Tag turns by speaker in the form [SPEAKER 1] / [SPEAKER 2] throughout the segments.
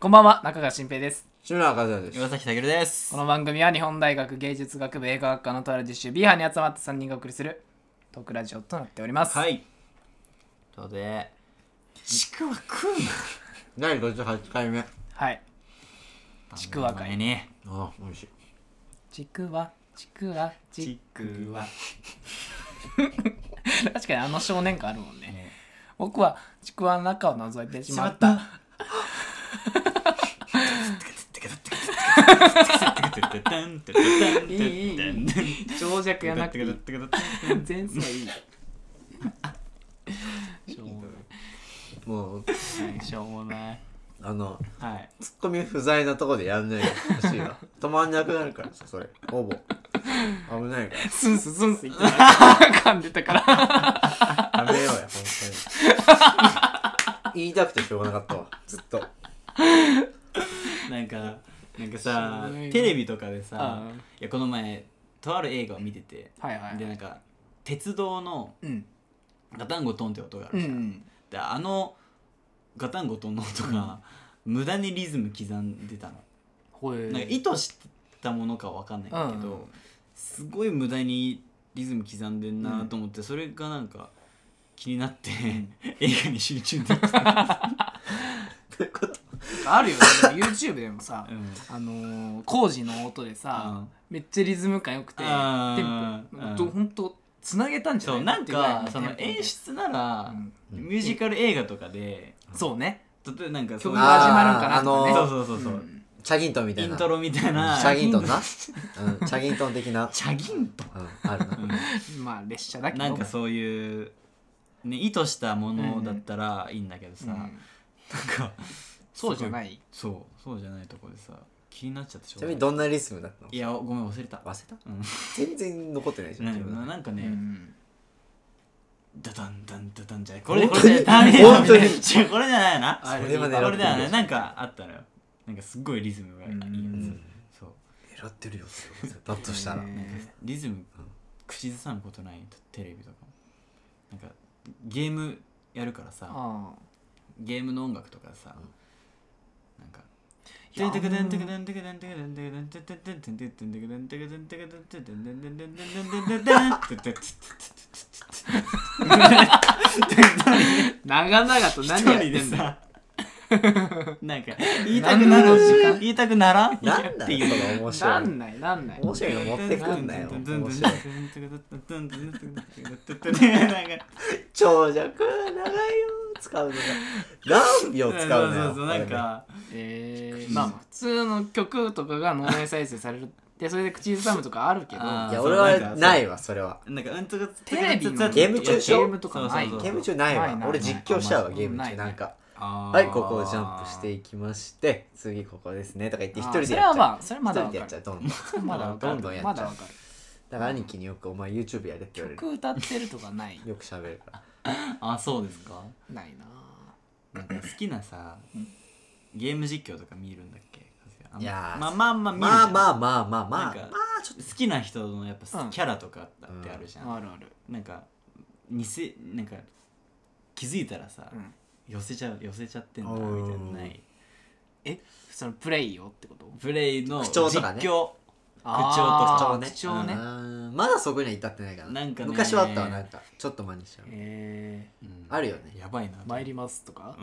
[SPEAKER 1] こんばんは中川新平です
[SPEAKER 2] 志村和也です
[SPEAKER 3] 岩崎武です
[SPEAKER 1] この番組は日本大学芸術学部映画学科のとある実習 B 班に集まった3人がお送りするトークラジオとなっております、
[SPEAKER 3] いということでちくわ食う
[SPEAKER 2] 第58回目あ
[SPEAKER 1] はい、
[SPEAKER 3] な
[SPEAKER 1] ちくわかい
[SPEAKER 3] に
[SPEAKER 2] あ美味しい
[SPEAKER 1] ちくわちくわちくわ確かにあの少年感あるもんね
[SPEAKER 3] ね
[SPEAKER 1] 僕はちくわの中を覗いてしま ったいいいいいい長尺やなくていい前奏いいしょうも
[SPEAKER 2] もう
[SPEAKER 1] ないしょうもない
[SPEAKER 2] あの
[SPEAKER 1] はい
[SPEAKER 2] ツッコミ不在なとこでやんないでほしいわ止まんなくなるからさそれほぼ危ないか
[SPEAKER 1] スンスンスンスン言ってた噛んでたから
[SPEAKER 2] らやめようやほんとに言いたくてしょうがなかったわずっと
[SPEAKER 3] なんかなんかさテレビとかでさいやこの前とある映画を見てて
[SPEAKER 1] はいはい
[SPEAKER 3] でなんか鉄道の
[SPEAKER 1] うん
[SPEAKER 3] ガタンゴトンって音があ
[SPEAKER 1] う
[SPEAKER 3] るじゃん、
[SPEAKER 1] ん
[SPEAKER 3] であのガタンゴトンの音が無駄にリズム刻んでたの、
[SPEAKER 1] ほえ
[SPEAKER 3] なんか意図したものかわかんないけど、
[SPEAKER 1] うん
[SPEAKER 3] すごい無駄にリズム刻んでんなと思って、それがなんか気になって、映画に集中できた、
[SPEAKER 1] あるよねでも YouTube でもさ
[SPEAKER 3] うん
[SPEAKER 1] あのー工事の音でさ
[SPEAKER 3] うん
[SPEAKER 1] めっちゃリズム感良くてテ
[SPEAKER 3] あー
[SPEAKER 1] ンポ
[SPEAKER 3] う
[SPEAKER 1] と
[SPEAKER 3] ん
[SPEAKER 1] ほんとつなげたんじゃ
[SPEAKER 3] そ
[SPEAKER 1] な
[SPEAKER 3] う
[SPEAKER 1] い
[SPEAKER 3] なん
[SPEAKER 1] っていうぐらい
[SPEAKER 3] か
[SPEAKER 1] の
[SPEAKER 3] その
[SPEAKER 1] テンポで
[SPEAKER 3] 演出なら、
[SPEAKER 1] うん
[SPEAKER 2] うん
[SPEAKER 3] ミュージカル映画とかで
[SPEAKER 1] そうね
[SPEAKER 3] 例えばなんかそう
[SPEAKER 1] 曲
[SPEAKER 3] いう
[SPEAKER 1] が始まるんかな
[SPEAKER 2] あーあの
[SPEAKER 1] と
[SPEAKER 2] ー
[SPEAKER 1] か
[SPEAKER 3] そ
[SPEAKER 1] ね
[SPEAKER 3] うそうそうそう、
[SPEAKER 1] うん
[SPEAKER 2] チャギントンみた
[SPEAKER 3] イ
[SPEAKER 2] い
[SPEAKER 3] ン
[SPEAKER 2] な
[SPEAKER 3] トロみたいな
[SPEAKER 2] チャギントンな、うん、チャギントン的な、
[SPEAKER 3] チャギントン
[SPEAKER 2] うん、あるな
[SPEAKER 1] まあ列車だけど
[SPEAKER 3] なんかそういう、ね、意図したものだったらいいんだけどさ、
[SPEAKER 1] うん
[SPEAKER 3] なんか
[SPEAKER 1] そうじゃないい
[SPEAKER 3] そうそうじゃないとこでさ気になっちゃってしょ
[SPEAKER 2] ち
[SPEAKER 3] う
[SPEAKER 2] なみ
[SPEAKER 3] がない
[SPEAKER 2] にどんなリズムだったの
[SPEAKER 3] いやごめん忘れた
[SPEAKER 2] 忘れた
[SPEAKER 3] うん
[SPEAKER 2] 全然残ってない じゃん自分
[SPEAKER 3] な
[SPEAKER 2] の
[SPEAKER 3] なんかね、
[SPEAKER 1] うん
[SPEAKER 3] ダダンダンダダンじゃないこれこ
[SPEAKER 2] 本
[SPEAKER 3] れ
[SPEAKER 2] 当
[SPEAKER 3] じ
[SPEAKER 2] に
[SPEAKER 3] ゃないダメだよ
[SPEAKER 2] 本当に
[SPEAKER 3] ダメだよ違うこれじゃないな
[SPEAKER 1] あ
[SPEAKER 2] それは狙ってる
[SPEAKER 3] これだよねなんかあったのよなんかすっごいリズムがいいやつ、
[SPEAKER 1] うん
[SPEAKER 3] そう
[SPEAKER 2] 狙ってるよだとし たら
[SPEAKER 1] ね
[SPEAKER 3] なんかリズム口ずさむことないテレビとかもなんかゲームやるからさ
[SPEAKER 1] あ
[SPEAKER 3] ゲームの音楽とかさ、なんか
[SPEAKER 1] いやー長々と何やってんだよ
[SPEAKER 3] なんか言いたくなる言いたくならん
[SPEAKER 2] なんだよそ
[SPEAKER 1] な
[SPEAKER 2] の面白い
[SPEAKER 1] んないなんない
[SPEAKER 2] 面白いの持ってくんなよ面白い長尺長いよ使うのが何秒使うのよ
[SPEAKER 3] なんか
[SPEAKER 1] えー、まあ普通の曲とかが脳内再生されるでそれで口ずさむとかあるけど
[SPEAKER 3] あ
[SPEAKER 2] いや
[SPEAKER 3] そう
[SPEAKER 2] 俺
[SPEAKER 3] なんか
[SPEAKER 2] は
[SPEAKER 3] そう
[SPEAKER 2] ないわそれは
[SPEAKER 3] なんかうんとか
[SPEAKER 1] テレビの
[SPEAKER 2] ゲーム中でしょ
[SPEAKER 1] ゲームとかない
[SPEAKER 3] そう
[SPEAKER 2] ゲ
[SPEAKER 3] そ
[SPEAKER 2] ー
[SPEAKER 3] う
[SPEAKER 2] ム中ない
[SPEAKER 1] ない
[SPEAKER 2] わ
[SPEAKER 1] ない
[SPEAKER 2] 俺実況しちゃうわ
[SPEAKER 1] ない
[SPEAKER 2] ゲーム
[SPEAKER 1] ない
[SPEAKER 2] 中なんか
[SPEAKER 3] は
[SPEAKER 2] はいここをジャンプしていきまして次ここですねとか言って一人で
[SPEAKER 1] あーそれ
[SPEAKER 2] や
[SPEAKER 1] は
[SPEAKER 2] っちゃ
[SPEAKER 1] まあそれは
[SPEAKER 2] う
[SPEAKER 1] ま
[SPEAKER 2] 一
[SPEAKER 1] だわ
[SPEAKER 2] 人で
[SPEAKER 1] か
[SPEAKER 2] やっちゃ
[SPEAKER 1] る
[SPEAKER 2] うどんどんだ
[SPEAKER 1] それはまだわかる
[SPEAKER 2] どんどんやっちゃ
[SPEAKER 1] ま
[SPEAKER 2] う
[SPEAKER 1] だわかる
[SPEAKER 2] から兄貴によく「お前 YouTube やれ」って言われる
[SPEAKER 1] 曲歌ってるとかない
[SPEAKER 2] よく喋るから
[SPEAKER 3] あそうですか
[SPEAKER 1] ないな
[SPEAKER 3] なんか好きなさゲーム実況とか見るんだっけ和也
[SPEAKER 2] いやー
[SPEAKER 3] まあまあまあ見るじ
[SPEAKER 2] ま
[SPEAKER 3] ゃ
[SPEAKER 2] あ
[SPEAKER 3] ん
[SPEAKER 2] まあまあまあま
[SPEAKER 3] な
[SPEAKER 2] あ
[SPEAKER 3] ん
[SPEAKER 2] ま
[SPEAKER 3] か
[SPEAKER 2] あちょ
[SPEAKER 3] 好きな人のやっぱ
[SPEAKER 1] うん
[SPEAKER 3] キャラとかだってあるじゃん、
[SPEAKER 1] あるある
[SPEAKER 3] なんか偽なんか気づいたらさ、
[SPEAKER 1] うん
[SPEAKER 3] 寄せちゃう寄せちゃってんだ
[SPEAKER 2] おー
[SPEAKER 3] みたいなのない
[SPEAKER 1] えそのプレイよってこと
[SPEAKER 3] プレイの
[SPEAKER 2] 口
[SPEAKER 3] 実
[SPEAKER 2] 調とかね
[SPEAKER 3] 況
[SPEAKER 2] っ
[SPEAKER 3] 口
[SPEAKER 2] と
[SPEAKER 1] あー
[SPEAKER 2] ね
[SPEAKER 1] 口調ね
[SPEAKER 2] うーんまだそこには至ってないか
[SPEAKER 3] な
[SPEAKER 2] なん
[SPEAKER 3] かね
[SPEAKER 2] 昔はあったわなんかちょっと真似しちゃう
[SPEAKER 1] え
[SPEAKER 3] うん
[SPEAKER 2] あるよね
[SPEAKER 3] やばいな
[SPEAKER 1] ー、参りますとか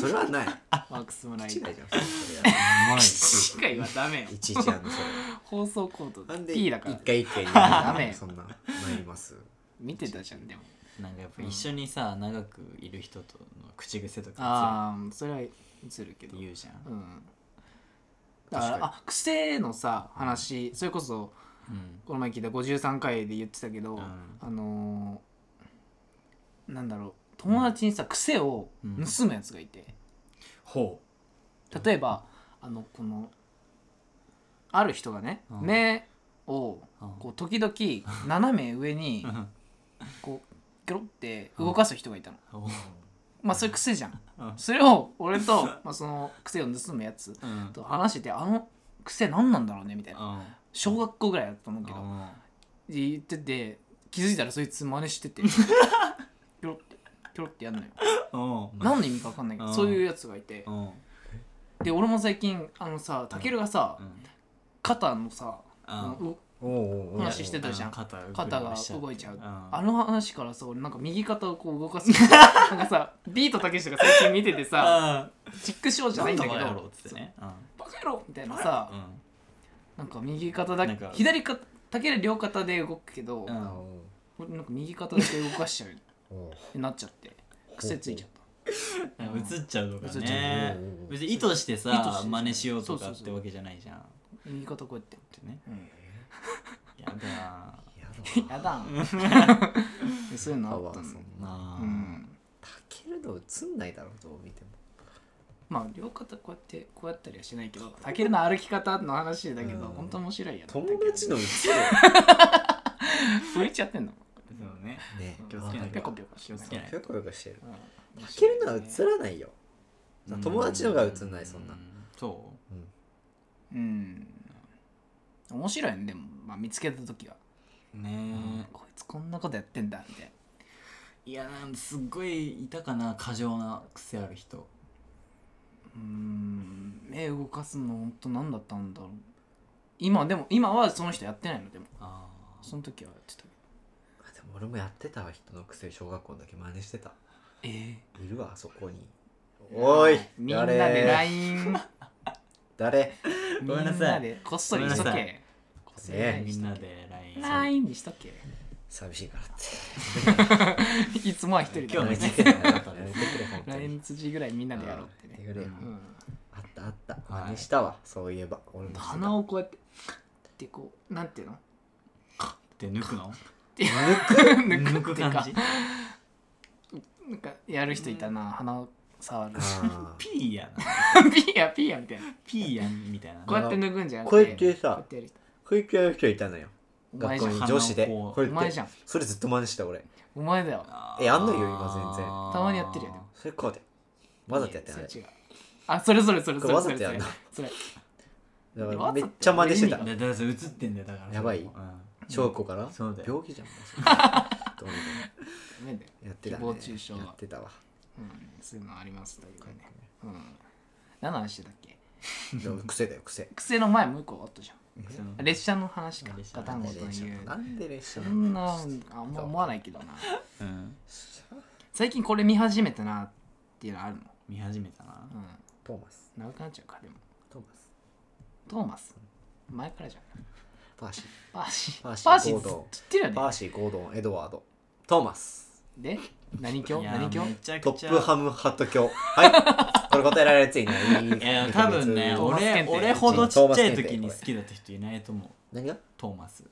[SPEAKER 2] それはない
[SPEAKER 1] マックスムライ
[SPEAKER 2] 違うじゃん
[SPEAKER 1] ト
[SPEAKER 2] そ
[SPEAKER 1] 機械はダメよ
[SPEAKER 2] れいちいちやんのそれ
[SPEAKER 1] 放送コード
[SPEAKER 2] なんで
[SPEAKER 1] P
[SPEAKER 2] 一
[SPEAKER 1] だから
[SPEAKER 2] 回一回言うの
[SPEAKER 1] ダメよ
[SPEAKER 2] そんな参ります
[SPEAKER 1] 見てたじゃんでも
[SPEAKER 3] なんかやっぱ一緒にさ、長くいる人との口癖とかさ
[SPEAKER 1] ああそれは映るけど
[SPEAKER 3] 言うじゃん、
[SPEAKER 1] うんだから
[SPEAKER 2] 確かに
[SPEAKER 1] あ癖のさ話それこそ
[SPEAKER 3] うん
[SPEAKER 1] この前聞いた53回で言ってたけど、
[SPEAKER 3] うん
[SPEAKER 1] あのー、なんだろう友達にさ癖を盗むやつがいて、
[SPEAKER 3] ほ
[SPEAKER 1] 例えばあのこのある人がね、
[SPEAKER 3] うん
[SPEAKER 1] 目を
[SPEAKER 3] うん
[SPEAKER 1] こう時々斜め上に
[SPEAKER 3] ううん
[SPEAKER 1] こうギョロって動かす人がいたの、
[SPEAKER 3] ほう
[SPEAKER 1] まあそれ癖じゃん
[SPEAKER 3] うん
[SPEAKER 1] それを俺と、まあ、その癖を盗むやつ
[SPEAKER 3] うん
[SPEAKER 1] と話しててあの癖何なんだろうねみたいな
[SPEAKER 3] うん
[SPEAKER 1] 小学校ぐらいだったと思うけど
[SPEAKER 3] うん
[SPEAKER 1] 言ってて気づいたらそいつ真似 しててピョロってピョロってやんのよ
[SPEAKER 3] うん
[SPEAKER 1] 何の意味か分かんないけど
[SPEAKER 3] うん
[SPEAKER 1] そういうやつがいて
[SPEAKER 3] うん
[SPEAKER 1] で俺も最近あのさたけるがさ、
[SPEAKER 3] うん
[SPEAKER 1] 肩のさ
[SPEAKER 3] あ
[SPEAKER 1] う
[SPEAKER 2] おうおうおう
[SPEAKER 1] 話してたじゃん
[SPEAKER 3] 肩が
[SPEAKER 1] 肩が動いちゃうあ
[SPEAKER 3] あ
[SPEAKER 1] の話からさ俺なんか右肩をこう動 かすなんかさビートたけしとか最近見ててさ
[SPEAKER 3] あ
[SPEAKER 1] チックショーじゃ
[SPEAKER 3] な
[SPEAKER 1] ない
[SPEAKER 3] ん
[SPEAKER 1] ん
[SPEAKER 3] だ
[SPEAKER 1] だ
[SPEAKER 3] け
[SPEAKER 1] けど
[SPEAKER 3] どっつってね
[SPEAKER 1] バカ野郎みたいなさ
[SPEAKER 3] うん
[SPEAKER 1] なんか右肩だ
[SPEAKER 3] なんか
[SPEAKER 1] 左肩たける両肩で動くけど、
[SPEAKER 3] うん
[SPEAKER 2] あ
[SPEAKER 1] 俺なんか右肩だけ動かしちゃうっ
[SPEAKER 2] おうおう
[SPEAKER 1] てなっちゃって癖ついちゃっ
[SPEAKER 3] うん映っちゃうとか
[SPEAKER 1] 映っちゃ
[SPEAKER 3] ね
[SPEAKER 2] ううん
[SPEAKER 3] 別に意図して
[SPEAKER 1] 意図して
[SPEAKER 3] さ
[SPEAKER 1] さ
[SPEAKER 3] 真似しようと
[SPEAKER 1] そ
[SPEAKER 3] か
[SPEAKER 1] うそう
[SPEAKER 3] っ
[SPEAKER 1] そう
[SPEAKER 3] てわけじゃないじゃんった
[SPEAKER 1] 右肩こうやって
[SPEAKER 3] てね
[SPEAKER 1] うん
[SPEAKER 3] やだな
[SPEAKER 2] やだな
[SPEAKER 1] やだそういうのあったの
[SPEAKER 2] そんな
[SPEAKER 3] あ
[SPEAKER 1] うん
[SPEAKER 2] たけるの映んないだろうどう見ても
[SPEAKER 1] まあ両肩こうやってこうやったりはしないけどたけるの歩き方の話だけど
[SPEAKER 2] うん
[SPEAKER 1] 本当面白いや
[SPEAKER 2] 友達の映る
[SPEAKER 1] 浮いちゃってんの
[SPEAKER 3] そうね
[SPEAKER 2] ね
[SPEAKER 3] 気をつけないと
[SPEAKER 1] ペコペコし
[SPEAKER 3] 気
[SPEAKER 1] よ
[SPEAKER 3] を
[SPEAKER 1] う
[SPEAKER 3] つけない
[SPEAKER 2] ぴょこぴょこしてる
[SPEAKER 1] うん
[SPEAKER 2] たけるのは映らないよ
[SPEAKER 3] うん
[SPEAKER 2] 友達のが映んないそんな
[SPEAKER 3] うそ
[SPEAKER 1] うん面白いねでも、まあ、見つけた時は
[SPEAKER 3] うね
[SPEAKER 1] こいつこんなことやってんだみたいない
[SPEAKER 3] やなんすっごいいたかな過剰な癖ある人
[SPEAKER 1] うん目動かすの本当何だったんだろう今でも今はその人やってないのでも
[SPEAKER 3] ああ
[SPEAKER 1] その時はやってたけど
[SPEAKER 2] あでも俺もやってたわ人の癖小学校の時真似してた
[SPEAKER 1] え
[SPEAKER 2] いるわそこにおい
[SPEAKER 1] みんなで
[SPEAKER 2] 誰
[SPEAKER 1] LINE
[SPEAKER 2] 誰
[SPEAKER 1] み
[SPEAKER 3] ごめんなさい
[SPEAKER 1] んなでこっそりしと
[SPEAKER 3] ごめんなさ
[SPEAKER 1] けこっそり LINE
[SPEAKER 3] み
[SPEAKER 1] し
[SPEAKER 3] ん
[SPEAKER 1] と
[SPEAKER 3] な
[SPEAKER 1] け
[SPEAKER 3] で LINE
[SPEAKER 1] LINE にしとけ
[SPEAKER 2] 寂しいからって
[SPEAKER 1] いつもは一人で
[SPEAKER 3] 今日の
[SPEAKER 2] やめ
[SPEAKER 3] 一
[SPEAKER 2] てくれ
[SPEAKER 3] 日
[SPEAKER 2] やめてくれ本当に
[SPEAKER 1] LINE 辻ぐらいみんなでやろうって
[SPEAKER 2] やってくれ
[SPEAKER 1] ね
[SPEAKER 2] よ
[SPEAKER 1] うん
[SPEAKER 2] あったあった
[SPEAKER 3] はい
[SPEAKER 2] 真似したわそういえば俺も
[SPEAKER 1] 鼻
[SPEAKER 2] を
[SPEAKER 1] をこうやってってこうなんていうの
[SPEAKER 3] って 抜くの
[SPEAKER 1] 抜
[SPEAKER 3] 抜
[SPEAKER 1] く
[SPEAKER 3] く
[SPEAKER 1] っていう
[SPEAKER 3] 感
[SPEAKER 1] か
[SPEAKER 3] じ
[SPEAKER 1] なんかやる人いたな鼻を触る
[SPEAKER 3] ピーやな
[SPEAKER 1] ピーヤピーヤみたいな
[SPEAKER 3] ピーやんみたいな
[SPEAKER 1] こうやって抜くんじゃなくて
[SPEAKER 2] こうやって
[SPEAKER 1] こうや
[SPEAKER 2] さ
[SPEAKER 1] ってやる人
[SPEAKER 2] こうやってやる人いたのよ
[SPEAKER 1] お前
[SPEAKER 2] 学
[SPEAKER 1] じ
[SPEAKER 2] 校
[SPEAKER 1] ゃん
[SPEAKER 2] に女子で
[SPEAKER 3] 鼻をこう
[SPEAKER 2] こうやって
[SPEAKER 1] お前じゃん
[SPEAKER 2] それずっと真似してた俺
[SPEAKER 1] お前だよ
[SPEAKER 3] あ
[SPEAKER 2] えやんのよ今全然
[SPEAKER 1] たまにやってるよでも
[SPEAKER 2] それこうでわざとやってない
[SPEAKER 1] それ違うあそれそれそれそれ
[SPEAKER 2] わざ
[SPEAKER 1] そ
[SPEAKER 2] と
[SPEAKER 1] れそ
[SPEAKER 2] やん
[SPEAKER 1] れ
[SPEAKER 2] な
[SPEAKER 1] それ
[SPEAKER 2] だ
[SPEAKER 1] わ
[SPEAKER 2] か
[SPEAKER 1] ざと
[SPEAKER 2] らめっちゃ真似して
[SPEAKER 1] 意
[SPEAKER 2] た
[SPEAKER 1] 味
[SPEAKER 3] だだから映ってんだよだから
[SPEAKER 2] やばい
[SPEAKER 3] うん
[SPEAKER 2] 小学校から
[SPEAKER 3] そうだよ
[SPEAKER 2] 病 気じゃんもうそれどうにか
[SPEAKER 1] ダメだよ
[SPEAKER 2] やってたね
[SPEAKER 1] 誹謗中傷は
[SPEAKER 2] やってたわ
[SPEAKER 1] うんそういうのありますというかねうん何の話してたっけ
[SPEAKER 2] でも癖だよ癖
[SPEAKER 1] 癖の前もう一個あったじゃ
[SPEAKER 3] その
[SPEAKER 1] ん列車の話か
[SPEAKER 3] 列車
[SPEAKER 1] ガ
[SPEAKER 3] の
[SPEAKER 1] タンゴ
[SPEAKER 3] 話
[SPEAKER 1] トン言う
[SPEAKER 2] なんで列車
[SPEAKER 1] そ
[SPEAKER 2] の
[SPEAKER 1] んなあんま思わないけどな
[SPEAKER 3] うん
[SPEAKER 1] 最近これ見始めたなっていうのあるの
[SPEAKER 3] 見始めたな
[SPEAKER 1] うん
[SPEAKER 2] トーマス
[SPEAKER 1] 長くなっちゃうかでも
[SPEAKER 2] トーマス
[SPEAKER 1] トーマス前からじゃん
[SPEAKER 2] パーシ
[SPEAKER 1] パーシー
[SPEAKER 2] パーシ
[SPEAKER 1] ー
[SPEAKER 2] ーゴードン
[SPEAKER 1] 知ってるよ
[SPEAKER 2] ー
[SPEAKER 1] ね
[SPEAKER 2] パーシーゴードンエドワードトーマス
[SPEAKER 1] で何教
[SPEAKER 3] いや
[SPEAKER 1] 何教
[SPEAKER 3] めちゃ
[SPEAKER 2] ト
[SPEAKER 3] くち
[SPEAKER 2] ッ
[SPEAKER 3] ゃ
[SPEAKER 2] プハムハット教はいこれ答えられるやついない
[SPEAKER 3] いや多分ね
[SPEAKER 1] トーマス検
[SPEAKER 3] 俺
[SPEAKER 1] 定
[SPEAKER 3] 俺ほどちっちゃい時に好きだった人いないと思う
[SPEAKER 2] 何が
[SPEAKER 3] トーマス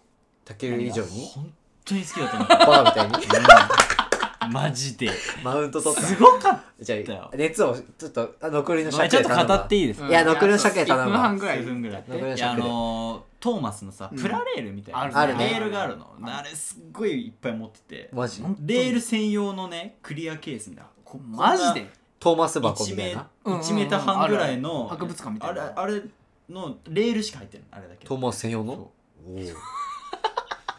[SPEAKER 2] タケル以上に
[SPEAKER 3] 本当に好きだったの
[SPEAKER 2] バカみたいに
[SPEAKER 3] マジで
[SPEAKER 2] マ ウント取った
[SPEAKER 3] すごかっ
[SPEAKER 2] じゃ
[SPEAKER 3] た
[SPEAKER 2] あ
[SPEAKER 3] よ
[SPEAKER 2] 熱をちょっとあ残りの
[SPEAKER 3] た
[SPEAKER 2] シャ
[SPEAKER 3] ごめんちょ
[SPEAKER 2] ケ
[SPEAKER 3] っと語って
[SPEAKER 2] い
[SPEAKER 3] いいです
[SPEAKER 1] う
[SPEAKER 3] か
[SPEAKER 1] ん
[SPEAKER 2] いや残りの鮭頼むわ
[SPEAKER 1] 1分半ぐらい
[SPEAKER 3] 数分ぐらい
[SPEAKER 1] やって
[SPEAKER 2] 残りの
[SPEAKER 3] いやあ
[SPEAKER 2] 尺で
[SPEAKER 3] のートーマスのさ
[SPEAKER 1] うん
[SPEAKER 3] プラレールみたいな、
[SPEAKER 1] ある
[SPEAKER 2] ねあるね
[SPEAKER 3] レールがあるの
[SPEAKER 1] ある
[SPEAKER 3] あれすっごいいっぱい持ってて
[SPEAKER 2] マジ
[SPEAKER 1] 本当に
[SPEAKER 3] レール専用のねクリアケースみたいなこ
[SPEAKER 1] マジで
[SPEAKER 2] トーマス
[SPEAKER 3] こんな
[SPEAKER 2] 箱み
[SPEAKER 3] 1
[SPEAKER 2] た
[SPEAKER 3] メ
[SPEAKER 2] い
[SPEAKER 3] ー
[SPEAKER 2] な
[SPEAKER 1] うんうんうん
[SPEAKER 3] 1メーター半ぐらいの
[SPEAKER 1] 博物館みたいな
[SPEAKER 3] あれあれのレールしか入ってないあれだけ
[SPEAKER 2] トーマス専用
[SPEAKER 3] そ
[SPEAKER 2] のおお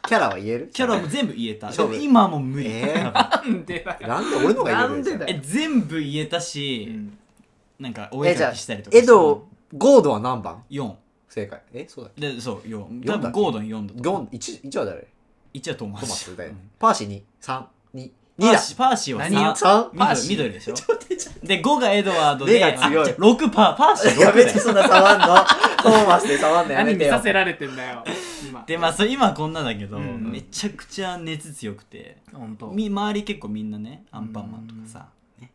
[SPEAKER 2] キャラは言える
[SPEAKER 3] キャラも全部言えたで
[SPEAKER 2] 勝負
[SPEAKER 3] も今はもう無理、
[SPEAKER 2] えー
[SPEAKER 1] なんでだよ
[SPEAKER 2] なんで俺の方が言える
[SPEAKER 1] なんでだよ
[SPEAKER 3] え全部言えた
[SPEAKER 1] う
[SPEAKER 3] し、
[SPEAKER 1] ん
[SPEAKER 3] なんかお絵
[SPEAKER 2] えじ
[SPEAKER 3] 描
[SPEAKER 2] ゃ
[SPEAKER 3] きしたりと
[SPEAKER 2] あ
[SPEAKER 3] か
[SPEAKER 2] エドゴードンは何番
[SPEAKER 3] 4
[SPEAKER 2] 不正解えそうだ
[SPEAKER 3] でそう4
[SPEAKER 2] だ
[SPEAKER 3] 多
[SPEAKER 2] っけ
[SPEAKER 3] 分ゴードン4だと
[SPEAKER 2] ゴン一一は誰
[SPEAKER 3] 1はトーマ
[SPEAKER 2] ト
[SPEAKER 3] ス
[SPEAKER 2] マスだよ
[SPEAKER 3] う
[SPEAKER 2] ね
[SPEAKER 3] ん
[SPEAKER 2] パーシーに三二二
[SPEAKER 3] パー
[SPEAKER 2] だ
[SPEAKER 3] シパーシーは
[SPEAKER 1] 何を
[SPEAKER 3] 3
[SPEAKER 2] 3?
[SPEAKER 1] パーシー
[SPEAKER 3] 緑緑でしょで5がエドワード
[SPEAKER 2] 目
[SPEAKER 3] で
[SPEAKER 2] が強い
[SPEAKER 3] 6パーパーシー6
[SPEAKER 2] やめ
[SPEAKER 3] だ
[SPEAKER 2] て
[SPEAKER 3] よ
[SPEAKER 2] そんな触んのトーマスで触んのや
[SPEAKER 1] 何
[SPEAKER 2] め
[SPEAKER 1] 見
[SPEAKER 2] てよ
[SPEAKER 1] させられてんだよ今
[SPEAKER 3] でまあそれ今はこんなだけど、
[SPEAKER 1] うん
[SPEAKER 3] めちゃくちゃ熱強くて
[SPEAKER 1] 本当
[SPEAKER 3] み周り結構みんなねアンパンマンとかさ、ね、言っ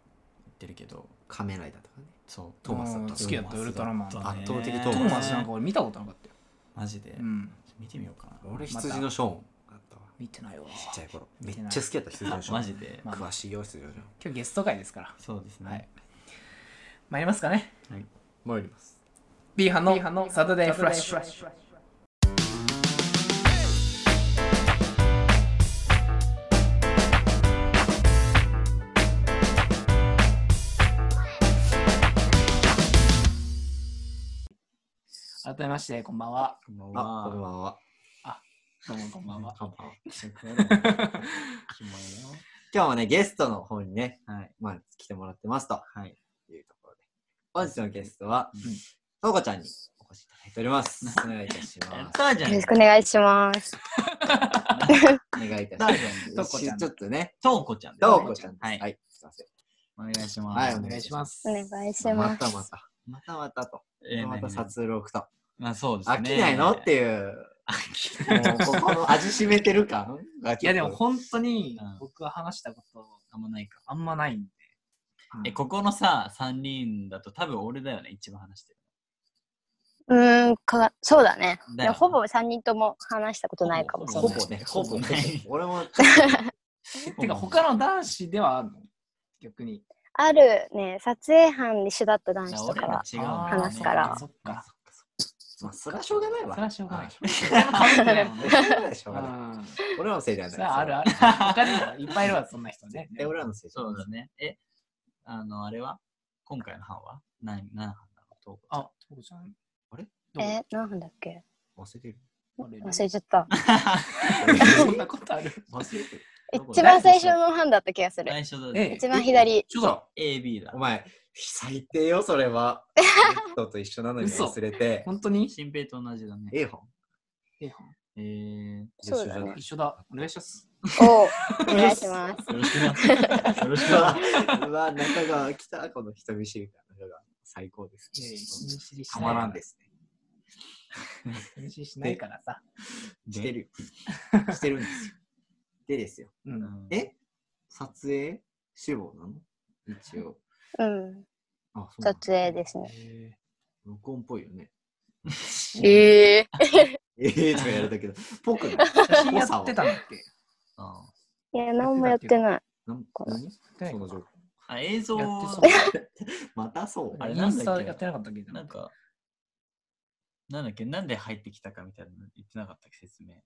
[SPEAKER 3] てるけど
[SPEAKER 2] 仮面ライダーとかね
[SPEAKER 3] そう
[SPEAKER 2] トーマスだ
[SPEAKER 1] う
[SPEAKER 2] った
[SPEAKER 1] ん好きだったウルトラマン
[SPEAKER 3] トーマスだったね
[SPEAKER 2] 圧倒的ト
[SPEAKER 1] トーマスなんか
[SPEAKER 3] ね
[SPEAKER 1] 俺見たことなかったよ
[SPEAKER 3] マジで、
[SPEAKER 1] うん
[SPEAKER 3] 見てみようかな
[SPEAKER 2] 俺羊のショーンだったわ
[SPEAKER 1] 見てないわ
[SPEAKER 2] ちっちゃい頃めっちゃ好きだった羊のショーン
[SPEAKER 3] マジで、
[SPEAKER 1] まあまあ
[SPEAKER 2] 詳しいよ羊のショーン
[SPEAKER 1] 今日ゲスト会ですから
[SPEAKER 3] そうですね、
[SPEAKER 1] はい参りますかね
[SPEAKER 3] はい
[SPEAKER 2] 参ります
[SPEAKER 1] B 班のサタデーフラッシュ改めましてこんばんは
[SPEAKER 3] こんばん
[SPEAKER 2] あこんば
[SPEAKER 3] は
[SPEAKER 2] んは
[SPEAKER 1] どうもこんばんは
[SPEAKER 2] こんばんは
[SPEAKER 3] キモいよ
[SPEAKER 2] 今日もねゲストの方にね
[SPEAKER 3] はい
[SPEAKER 2] まあ来てもらってますと
[SPEAKER 3] はい
[SPEAKER 2] いうところで本日のゲストは
[SPEAKER 3] うん、
[SPEAKER 2] とうこちゃんにお越しいただいております。お願いいたし
[SPEAKER 3] や
[SPEAKER 2] ま
[SPEAKER 3] っ
[SPEAKER 2] す。
[SPEAKER 3] たーじゃ
[SPEAKER 4] よ
[SPEAKER 3] ん
[SPEAKER 4] ろし。くお願いします。
[SPEAKER 2] お願いいたし
[SPEAKER 3] ダ
[SPEAKER 2] ま
[SPEAKER 3] ージョン
[SPEAKER 1] とう
[SPEAKER 2] す。
[SPEAKER 1] こちゃん
[SPEAKER 2] ちょっとね、
[SPEAKER 3] とうこちゃんですね。
[SPEAKER 2] とうこちゃんです。
[SPEAKER 3] はい。
[SPEAKER 2] はい。すいません。
[SPEAKER 3] お願いします。
[SPEAKER 2] はい
[SPEAKER 1] お願いします。
[SPEAKER 4] お願いしま。
[SPEAKER 2] ますたまた。またまたと。
[SPEAKER 3] えー
[SPEAKER 2] また
[SPEAKER 3] 何々
[SPEAKER 2] 殺戮と。
[SPEAKER 3] まあそうですね。
[SPEAKER 2] 飽きないのっていう、
[SPEAKER 3] 飽き
[SPEAKER 2] もうここの味しめてる感が
[SPEAKER 1] いやでも本当に
[SPEAKER 3] うん
[SPEAKER 1] 僕は話したこと
[SPEAKER 3] あんまないか。
[SPEAKER 1] あんまないんで。
[SPEAKER 3] え、ここのさ、3人だと多分俺だよね、一番話してる。
[SPEAKER 4] うーん、か、そうだね。
[SPEAKER 3] だ
[SPEAKER 4] い
[SPEAKER 3] よ
[SPEAKER 4] やほぼ3人とも話したことないかもしれ
[SPEAKER 2] ほ
[SPEAKER 4] ない。
[SPEAKER 2] ぼね、ほぼね
[SPEAKER 3] ほぼね。
[SPEAKER 2] 俺も、
[SPEAKER 1] てか他の男子ではあるの逆に。
[SPEAKER 4] あるね、撮影班一緒だった男
[SPEAKER 3] じゃあ
[SPEAKER 4] 子と
[SPEAKER 3] 俺
[SPEAKER 4] からは。
[SPEAKER 3] 違うもんね
[SPEAKER 4] 話すから
[SPEAKER 1] そっか。
[SPEAKER 2] まあ、それはしょうがないわ。
[SPEAKER 1] それはしょうがない
[SPEAKER 2] ん。
[SPEAKER 1] 被ってないもんね
[SPEAKER 2] しょうがない、しょうがない。
[SPEAKER 1] うん
[SPEAKER 2] 俺らのせいじゃない。
[SPEAKER 1] それはあるある。他にもいっぱいいるわ、そんな人ね。
[SPEAKER 2] え、俺らのせいじゃ
[SPEAKER 3] そう
[SPEAKER 2] な
[SPEAKER 3] だ
[SPEAKER 2] い。
[SPEAKER 3] ね。え、あの、あれは今回の班は何、何班だろうとうこちゃん
[SPEAKER 1] あ、父ちゃん。あれどう
[SPEAKER 4] え、何分だっけ
[SPEAKER 2] 忘れる。
[SPEAKER 1] あれ
[SPEAKER 4] 忘れちゃった。
[SPEAKER 1] そんなことある
[SPEAKER 2] 忘れてる。
[SPEAKER 3] どこ
[SPEAKER 4] 一番最初の班だった気がする。
[SPEAKER 3] 最初だ
[SPEAKER 1] ええ
[SPEAKER 3] ね。
[SPEAKER 4] 一番左。
[SPEAKER 1] ちょっと
[SPEAKER 3] AB だ
[SPEAKER 2] お。前、最低よ、それ は。人と一緒なのに
[SPEAKER 1] 嘘
[SPEAKER 2] 忘 れて。
[SPEAKER 1] 本当に
[SPEAKER 3] 新平と同じだね。
[SPEAKER 2] ええ本
[SPEAKER 1] えほん
[SPEAKER 3] えー、
[SPEAKER 4] そうだね
[SPEAKER 1] 一緒だ。お願いします。
[SPEAKER 4] おうお願いします。
[SPEAKER 3] よろしくな。よろしく
[SPEAKER 2] うわ
[SPEAKER 3] な。、
[SPEAKER 2] うわ中川来た、この人見知りな中川。最高です
[SPEAKER 1] いやいや
[SPEAKER 2] ね。
[SPEAKER 1] 知りしたない
[SPEAKER 2] ま
[SPEAKER 1] から
[SPEAKER 2] んですね。
[SPEAKER 1] 妊娠しないからさ。
[SPEAKER 2] してるよ。 してるんですよ。でですよ。
[SPEAKER 1] う。
[SPEAKER 3] うんん
[SPEAKER 2] え撮影志望なの一応。
[SPEAKER 4] うん、
[SPEAKER 2] あ、そうなんだ
[SPEAKER 4] 撮影ですね。
[SPEAKER 2] 録音っぽいよね。
[SPEAKER 4] ええ
[SPEAKER 2] ええとかやるだけど、ぽくない
[SPEAKER 1] 写真やってたんだっけ
[SPEAKER 3] あ
[SPEAKER 4] いや、何もやってない。
[SPEAKER 2] なん
[SPEAKER 4] これ
[SPEAKER 2] 何その状況。
[SPEAKER 3] あ映像
[SPEAKER 1] やってそう
[SPEAKER 2] またそう。
[SPEAKER 3] あれ
[SPEAKER 1] イ
[SPEAKER 3] な
[SPEAKER 1] ン
[SPEAKER 3] んだ
[SPEAKER 1] ス
[SPEAKER 3] っ
[SPEAKER 1] タ
[SPEAKER 3] け
[SPEAKER 1] やってなかったっけ
[SPEAKER 3] なんか、なんだっけ、なんで入ってきたかみたいなの言ってなかったっけ説明。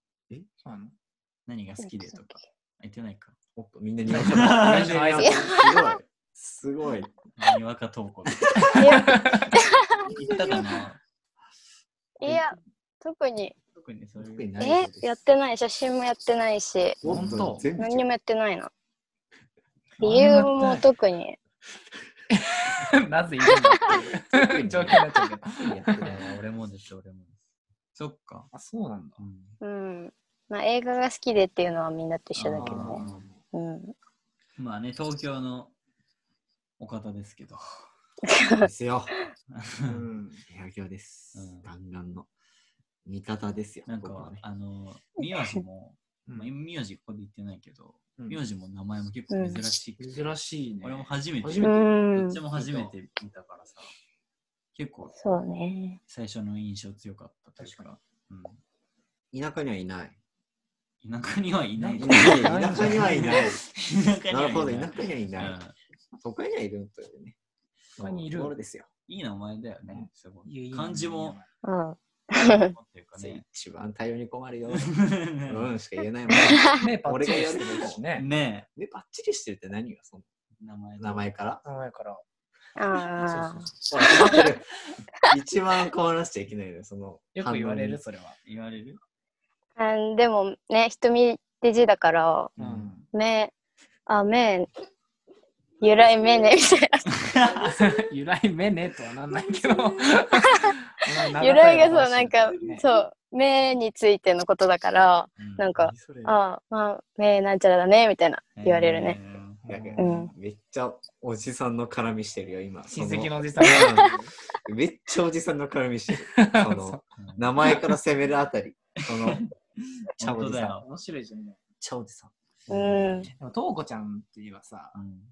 [SPEAKER 1] そうなの
[SPEAKER 3] 何が好きでとか。言ってないか。
[SPEAKER 2] おっと、みんなにわか
[SPEAKER 3] か
[SPEAKER 2] みんなにわかすごい。すごい。
[SPEAKER 3] にわか投稿。
[SPEAKER 4] いや、
[SPEAKER 3] 言ったかな。
[SPEAKER 4] いや特に、
[SPEAKER 3] 特にそう
[SPEAKER 2] 特
[SPEAKER 3] いう
[SPEAKER 2] に。ない
[SPEAKER 4] え
[SPEAKER 2] です
[SPEAKER 4] やってない。写真もやってないし、
[SPEAKER 2] 本当
[SPEAKER 1] 本当
[SPEAKER 2] 全部
[SPEAKER 4] 何に もやってないな。
[SPEAKER 1] あん
[SPEAKER 4] 理由
[SPEAKER 1] ま
[SPEAKER 4] も
[SPEAKER 1] り
[SPEAKER 4] 特に。
[SPEAKER 1] なぜいるんだっていう状況になっちゃうけど。
[SPEAKER 2] やってない
[SPEAKER 3] いや俺もです、俺もです。そっか。
[SPEAKER 1] あ、そうなんだ。
[SPEAKER 3] うん
[SPEAKER 4] うん。まあ、映画が好きでっていうのはみんなと一緒だけど
[SPEAKER 1] あ
[SPEAKER 4] ね。うん。
[SPEAKER 3] まあね、東京のお方ですけど。
[SPEAKER 2] ですよ。
[SPEAKER 1] うん。
[SPEAKER 2] 営業です
[SPEAKER 3] うん。
[SPEAKER 2] 弾丸の味方ですよ。
[SPEAKER 3] なん
[SPEAKER 2] 僕は
[SPEAKER 3] か
[SPEAKER 2] ね、
[SPEAKER 3] あの、名字も、
[SPEAKER 1] うん
[SPEAKER 3] まあ、今名字ここで言ってないけど、
[SPEAKER 1] うん
[SPEAKER 3] 名字も名前も結構珍しい。
[SPEAKER 1] 珍しいね。
[SPEAKER 3] 俺も初めて、
[SPEAKER 2] 初め
[SPEAKER 4] う
[SPEAKER 3] ど
[SPEAKER 4] ん
[SPEAKER 3] っち。も初めて見たからさ、結構
[SPEAKER 4] そうね。
[SPEAKER 3] 最初の印象強かったというか、
[SPEAKER 2] 田舎にはいない。
[SPEAKER 3] うん、田舎にはいない。
[SPEAKER 1] 田
[SPEAKER 2] 田舎にはいない。
[SPEAKER 3] 田舎に
[SPEAKER 2] な
[SPEAKER 3] は
[SPEAKER 2] るほど、
[SPEAKER 3] い
[SPEAKER 2] 田
[SPEAKER 3] ない。
[SPEAKER 2] 舎にはいな
[SPEAKER 3] う
[SPEAKER 2] い
[SPEAKER 3] ん。
[SPEAKER 2] 都会にはいるんだよね。
[SPEAKER 1] 他にいる
[SPEAKER 2] ところですよ。
[SPEAKER 3] いい名前だよね、すご
[SPEAKER 1] いやい
[SPEAKER 3] い。
[SPEAKER 1] いね
[SPEAKER 3] 漢 字も、
[SPEAKER 4] うん。
[SPEAKER 3] っていうかね。
[SPEAKER 2] 一番対応に困るよ。 う
[SPEAKER 3] ね
[SPEAKER 2] んしか言えないもん。
[SPEAKER 1] 目パッチリしてるし ね。
[SPEAKER 3] え、
[SPEAKER 2] ね、バッチリしてるって何よ、その
[SPEAKER 3] 名前
[SPEAKER 2] 名前から。
[SPEAKER 1] 名前から。
[SPEAKER 4] ああ。
[SPEAKER 2] ほら、困ってる。一番困らせちゃいけないのよ、その。
[SPEAKER 1] よく言われる、
[SPEAKER 2] 反
[SPEAKER 1] それは。
[SPEAKER 3] 言われる
[SPEAKER 4] うんでもね、瞳で字だから、
[SPEAKER 1] う
[SPEAKER 3] うんん。
[SPEAKER 4] 目、あ、目、由来目ね、みたい
[SPEAKER 1] 由来目ねとはなんないけ ど。
[SPEAKER 4] な。由来がそう、なんか
[SPEAKER 1] ね、
[SPEAKER 4] そう、目についてのことだから、なんか
[SPEAKER 2] 応に。それ
[SPEAKER 4] ああ、まあ、目なんちゃらだね、みたいな言われるね。。
[SPEAKER 2] いやいや
[SPEAKER 4] うん
[SPEAKER 2] めっちゃおじさんの絡みしてるよ、今。
[SPEAKER 1] 親
[SPEAKER 2] そ
[SPEAKER 1] 戚のおじさんが。
[SPEAKER 2] うんめっちゃおじさんの絡 みしてる。そ
[SPEAKER 1] そう
[SPEAKER 2] の、名前から攻めるあたり。その、めっちゃお
[SPEAKER 3] 本当
[SPEAKER 2] じ
[SPEAKER 3] だ
[SPEAKER 2] さん。めっ
[SPEAKER 3] よ。
[SPEAKER 1] 面白いじゃん。で
[SPEAKER 2] ちゃおじさん。
[SPEAKER 4] うん。
[SPEAKER 1] も、とうこちゃんっていえばさ、
[SPEAKER 3] うん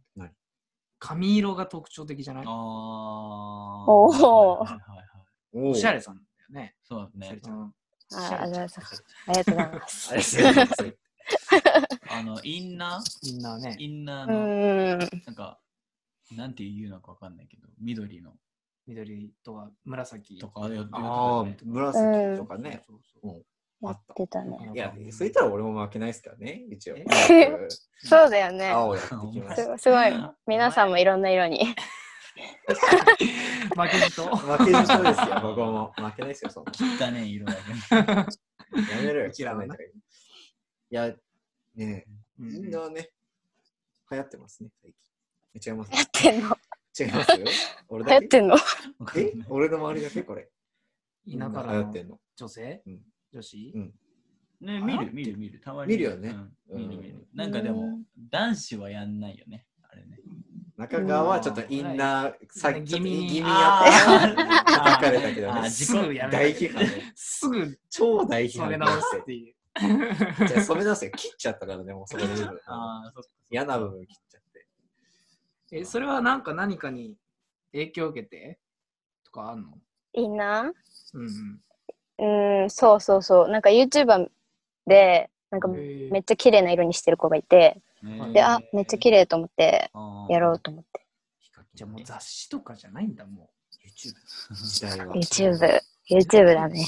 [SPEAKER 1] 髪色が特徴的じゃない
[SPEAKER 3] あー
[SPEAKER 4] お
[SPEAKER 3] はい
[SPEAKER 4] ー
[SPEAKER 3] はいはい
[SPEAKER 2] お
[SPEAKER 1] お
[SPEAKER 2] お
[SPEAKER 1] しゃれさんだよね。
[SPEAKER 3] そうだね。
[SPEAKER 1] うん
[SPEAKER 4] ああありがとうありがとうございます。
[SPEAKER 2] あれすいません
[SPEAKER 3] あの、インナー
[SPEAKER 1] みんなね。
[SPEAKER 3] インナー
[SPEAKER 4] う
[SPEAKER 3] の、
[SPEAKER 4] ん。
[SPEAKER 3] なんか、なんていうのかわかんないけど、緑の
[SPEAKER 1] 緑とか紫
[SPEAKER 3] とかよよ
[SPEAKER 2] ああ、紫とかね。
[SPEAKER 1] そうそう
[SPEAKER 2] うん
[SPEAKER 4] やってたね。
[SPEAKER 1] そう
[SPEAKER 2] いや、そう言ったら俺も負けないですからね、一応
[SPEAKER 1] え。
[SPEAKER 4] そうだよね。
[SPEAKER 2] 青やってきまし
[SPEAKER 4] す
[SPEAKER 2] た。
[SPEAKER 4] すごい。皆さんもいろんな色に。
[SPEAKER 1] 負けじと。
[SPEAKER 2] 負けじとですよ、僕も。負けないですよ、そんな。
[SPEAKER 3] だね、色だね。
[SPEAKER 2] やめろよ、
[SPEAKER 1] うちらのない
[SPEAKER 2] や、ねえ、
[SPEAKER 1] うん
[SPEAKER 2] インナーね、流行ってますね、最近。違います。
[SPEAKER 4] やってんの。
[SPEAKER 2] 違いますよ。俺
[SPEAKER 4] 流
[SPEAKER 2] だ
[SPEAKER 4] 行っ
[SPEAKER 2] け
[SPEAKER 4] てんの
[SPEAKER 3] わかんな
[SPEAKER 2] え
[SPEAKER 3] い
[SPEAKER 2] 俺の周りだけこれ。
[SPEAKER 1] 田舎か
[SPEAKER 2] みんな流
[SPEAKER 1] ら
[SPEAKER 2] 行
[SPEAKER 1] の
[SPEAKER 2] ってんの。
[SPEAKER 1] 女性、
[SPEAKER 2] うん
[SPEAKER 1] 女子、
[SPEAKER 2] うん
[SPEAKER 3] ね、見る見る見る。たまに。
[SPEAKER 2] 見るよね
[SPEAKER 3] うん。見る見
[SPEAKER 2] う
[SPEAKER 3] る
[SPEAKER 2] ん。
[SPEAKER 3] なんかで
[SPEAKER 4] う
[SPEAKER 3] も
[SPEAKER 4] ん、
[SPEAKER 3] 男子はやんないよね。あれね。
[SPEAKER 2] 中川はちょっとインナー、さっきちょっと
[SPEAKER 1] 気味に
[SPEAKER 2] 気味やったから
[SPEAKER 3] あー
[SPEAKER 2] 叩かれたけど
[SPEAKER 3] あー
[SPEAKER 2] ね。
[SPEAKER 1] すぐやめ
[SPEAKER 2] 大批判。
[SPEAKER 1] すぐ
[SPEAKER 2] 超大批
[SPEAKER 1] 染
[SPEAKER 2] 判
[SPEAKER 1] め直す っていう。
[SPEAKER 2] じゃあ染め直すよ。切っちゃったからね、もうそこで自分。
[SPEAKER 3] ああ、そっか。
[SPEAKER 2] 嫌な部分切っちゃって。
[SPEAKER 1] え、それはなんか何かに影響を受けてとかあんの
[SPEAKER 4] いいな。
[SPEAKER 1] うんうん。
[SPEAKER 4] うん、そうそうそう。なんか YouTuber で、なんかめ
[SPEAKER 1] め
[SPEAKER 4] っちゃ綺麗な色にしてる子がいて、
[SPEAKER 1] うん
[SPEAKER 4] で、あ、めっちゃ綺麗と思って、
[SPEAKER 3] ゃ
[SPEAKER 4] やろうと思って。
[SPEAKER 1] じゃあもう雑誌とかじゃないんだ、もう。YouTube。
[SPEAKER 2] 時代は。
[SPEAKER 4] YouTube、YouTube だね。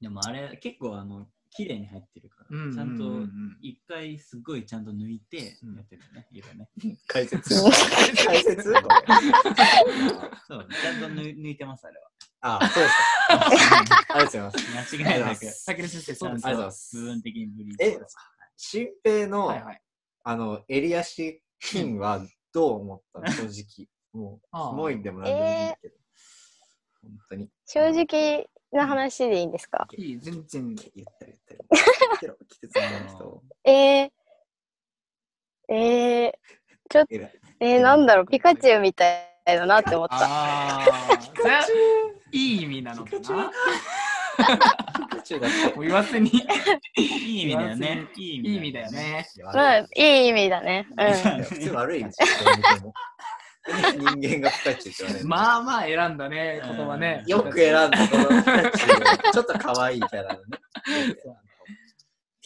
[SPEAKER 3] でもあれ、結構あの、綺麗に入ってるか
[SPEAKER 1] うんうん
[SPEAKER 3] ら、ちゃん
[SPEAKER 1] う
[SPEAKER 3] と
[SPEAKER 1] ん
[SPEAKER 3] 一回すごいちゃんと抜いて
[SPEAKER 1] うん
[SPEAKER 3] やってるね、色ね。
[SPEAKER 2] 解説
[SPEAKER 4] うん
[SPEAKER 2] 解説これ。
[SPEAKER 3] そう、ちゃんと抜抜いてます、あれは。
[SPEAKER 2] ああ、そうですか。ありがとうございます。
[SPEAKER 3] 間違いなく。
[SPEAKER 2] ありがとうございま
[SPEAKER 1] さきる先生、そうです
[SPEAKER 2] ありがとうござい
[SPEAKER 1] よ。
[SPEAKER 2] ます
[SPEAKER 3] 部分的に無理
[SPEAKER 2] え新平の、
[SPEAKER 1] はいはい。
[SPEAKER 2] あの、襟足付近はどう思ったの正直。も
[SPEAKER 1] あ
[SPEAKER 2] う、
[SPEAKER 1] あ
[SPEAKER 2] キモいんでもなんでもいいけど。本当に。
[SPEAKER 4] 正直な話でいいんですか
[SPEAKER 1] いい、全然。
[SPEAKER 2] 言ったり言ったり。言ってろ、季節の人を。
[SPEAKER 4] えー、え
[SPEAKER 2] 偉い。
[SPEAKER 4] ー、えー、なんだろう、ピカチュウみたいだなって思った。
[SPEAKER 1] ああ、それはいい意味なのか
[SPEAKER 2] ピカチュ
[SPEAKER 1] な
[SPEAKER 2] ウ。ピカチュウだっ
[SPEAKER 1] もう言わせに、
[SPEAKER 3] いい意味だよね。いい
[SPEAKER 1] いい意味だよ。ね。
[SPEAKER 2] て。
[SPEAKER 4] まあ、
[SPEAKER 2] 悪
[SPEAKER 4] いい意味だね。う ん。
[SPEAKER 2] い普通悪い意味じゃんどう見ても。人間がピカチュウって言われる。
[SPEAKER 1] まあまあ選んだね、言葉ね。
[SPEAKER 2] よく選んだこのピカチュウ。ちょっと可愛いキャラのね。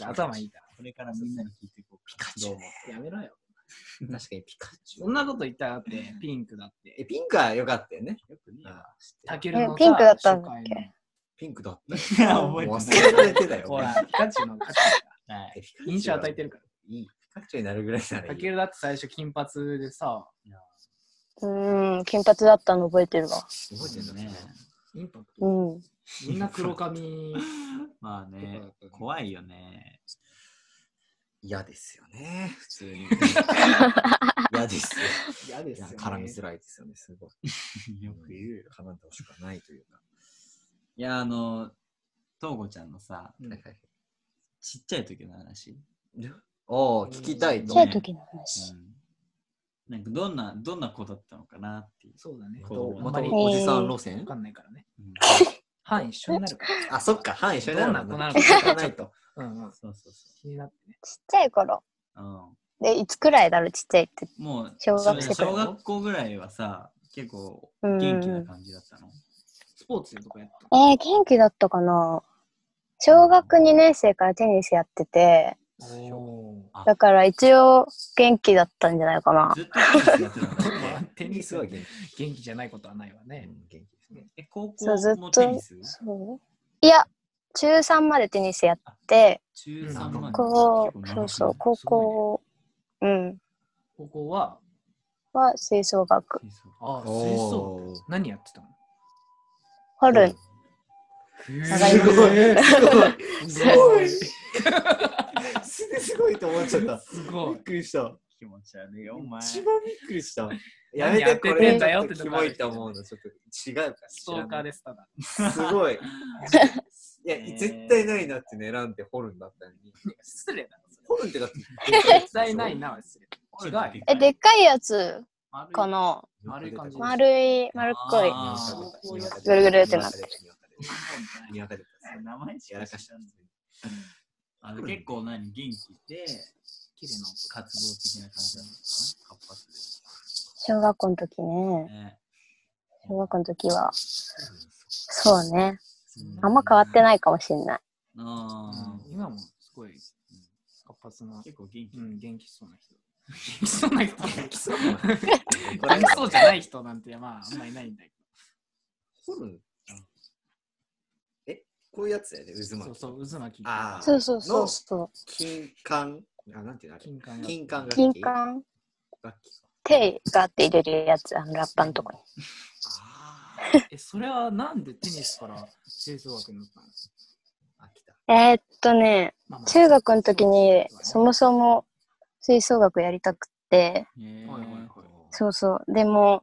[SPEAKER 1] 頭いいか
[SPEAKER 3] これからみんなに聞いていこう。ピカチュウ。
[SPEAKER 1] ら。やめろよ。
[SPEAKER 2] 確かにピカチ
[SPEAKER 1] そ
[SPEAKER 2] ュウ。
[SPEAKER 1] んなこと言ったらだって、ピンクだっ
[SPEAKER 2] え、
[SPEAKER 1] て。
[SPEAKER 2] ピンクは良かったよね。
[SPEAKER 3] よくねえ
[SPEAKER 2] あ
[SPEAKER 3] わ
[SPEAKER 2] あ
[SPEAKER 1] タケルのさ
[SPEAKER 4] えピンクだったんだっ
[SPEAKER 1] 初
[SPEAKER 4] け
[SPEAKER 1] 回
[SPEAKER 2] ピンクだったよ。
[SPEAKER 3] いや、覚え
[SPEAKER 2] もう
[SPEAKER 3] て
[SPEAKER 2] 忘れられてた
[SPEAKER 1] の
[SPEAKER 2] よ。
[SPEAKER 1] ほら、ピカチュウの価値
[SPEAKER 3] ない。は
[SPEAKER 2] え
[SPEAKER 3] い。
[SPEAKER 2] ピカチュウは
[SPEAKER 1] 印象与えてるか
[SPEAKER 2] いい。ピカチュウになるぐらいな
[SPEAKER 1] ら。
[SPEAKER 2] ら
[SPEAKER 1] タ
[SPEAKER 2] いい
[SPEAKER 1] ケ
[SPEAKER 2] よ。
[SPEAKER 1] ルだって最初金髪でさ、
[SPEAKER 4] うん、金髪だったの覚えてるわ。
[SPEAKER 2] 覚えてるね。
[SPEAKER 1] インパク
[SPEAKER 4] う
[SPEAKER 1] ト。
[SPEAKER 4] ん。
[SPEAKER 1] みんな黒髪。
[SPEAKER 3] まあね、怖いよね。
[SPEAKER 2] 嫌ですよね。普通 に。嫌ですよ。
[SPEAKER 1] 嫌で
[SPEAKER 2] い
[SPEAKER 1] すよ
[SPEAKER 2] や
[SPEAKER 1] ね。
[SPEAKER 2] 絡みづらいですよね。すごい。
[SPEAKER 3] よく言う。
[SPEAKER 2] う。絡んでほしくないというか。
[SPEAKER 3] いや、あの、とうこちゃんのさ、
[SPEAKER 1] うん
[SPEAKER 3] ちっちゃい時の話。
[SPEAKER 2] おお、聞きたい
[SPEAKER 4] ち
[SPEAKER 2] と
[SPEAKER 4] っちゃ
[SPEAKER 2] 思
[SPEAKER 4] い時の話。
[SPEAKER 3] うん、なんかどんな、どんな子だったのかなっていう。
[SPEAKER 1] そうだね。
[SPEAKER 2] う。
[SPEAKER 1] あ
[SPEAKER 2] ま
[SPEAKER 1] ん
[SPEAKER 2] た
[SPEAKER 1] まり
[SPEAKER 2] おじさん路線
[SPEAKER 1] わかんないからね。
[SPEAKER 3] うん
[SPEAKER 1] 範囲一緒になるから。
[SPEAKER 2] あ、そっか、範囲一緒になる
[SPEAKER 1] ど
[SPEAKER 2] の
[SPEAKER 1] んな
[SPEAKER 2] な。
[SPEAKER 1] 子なのか
[SPEAKER 2] 聞かないと。
[SPEAKER 1] うんうん。
[SPEAKER 3] そうそうそ
[SPEAKER 1] 気になってね。
[SPEAKER 4] ちっちゃい頃。
[SPEAKER 3] う。う
[SPEAKER 4] で、いつくらいだろう、ちっちゃいって。
[SPEAKER 3] ん、もう、
[SPEAKER 4] 小学生
[SPEAKER 3] そう
[SPEAKER 4] くら
[SPEAKER 3] 小
[SPEAKER 4] い
[SPEAKER 3] 学校ぐらいはさ、結構
[SPEAKER 4] うん
[SPEAKER 3] 元気な感じだったの。
[SPEAKER 1] スポーツとかやった
[SPEAKER 4] えー、元気だったかな小学2年生からテニスやってて、
[SPEAKER 1] の。お。
[SPEAKER 4] だから一応元気だったんじゃないかな。
[SPEAKER 3] ずっとテニスやってたの
[SPEAKER 1] まあ、 テ
[SPEAKER 2] テ
[SPEAKER 1] ニ
[SPEAKER 2] ニ
[SPEAKER 1] ス
[SPEAKER 2] ス
[SPEAKER 1] は
[SPEAKER 2] は
[SPEAKER 1] 元
[SPEAKER 2] 元
[SPEAKER 1] 気元気じゃないことはないわ
[SPEAKER 2] 気。う
[SPEAKER 1] ね。
[SPEAKER 2] ん元気ですね。
[SPEAKER 3] え、高
[SPEAKER 4] そうず
[SPEAKER 3] 校
[SPEAKER 4] っ
[SPEAKER 3] も
[SPEAKER 4] と
[SPEAKER 3] テニス
[SPEAKER 4] そういや、中3までテニスやって、
[SPEAKER 3] 中3まで。
[SPEAKER 4] こう、
[SPEAKER 3] 結
[SPEAKER 4] そ
[SPEAKER 3] 構長くないう
[SPEAKER 4] そう、高。校、うん、
[SPEAKER 1] 高校は、
[SPEAKER 4] は吹奏楽。
[SPEAKER 3] すごいね
[SPEAKER 1] ああ、
[SPEAKER 2] お
[SPEAKER 1] 吹奏
[SPEAKER 2] ー
[SPEAKER 1] 楽。何やってたの
[SPEAKER 4] ホルン。長い
[SPEAKER 2] すごい。 すごい。
[SPEAKER 1] す
[SPEAKER 2] すごい。すごいと思っちゃった。
[SPEAKER 1] ご
[SPEAKER 2] び
[SPEAKER 1] い
[SPEAKER 2] っ。くりした。
[SPEAKER 3] 気持ち悪いよ、お前。
[SPEAKER 2] 一番びっくりした。や
[SPEAKER 1] 何
[SPEAKER 2] め
[SPEAKER 1] や
[SPEAKER 2] て
[SPEAKER 1] っ
[SPEAKER 2] こ
[SPEAKER 1] て
[SPEAKER 2] れ
[SPEAKER 1] んだよって
[SPEAKER 2] ちょっとキモいと思うのちょっと違うから
[SPEAKER 1] ストーカーです、ただ。
[SPEAKER 2] 知らないすごいいや
[SPEAKER 3] ねえ
[SPEAKER 2] 絶対ないなってね選んでホルンだったのに
[SPEAKER 1] 失礼だろ、それ。
[SPEAKER 2] ホルンってだって
[SPEAKER 1] 絶対ないな、失礼。違うよ
[SPEAKER 4] え、でっかいやつかな
[SPEAKER 1] 丸い感じ
[SPEAKER 4] 丸い、丸っこい。
[SPEAKER 3] あ
[SPEAKER 1] ー
[SPEAKER 4] ぐるぐるってなって
[SPEAKER 2] にわかで
[SPEAKER 3] 名前し
[SPEAKER 2] や
[SPEAKER 3] から知
[SPEAKER 2] からした
[SPEAKER 3] んだけどあの結構何元気で
[SPEAKER 1] 綺麗な
[SPEAKER 3] 活動的な感じなのかな活発
[SPEAKER 4] 小学校の時ね
[SPEAKER 3] で。。ね、
[SPEAKER 4] 小学校の時は、そうね。
[SPEAKER 1] うん
[SPEAKER 4] あんま変わって
[SPEAKER 3] い。
[SPEAKER 4] ないかもしれない。
[SPEAKER 3] あ
[SPEAKER 1] うん今もすごい活発な
[SPEAKER 3] ー、結構元気
[SPEAKER 1] う。ん、元気そうな人。元気そうな人元気そうな元
[SPEAKER 2] これ
[SPEAKER 1] 気そうじゃない人なんて、まあ、あんまりいないんだけ
[SPEAKER 2] ホルンえこういうやつだよね 渦
[SPEAKER 1] ど。
[SPEAKER 2] 巻
[SPEAKER 1] そう
[SPEAKER 2] き
[SPEAKER 1] そう、渦巻き。
[SPEAKER 2] あー
[SPEAKER 4] そうそうそうそ
[SPEAKER 2] 金管あなんていうのあれ
[SPEAKER 1] 金管楽器。
[SPEAKER 2] 金管
[SPEAKER 4] う。
[SPEAKER 2] 楽器
[SPEAKER 4] 金管、
[SPEAKER 2] 楽器
[SPEAKER 4] 手がって入れるやつ、あのラッパのとこに。
[SPEAKER 2] あ
[SPEAKER 1] え、それはなんでテニスから吹奏楽になったの
[SPEAKER 2] ーあ来た
[SPEAKER 4] えー、っとね、
[SPEAKER 1] まあまあ
[SPEAKER 4] 中学の時に、そ
[SPEAKER 1] そう
[SPEAKER 4] もそも吹奏楽やりたくって、
[SPEAKER 3] ね
[SPEAKER 1] はいはいはい
[SPEAKER 4] そうそう。でも、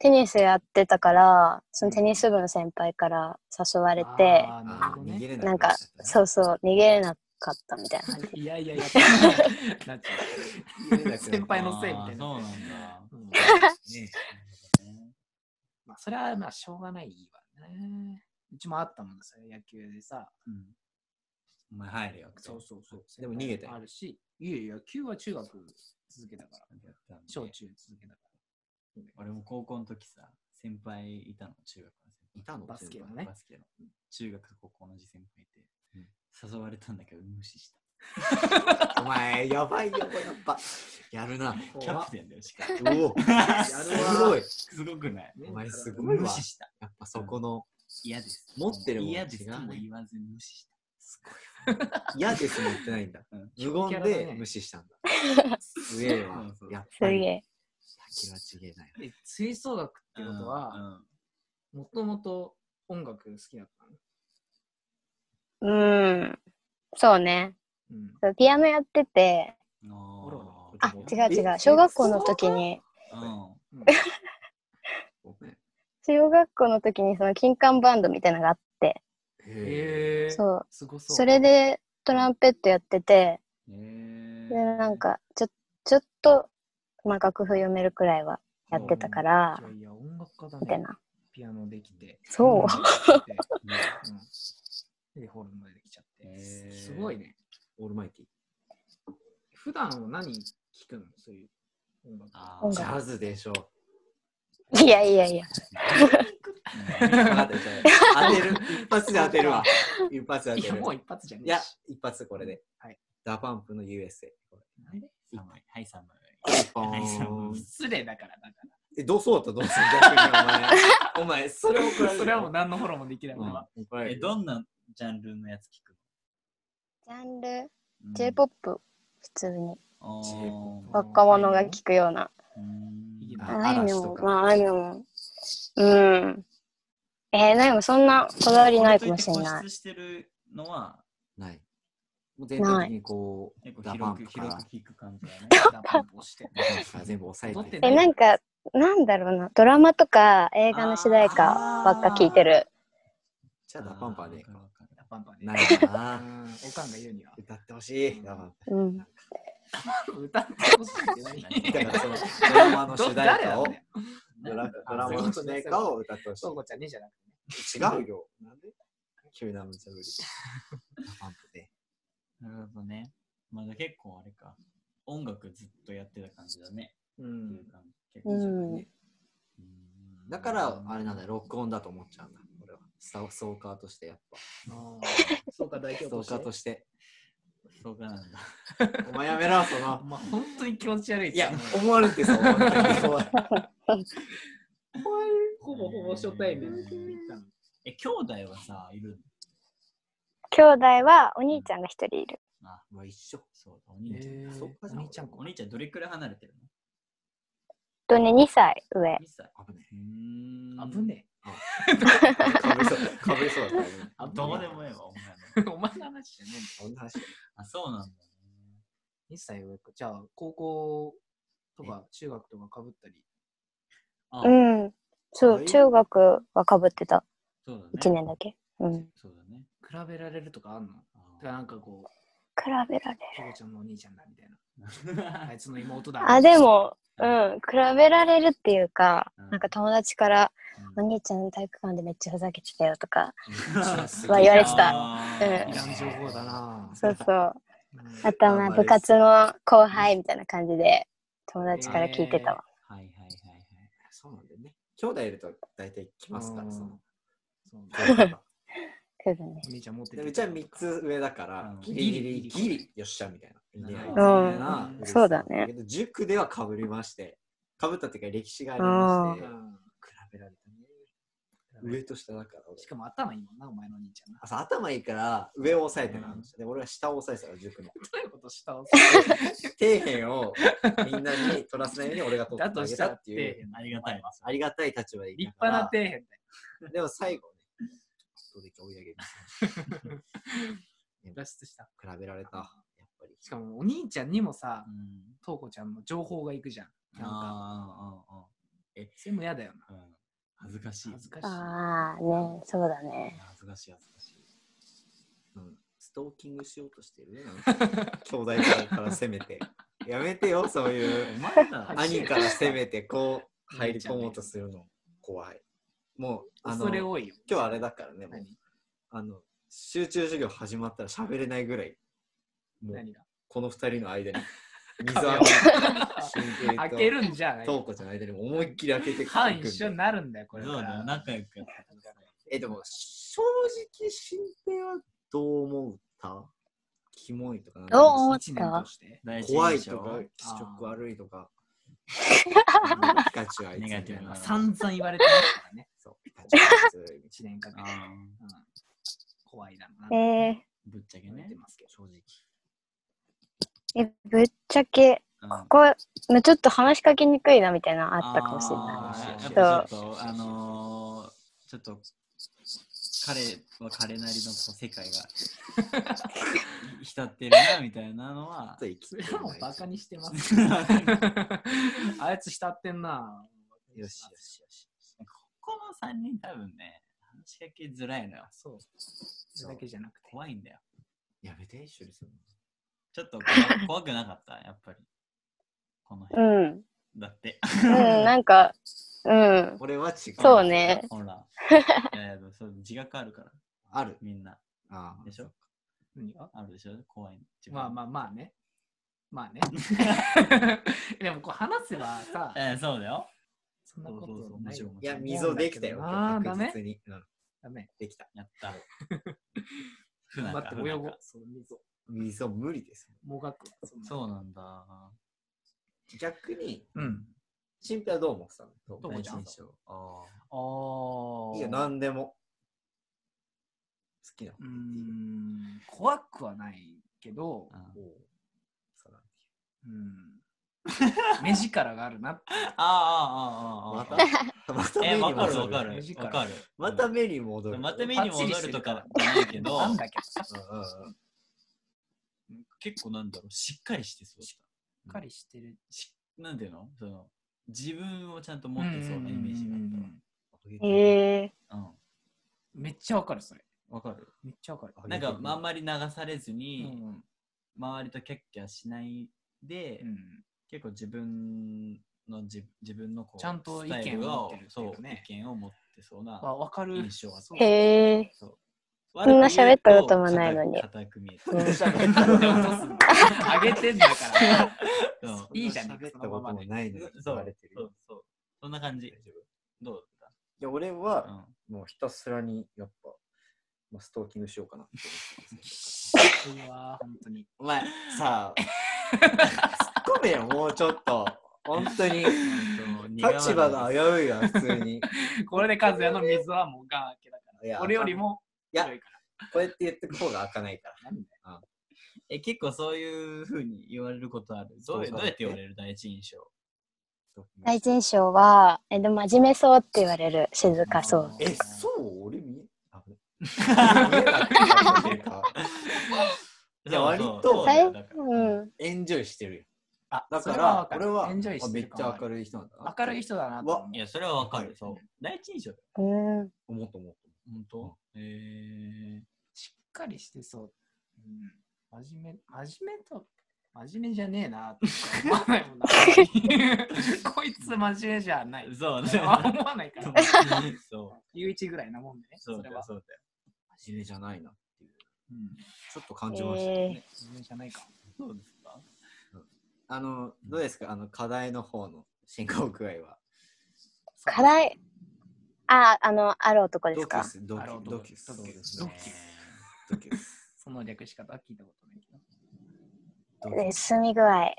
[SPEAKER 4] テニスやってたから、そのテニス部の先輩から誘われて、
[SPEAKER 1] あーなる
[SPEAKER 2] あ
[SPEAKER 1] ほ
[SPEAKER 2] ー
[SPEAKER 1] ど
[SPEAKER 2] 逃
[SPEAKER 1] ね
[SPEAKER 2] げれ
[SPEAKER 4] な
[SPEAKER 2] なんくな
[SPEAKER 4] か
[SPEAKER 2] っちゃった、ね
[SPEAKER 4] そうそう、逃げれなかったみたいな感じ。
[SPEAKER 1] いやいやい やなっちゃ
[SPEAKER 2] 逃げれなくなっちゃ った
[SPEAKER 1] 先輩のせいみたいな
[SPEAKER 3] あーそうなんだ
[SPEAKER 2] うんね
[SPEAKER 1] うまあそれはまあしょうがないわねうちもあったもんだそれ野球でさ
[SPEAKER 3] うんお前入れよ
[SPEAKER 1] そうそうそう
[SPEAKER 2] でも逃げたよ
[SPEAKER 1] あるしいやいや野球は中学続けたから小中続けたか
[SPEAKER 3] 俺も高校の時さ先輩いたの中学の
[SPEAKER 2] いたの
[SPEAKER 1] バスケのね
[SPEAKER 3] 先輩バスケの中学と高校の時先輩いて、誘われたんだけど無視した
[SPEAKER 2] お前、やばいよ、やっぱ。やるな。
[SPEAKER 1] ら
[SPEAKER 3] キャプテンだよしかも
[SPEAKER 2] おお、すごい。
[SPEAKER 3] すごくない
[SPEAKER 2] お前すごいわ
[SPEAKER 3] 無視した
[SPEAKER 2] やっぱそこの、
[SPEAKER 3] 嫌です
[SPEAKER 2] 持ってるもん
[SPEAKER 3] 嫌です
[SPEAKER 2] 違うね
[SPEAKER 3] とも言わず無視したすごい
[SPEAKER 2] 嫌ですも言ってないんだ
[SPEAKER 3] うん。
[SPEAKER 2] 無言で無視したんだ。 すげえわ
[SPEAKER 3] そうそ。う
[SPEAKER 2] やっ
[SPEAKER 4] す
[SPEAKER 2] ぱ
[SPEAKER 4] げ
[SPEAKER 2] り、
[SPEAKER 4] え。
[SPEAKER 2] 先はちげえなよ。
[SPEAKER 1] らえ吹奏楽ってことは
[SPEAKER 3] うん
[SPEAKER 1] もともと音楽好きだったの
[SPEAKER 4] うん。そうね。
[SPEAKER 1] うん
[SPEAKER 4] そうピアノやってて、
[SPEAKER 3] うん
[SPEAKER 1] ほら
[SPEAKER 3] あ
[SPEAKER 1] ほ
[SPEAKER 4] あ
[SPEAKER 1] ら、
[SPEAKER 4] 違う
[SPEAKER 2] え
[SPEAKER 4] 違う。
[SPEAKER 2] え
[SPEAKER 4] 小学校の時に、
[SPEAKER 3] ーう
[SPEAKER 1] う
[SPEAKER 3] ん
[SPEAKER 1] ん
[SPEAKER 2] ごめん
[SPEAKER 4] 小学校の時にその金管バンドみたいなのがあって、
[SPEAKER 1] へえ
[SPEAKER 4] そう。
[SPEAKER 1] すごそう
[SPEAKER 4] それでトランペットやってて、
[SPEAKER 3] へ
[SPEAKER 4] で、
[SPEAKER 3] え
[SPEAKER 4] なんか、ちょ、ちょっと、まあ、楽譜読めるくらいはやってたから
[SPEAKER 1] い、やいや音楽家だ
[SPEAKER 4] みたい
[SPEAKER 1] ね
[SPEAKER 4] な。
[SPEAKER 1] ピアノできて
[SPEAKER 4] そう
[SPEAKER 1] う
[SPEAKER 2] うん
[SPEAKER 1] うん、で、ホルンも出てきちゃって、
[SPEAKER 3] へー
[SPEAKER 1] すごいね。
[SPEAKER 2] オールマイティ。
[SPEAKER 1] 普段は何聴くのそういう音楽。
[SPEAKER 3] あ
[SPEAKER 4] 音
[SPEAKER 2] ジ
[SPEAKER 4] 楽
[SPEAKER 2] ャズでしょ。
[SPEAKER 4] いやいやいや。
[SPEAKER 2] 分かった
[SPEAKER 3] ー
[SPEAKER 2] じゃあ当てる。 一発で当てるわ。一発で
[SPEAKER 1] い
[SPEAKER 2] 当て
[SPEAKER 1] や、
[SPEAKER 2] る
[SPEAKER 1] も。う一発じゃね
[SPEAKER 2] い
[SPEAKER 1] え
[SPEAKER 2] や
[SPEAKER 1] し。、
[SPEAKER 2] 一発これで。
[SPEAKER 1] はい
[SPEAKER 2] ダパンプの USA。
[SPEAKER 1] なんで
[SPEAKER 3] 寒いはい寒い
[SPEAKER 2] ポ
[SPEAKER 3] はい
[SPEAKER 2] ー
[SPEAKER 3] 寒い
[SPEAKER 2] ン
[SPEAKER 1] 失礼だから、だか
[SPEAKER 2] え、どうそうだったどうする逆にお前。お前、それを怒られ
[SPEAKER 1] ら。
[SPEAKER 2] る
[SPEAKER 1] それ はもう何のフォローもできない俺は。
[SPEAKER 2] うん怒られ
[SPEAKER 3] え
[SPEAKER 2] る
[SPEAKER 3] どんなジャンルのやつ聞く
[SPEAKER 4] ジャンル、
[SPEAKER 3] の
[SPEAKER 4] J-POP、普通に。
[SPEAKER 3] あー
[SPEAKER 2] J-POP
[SPEAKER 4] 若者が聴くような。
[SPEAKER 3] うん
[SPEAKER 1] いい
[SPEAKER 2] あ
[SPEAKER 1] な
[SPEAKER 4] ああい
[SPEAKER 2] 嵐
[SPEAKER 4] みょ
[SPEAKER 2] と
[SPEAKER 4] ん、
[SPEAKER 2] か
[SPEAKER 4] まあ、あいみょんも。うん。えー、でもそんなこだわりないかもしれ
[SPEAKER 3] 固
[SPEAKER 4] ない。
[SPEAKER 3] 執してるのは
[SPEAKER 2] ない。もう全体的にこ
[SPEAKER 3] 結
[SPEAKER 2] う、
[SPEAKER 3] 構
[SPEAKER 2] ダパンプ
[SPEAKER 3] 広く
[SPEAKER 2] から
[SPEAKER 3] 広く聞く感じだね。
[SPEAKER 1] ダパンプをして。
[SPEAKER 2] あ全部押さえて
[SPEAKER 1] 踊って
[SPEAKER 4] え、なんか、なんだろうな、ドラマとか映画の主題歌ばっか聴いてる。
[SPEAKER 2] じ ゃあダパンプはねえか。
[SPEAKER 1] ダパンプはね。
[SPEAKER 2] ないか
[SPEAKER 1] う
[SPEAKER 2] な。
[SPEAKER 1] んおかんが言う には。
[SPEAKER 2] 歌ってほしい。ダパン
[SPEAKER 4] うん。
[SPEAKER 1] 歌ってほしいって何
[SPEAKER 2] プ。だからそのドラマの
[SPEAKER 1] ど
[SPEAKER 2] 主題
[SPEAKER 1] 誰な
[SPEAKER 2] 歌
[SPEAKER 1] ん
[SPEAKER 2] を
[SPEAKER 1] だ、よ。
[SPEAKER 2] ドラドラマの主題歌を歌ってほし
[SPEAKER 1] そうこちゃんねじゃなくてね。
[SPEAKER 2] い。違うよ。なんで急な無茶ぶり。ダパンプね。
[SPEAKER 3] なるほどね。まだ結構あれか。音楽ずっとやってた感じだね。
[SPEAKER 1] う
[SPEAKER 3] ってい
[SPEAKER 1] ん
[SPEAKER 3] う。感じ結
[SPEAKER 4] う
[SPEAKER 3] 構
[SPEAKER 4] ん
[SPEAKER 3] うん
[SPEAKER 2] だから、あれなんだよ、録音だと思っちゃうんだ。俺は。スタストーカーとしてやっぱ。
[SPEAKER 1] あーそうか、大
[SPEAKER 2] ス
[SPEAKER 1] 表
[SPEAKER 2] ト
[SPEAKER 1] と
[SPEAKER 2] ーカー
[SPEAKER 1] し
[SPEAKER 2] と
[SPEAKER 1] て。
[SPEAKER 2] して。
[SPEAKER 3] そうかなんだ。
[SPEAKER 2] お前やめろ、その。
[SPEAKER 1] まあ、本当に気持ち悪い
[SPEAKER 2] いや
[SPEAKER 1] もう、
[SPEAKER 2] 思われてさ、思われてそう
[SPEAKER 1] ほぼほぼ初対面で行ったの。
[SPEAKER 3] え、兄弟はさ、いる
[SPEAKER 4] 兄弟はお兄ちゃんが一人いる。
[SPEAKER 3] のあ、
[SPEAKER 2] まあ一緒。
[SPEAKER 3] そうだ、お兄ちゃん。
[SPEAKER 1] へー
[SPEAKER 2] そっかじ
[SPEAKER 1] お
[SPEAKER 2] ゃん
[SPEAKER 1] 兄ちゃん
[SPEAKER 3] お兄ちゃんどれくらい離れてる
[SPEAKER 4] とね、2歳上
[SPEAKER 3] の。?2 歳。
[SPEAKER 2] 危ね
[SPEAKER 3] うーん
[SPEAKER 1] 危ね
[SPEAKER 2] え。かぶりそう。かぶりそうだからね
[SPEAKER 3] あどうでもええわ、お前
[SPEAKER 1] え。
[SPEAKER 3] の。
[SPEAKER 1] お前の話じゃね
[SPEAKER 2] そんな話。
[SPEAKER 3] あ、そうなんだね。
[SPEAKER 1] え。1歳上か。じゃあ、高校とか中学とかかぶったり。
[SPEAKER 3] あ、
[SPEAKER 4] うん。そ
[SPEAKER 2] は
[SPEAKER 4] う、
[SPEAKER 2] い
[SPEAKER 4] 中学はかぶってた。
[SPEAKER 3] そうだ
[SPEAKER 4] 1
[SPEAKER 3] ね。
[SPEAKER 4] 年だけ。うん。比
[SPEAKER 3] そうだね。
[SPEAKER 1] 比べられるとかあんのだからなんかこう、
[SPEAKER 4] べられる。
[SPEAKER 1] トコちゃんのお兄ちゃんだみたいな。
[SPEAKER 3] あ
[SPEAKER 1] あいつの妹だ。
[SPEAKER 4] あ、でも、うん、比べられるっていうか、
[SPEAKER 3] うん
[SPEAKER 4] なんか友達から、お
[SPEAKER 3] うん
[SPEAKER 4] 兄ちゃん体育館でめっちゃふざけてたよとか、
[SPEAKER 2] す
[SPEAKER 4] は言われてた
[SPEAKER 3] あ
[SPEAKER 4] う
[SPEAKER 1] い
[SPEAKER 4] ん
[SPEAKER 1] らん情報だな。
[SPEAKER 4] そうそう。
[SPEAKER 1] うん
[SPEAKER 4] あとまあ部活の後輩みたいな感じで友達から聞いてたわ。
[SPEAKER 3] はいはいはいはい。
[SPEAKER 2] そうなんだよね。兄弟いると大体来ますから、その。
[SPEAKER 1] そう
[SPEAKER 4] 来るね。
[SPEAKER 1] お兄ちゃん持って
[SPEAKER 2] でうちは3つ上だから
[SPEAKER 3] う、ん
[SPEAKER 2] ギリギリ、ギリ、よっしゃ、みたいな。いいね
[SPEAKER 3] うん
[SPEAKER 2] みたいな
[SPEAKER 1] うん
[SPEAKER 4] そうだね
[SPEAKER 2] けど塾ではかぶりまして、かぶったっていうか歴史があり
[SPEAKER 1] う
[SPEAKER 2] まして、
[SPEAKER 1] ん
[SPEAKER 2] 比べられたね。上と下だから、俺
[SPEAKER 1] しかも頭いいもんな、お前のお兄ちゃんな。
[SPEAKER 2] あそう頭いいから上を押さえてなの。で、俺は下を押さえてたの、塾の。
[SPEAKER 1] どういうことしたの
[SPEAKER 2] 底辺をみんなに取らせないように俺が取
[SPEAKER 1] だ
[SPEAKER 2] って
[SPEAKER 1] と
[SPEAKER 2] あげ
[SPEAKER 1] したた
[SPEAKER 2] っ
[SPEAKER 1] って
[SPEAKER 2] いう
[SPEAKER 1] て、
[SPEAKER 3] ありがたいわ。
[SPEAKER 2] ありがたい立場でい
[SPEAKER 1] 立
[SPEAKER 2] たか
[SPEAKER 1] 派な
[SPEAKER 2] ら
[SPEAKER 1] 底辺だよ。
[SPEAKER 2] でも最後ね、圧倒的に追い上げる。
[SPEAKER 1] 脱出した。
[SPEAKER 2] 比べられた。やっぱり。
[SPEAKER 1] しかもお兄ちゃんにもさ
[SPEAKER 3] う、ん
[SPEAKER 1] トーコちゃんの情報がいくじゃん。なんか、
[SPEAKER 3] あーあーあーえ、
[SPEAKER 1] それも嫌だよな。
[SPEAKER 3] うん、恥ずかしい。
[SPEAKER 1] 恥ずかしい。
[SPEAKER 4] ああ、ね、そうだね。
[SPEAKER 3] 恥ずかしい、恥ずかしい。
[SPEAKER 2] うんストーキングしようとしてるね。なんか兄弟からから攻めて。 やめてよ、そういう
[SPEAKER 3] お。前ら、
[SPEAKER 2] 兄から攻めて、こう、入り込もうとするの怖い。もう、あの、
[SPEAKER 1] それ
[SPEAKER 2] 今
[SPEAKER 1] 多いよ。
[SPEAKER 2] 日あれだからね、もう
[SPEAKER 1] 何
[SPEAKER 2] あの、集中授業始まったら喋れないぐらい、もう、
[SPEAKER 1] 何が
[SPEAKER 2] この二人 の間に、水
[SPEAKER 1] 壁
[SPEAKER 2] あ
[SPEAKER 1] を
[SPEAKER 2] め、神経
[SPEAKER 1] 開
[SPEAKER 2] と、
[SPEAKER 1] けるんじゃない
[SPEAKER 2] 瞳子ちゃんの間に思いっきり開けてく
[SPEAKER 1] 半一緒に
[SPEAKER 2] る。
[SPEAKER 1] なるんだよ、これか
[SPEAKER 3] そうだよ、
[SPEAKER 1] ら。
[SPEAKER 3] 仲良くやってください。
[SPEAKER 2] え、でも、正直、新平はどう思ったキモいとかなんか
[SPEAKER 4] どう思った
[SPEAKER 1] 一年として。
[SPEAKER 3] 第一
[SPEAKER 2] 怖い
[SPEAKER 3] 印象
[SPEAKER 2] とか気色悪いとか。ピカ チュウあいつ
[SPEAKER 3] ネ
[SPEAKER 2] みた
[SPEAKER 3] ガ
[SPEAKER 2] い
[SPEAKER 3] ティブ
[SPEAKER 2] な
[SPEAKER 3] な。
[SPEAKER 1] 散々言われてますからね、
[SPEAKER 2] そうピカチュウあいつみたいな
[SPEAKER 1] 一年かけ
[SPEAKER 3] あ
[SPEAKER 1] て。
[SPEAKER 3] ー
[SPEAKER 1] うん怖いだろうな。
[SPEAKER 4] えー、
[SPEAKER 3] ぶっちゃけ
[SPEAKER 2] 言われ
[SPEAKER 3] ね
[SPEAKER 2] て。ますけど正直。
[SPEAKER 4] え、ぶっちゃけ、
[SPEAKER 3] うん
[SPEAKER 4] ここ、ねちょっと話しかけにくいなみたいなのあったかもしれない。
[SPEAKER 3] あー
[SPEAKER 2] しれない
[SPEAKER 3] やっぱち
[SPEAKER 2] そう
[SPEAKER 3] ょっと、あのー、ちょっと、彼は彼なりの世界 がい浸ってるな、みたいなのは
[SPEAKER 2] あと。生き
[SPEAKER 1] そ
[SPEAKER 2] て
[SPEAKER 1] れ
[SPEAKER 2] る
[SPEAKER 1] はもうバカにしてます。あいつ慕ってんな。
[SPEAKER 2] よしよしよし。
[SPEAKER 3] ここの3人多分ね、話しかけづらいのよ。
[SPEAKER 1] そう。それだけじゃなくて。
[SPEAKER 3] 怖いんだよ。
[SPEAKER 2] やめて、一緒にするの。
[SPEAKER 3] ちょっと怖怖くなかった、やっぱり。この
[SPEAKER 4] う
[SPEAKER 3] 辺。
[SPEAKER 4] ん。うん、
[SPEAKER 3] だって。
[SPEAKER 4] なんか、うん。
[SPEAKER 2] 俺は違う。
[SPEAKER 4] そうね
[SPEAKER 3] ほら。いやいや、そう自覚あるから、
[SPEAKER 2] ある。
[SPEAKER 3] みんな。
[SPEAKER 2] ああ
[SPEAKER 3] でしょ
[SPEAKER 1] 何が
[SPEAKER 3] あるでしょ怖いの。
[SPEAKER 1] まあまあまあね。まあね。でもこう話せばさ
[SPEAKER 3] あ。、えー、そうだよ。
[SPEAKER 1] そんなこ
[SPEAKER 3] そうそうそ
[SPEAKER 1] と
[SPEAKER 3] う
[SPEAKER 1] な
[SPEAKER 3] も
[SPEAKER 1] い
[SPEAKER 3] ちろ
[SPEAKER 1] よ
[SPEAKER 3] ん。も
[SPEAKER 2] い
[SPEAKER 3] ちろ
[SPEAKER 2] や、
[SPEAKER 3] ん
[SPEAKER 2] 溝できたよ。
[SPEAKER 1] あーダメ
[SPEAKER 2] 確実に。うん
[SPEAKER 1] ダメ。
[SPEAKER 2] できた。
[SPEAKER 3] やった。不仲
[SPEAKER 1] 待って、
[SPEAKER 3] 不
[SPEAKER 1] 泳
[SPEAKER 3] 仲
[SPEAKER 1] ごう。そう、溝。
[SPEAKER 2] 溝無理です。
[SPEAKER 1] もがくわ。そんな
[SPEAKER 3] そうなんだ。
[SPEAKER 2] 逆に、
[SPEAKER 1] うん。
[SPEAKER 2] 新平はどう思ってたのど
[SPEAKER 1] う思った
[SPEAKER 2] 第一印象あ
[SPEAKER 1] あ
[SPEAKER 2] あ。
[SPEAKER 1] あ。
[SPEAKER 2] いいよ、何でも。好きな
[SPEAKER 1] う
[SPEAKER 2] こ
[SPEAKER 1] ー
[SPEAKER 2] と
[SPEAKER 1] ん。怖くはないけど、
[SPEAKER 3] うん
[SPEAKER 2] 言っていい。おうそうなんだ
[SPEAKER 1] うん。目力があるな って。
[SPEAKER 3] あああああああ
[SPEAKER 2] ま
[SPEAKER 3] あ。
[SPEAKER 2] た、また
[SPEAKER 3] えー、わかるわか
[SPEAKER 2] る。
[SPEAKER 3] る
[SPEAKER 1] 目。力
[SPEAKER 3] わかる。
[SPEAKER 2] また目に戻る。
[SPEAKER 3] また目に戻るとかじゃないけど、
[SPEAKER 1] なんだっけ
[SPEAKER 2] うんうんうん
[SPEAKER 3] 結構なんだろう、しっかりしてそうだっ
[SPEAKER 1] しっかりしてる。
[SPEAKER 3] た。しなんていうのその自分をちゃんと持ってそうなイメージがあ
[SPEAKER 1] う
[SPEAKER 3] っ
[SPEAKER 1] んうんうん
[SPEAKER 4] ええ
[SPEAKER 3] たわ。
[SPEAKER 1] めっちゃわかる、それ。
[SPEAKER 3] うん。わかる。
[SPEAKER 1] めっちゃわかる。
[SPEAKER 2] あ
[SPEAKER 3] なんか、まああんまり流されず
[SPEAKER 1] う
[SPEAKER 3] に、
[SPEAKER 1] ん。
[SPEAKER 3] 周りとキャッキャしないで、
[SPEAKER 1] うん
[SPEAKER 3] 結構自分の自自分のこう
[SPEAKER 1] ちゃんと意見を
[SPEAKER 3] スタイル
[SPEAKER 1] 持ってるっていうか
[SPEAKER 3] そう
[SPEAKER 1] ね
[SPEAKER 3] 意見を持ってそうな
[SPEAKER 1] わわかる。
[SPEAKER 3] 印象は
[SPEAKER 1] そう
[SPEAKER 4] ー、へえ
[SPEAKER 3] そう
[SPEAKER 4] こんな喋ったこともないのに
[SPEAKER 3] 悪く言うと固く見えて
[SPEAKER 4] うん
[SPEAKER 2] 喋ったことも
[SPEAKER 1] あげてんだから。
[SPEAKER 3] そう
[SPEAKER 1] いいじゃねえ
[SPEAKER 2] 喋
[SPEAKER 1] か
[SPEAKER 2] っ
[SPEAKER 1] そ
[SPEAKER 2] た
[SPEAKER 1] のま
[SPEAKER 2] こ
[SPEAKER 1] ま
[SPEAKER 2] と
[SPEAKER 1] で
[SPEAKER 2] もないのに
[SPEAKER 3] そ
[SPEAKER 2] 言
[SPEAKER 3] う
[SPEAKER 2] われてる。
[SPEAKER 3] そうそうそんな感
[SPEAKER 2] 大
[SPEAKER 3] じ
[SPEAKER 2] 丈夫い
[SPEAKER 3] どうだっ
[SPEAKER 2] や、俺
[SPEAKER 3] た、う
[SPEAKER 2] は、
[SPEAKER 3] ん、
[SPEAKER 2] もうひたすらに、やっぱ、まあ、ストーキングしようかなって思ってます。
[SPEAKER 1] うわ本当に。
[SPEAKER 2] お前、さあ、突っ込めよ、もうちょっと。本当に。立場が危
[SPEAKER 3] う
[SPEAKER 2] ういわ、普通 に。
[SPEAKER 1] これで和也の水はもうガン開けだか
[SPEAKER 2] い
[SPEAKER 1] ら。
[SPEAKER 2] や
[SPEAKER 1] 俺よりも
[SPEAKER 2] いや
[SPEAKER 1] 広いから。
[SPEAKER 2] こうやって言ってこうが開かないから。
[SPEAKER 3] え結構そういうふうに言われることあるどう
[SPEAKER 2] そう
[SPEAKER 3] ど
[SPEAKER 2] そう
[SPEAKER 3] うやって言われる第一印象
[SPEAKER 4] 第一印象は、え、でも真面目そうって言われる。静かそう。
[SPEAKER 2] え、そう俺見えあ ぶね見えなかったいや割と
[SPEAKER 3] そうだよだから
[SPEAKER 4] うん。
[SPEAKER 2] エンジョイしてるよ。
[SPEAKER 1] あ
[SPEAKER 2] だ
[SPEAKER 1] そ
[SPEAKER 2] か
[SPEAKER 1] れはわ
[SPEAKER 2] ら、
[SPEAKER 1] かる
[SPEAKER 2] 俺は
[SPEAKER 1] エンジョイ
[SPEAKER 2] あ
[SPEAKER 1] して
[SPEAKER 2] め
[SPEAKER 1] る
[SPEAKER 2] っ
[SPEAKER 1] か
[SPEAKER 2] ち
[SPEAKER 1] も
[SPEAKER 2] ゃ明るい人なんだな。
[SPEAKER 1] 明るい人だなと思う
[SPEAKER 3] いやそれはわか
[SPEAKER 2] は
[SPEAKER 3] る
[SPEAKER 2] い
[SPEAKER 3] そう第一印象だよ
[SPEAKER 4] うん。
[SPEAKER 2] 思った思った。
[SPEAKER 3] 本当へえ
[SPEAKER 1] しっかりしてそう。うん真面目、真面目と、真面目じゃねえなって思わないもん な。こいつ真面目じゃない。
[SPEAKER 3] そ
[SPEAKER 1] 思
[SPEAKER 3] うね
[SPEAKER 1] わないから。
[SPEAKER 3] そう。
[SPEAKER 1] U1 ぐらいなもんでね、
[SPEAKER 3] そ
[SPEAKER 1] そうれは
[SPEAKER 3] だよ、。そうだよ。
[SPEAKER 2] 真面目じゃないなっていう。
[SPEAKER 1] うん
[SPEAKER 2] ちょっと感じましたね。
[SPEAKER 4] え
[SPEAKER 1] 真面目じゃないかも。
[SPEAKER 3] そうですか
[SPEAKER 2] あの、どうですかあの、課題の方の進行具合は。
[SPEAKER 4] ー、課題、あ、あの、ある男です
[SPEAKER 2] ドキ
[SPEAKER 4] か
[SPEAKER 2] ュ。ス、ドキ
[SPEAKER 1] あの
[SPEAKER 2] ュドキュス。
[SPEAKER 1] ドキュス
[SPEAKER 2] ド
[SPEAKER 1] ド
[SPEAKER 2] キ
[SPEAKER 1] キュ
[SPEAKER 2] ュス。ドキュス。
[SPEAKER 1] その略し方は聞いたことないけど。
[SPEAKER 2] ドキュ
[SPEAKER 4] で進み具合で